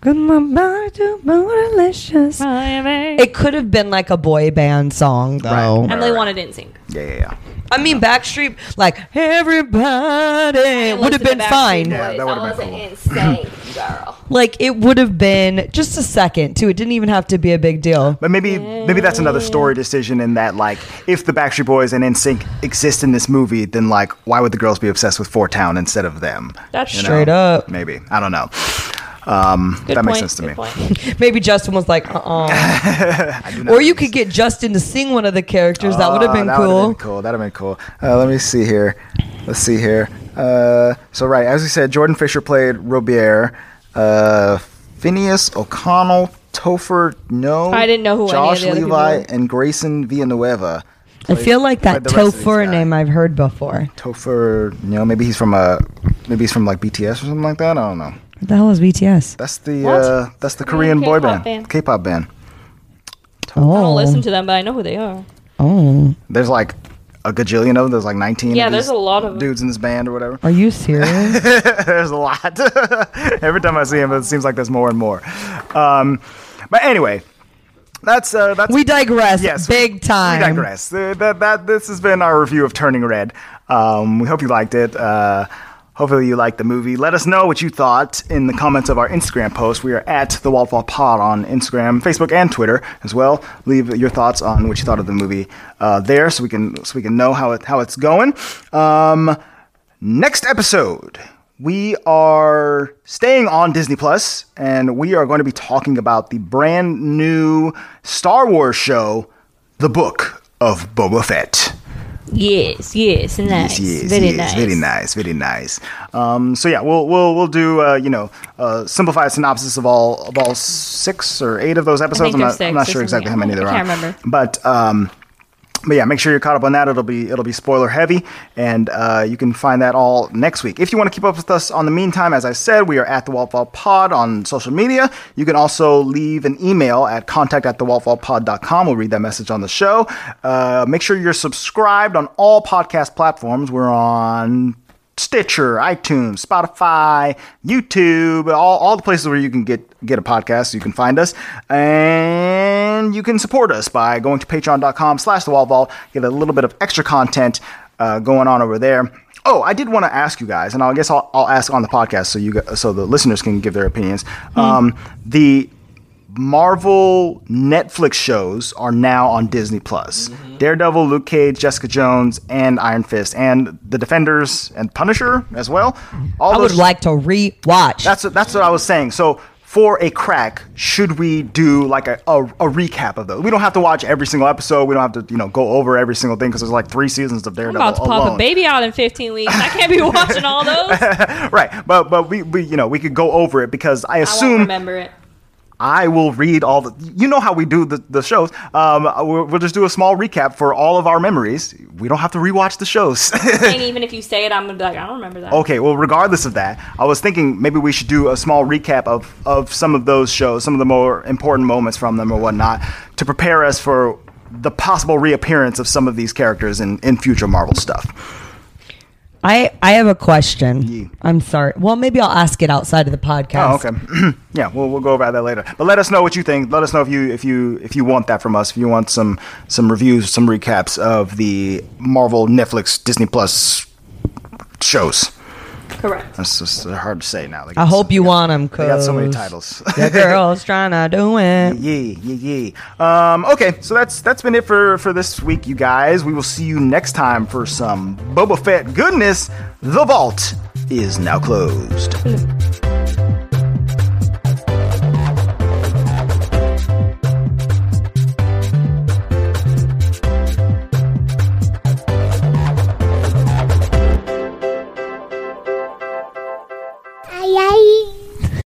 S4: Goodbye to more delicious. It could have been like a boy band song, though.
S5: Oh.
S3: Emily wanted didn't sing.
S5: yeah, yeah, yeah.
S4: I mean, Backstreet, like everybody would have been fine.
S5: Yeah, that would've been
S3: insane, <laughs> girl.
S4: Like it would have been just a second too. It didn't even have to be a big deal.
S5: But maybe maybe that's another story
S3: Mm.
S5: decision in that like if the Backstreet Boys and NSYNC exist in this movie, then like why would the girls be obsessed with Four Town instead of them?
S3: That's
S5: You
S4: Straight up. <laughs>
S5: Maybe I don't know. Um, that makes sense to me.
S4: Maybe Justin was like, uh
S5: <laughs>
S4: uh Or you could get Justin to sing one of the characters. that would have been
S5: Oh, Ah, that
S4: cool.
S5: Would've been cool. That'd have been cool. Uh, let me see here. Let's see here. Uh, so right, as we said, Jordan Fisher played Robier. Uh, Phineas O'Connell, Topher No,
S3: I didn't know who any
S5: Josh
S3: of the other people
S5: Levi,
S3: were.
S5: and Grayson Villanueva.
S4: I feel like that
S5: Played the rest of these
S4: Topher
S5: guys.
S4: name I've heard before.
S5: Topher No, maybe he's from a maybe he's from like BTS or something like that. I don't know.
S4: What the hell is BTS?
S5: That's the uh, that's the Korean
S3: Korean
S5: boy
S3: K-pop
S5: band,
S3: band.
S5: K-pop band.
S3: I don't
S4: Oh,
S3: listen to them, but I know who they are.
S4: oh,
S5: There's like a gajillion of them. There's like 19.
S3: Yeah,
S5: of
S3: there's
S5: these
S3: a lot of-
S5: dudes in this band or whatever. <laughs>
S4: are you serious?
S5: there's a lot. <laughs> Every time I see him, it seems like there's more and more. Um, but anyway, that's uh, that's
S4: we digress.
S5: Yes,
S4: big time.
S5: We digress. Uh, that, that, this has been our review of Turning Red. Um, we hope you liked it. Uh, hopefully, you liked the movie. Let us know what you thought in the comments of our Instagram post. We are at The Wallfall Pod on Instagram, Facebook, and Twitter as well. Leave your thoughts on what you thought of the movie uh, there, so we can so we can know how it how it's going. Um, next episode. We are staying on Disney Plus, and we are going to be talking about the brand new Star Wars show, the book of Boba Fett.
S3: Yes, yes, nice, very nice,
S5: very nice, very nice. Um, so yeah, we'll we'll we'll do uh, you know uh, simplified synopsis of all of all six or eight of those episodes. I'm
S3: there's
S5: not, I'm
S3: six
S5: not
S3: or
S5: sure exactly how
S3: something.
S5: many there
S3: I
S5: are.
S3: can't remember.
S5: But um, but yeah, make sure you're caught up on that. It'll be it'll be spoiler heavy, and uh, you can find that all next week. If you want to keep up with us, on the meantime, as I said, we are at the Wallfall Pod on social media. You can also leave an email at contact at thewallfallpod.com. We'll read that message on the show. Uh, make sure you're subscribed on all podcast platforms. We're on. Stitcher, iTunes, Spotify, YouTube, all, all the places where you can get get a podcast, you can find us. And you can support us by going to patreon.com slash the wall vault, get a little bit of extra content uh, going on over there. Oh, I did want to ask you guys, and I guess I'll, I'll ask on the podcast so you gu- so the listeners can give their opinions. Um, the Marvel Netflix shows are now on Disney Plus.
S4: Mm-hmm.
S5: Daredevil, Luke Cage, Jessica Jones, and Iron Fist, and The Defenders and Punisher as well. All
S4: Mm-hmm. I would
S5: those-
S4: like to rewatch.
S5: That's what- that's what I was saying. So for a crack, should we do like a, a, a recap of those? We don't have to watch every single episode. We don't have to you know go over every single thing because there's like three seasons of
S3: I'm
S5: Daredevil
S3: about to pop
S5: alone.
S3: a baby out in 15 weeks. I can't
S5: <laughs>
S3: be watching all those. I
S5: Right, but but we, we you know we could go over it because I
S3: won't
S5: assume <laughs>
S3: remember it.
S5: I will read all the. You know how we do the, the shows. Um, we'll, we'll just do a small recap for all of our memories. We don't have to rewatch the shows. <laughs>
S3: and even if you say it, I'm gonna be like, I don't remember that.
S5: Okay, well, regardless of that, I was thinking maybe we should do a small recap of, of some of those shows, some of the more important moments from them or whatnot, to prepare us for the possible reappearance of some of these characters in, in future Marvel stuff.
S4: I I have a question.
S5: Yeah.
S4: I'm sorry. Well, maybe I'll ask it outside of the podcast.
S5: Oh, okay. <clears throat> yeah, we'll, we'll go about that later. But let us know what you think. Let us know if you if you if you want that from us. If you want some some reviews, some recaps of the Marvel, Netflix, Disney Plus shows.
S3: Correct.
S5: That's just hard to say now. They
S4: I
S5: got
S4: hope
S5: so-
S4: you want them.
S5: They got so many titles. <laughs>
S4: the girl's trying to do it.
S5: Yeah, yeah, yeah. Um, okay, so that's that's been it for for this week, you guys. We will see you next time for some Boba Fett goodness. The vault is now closed.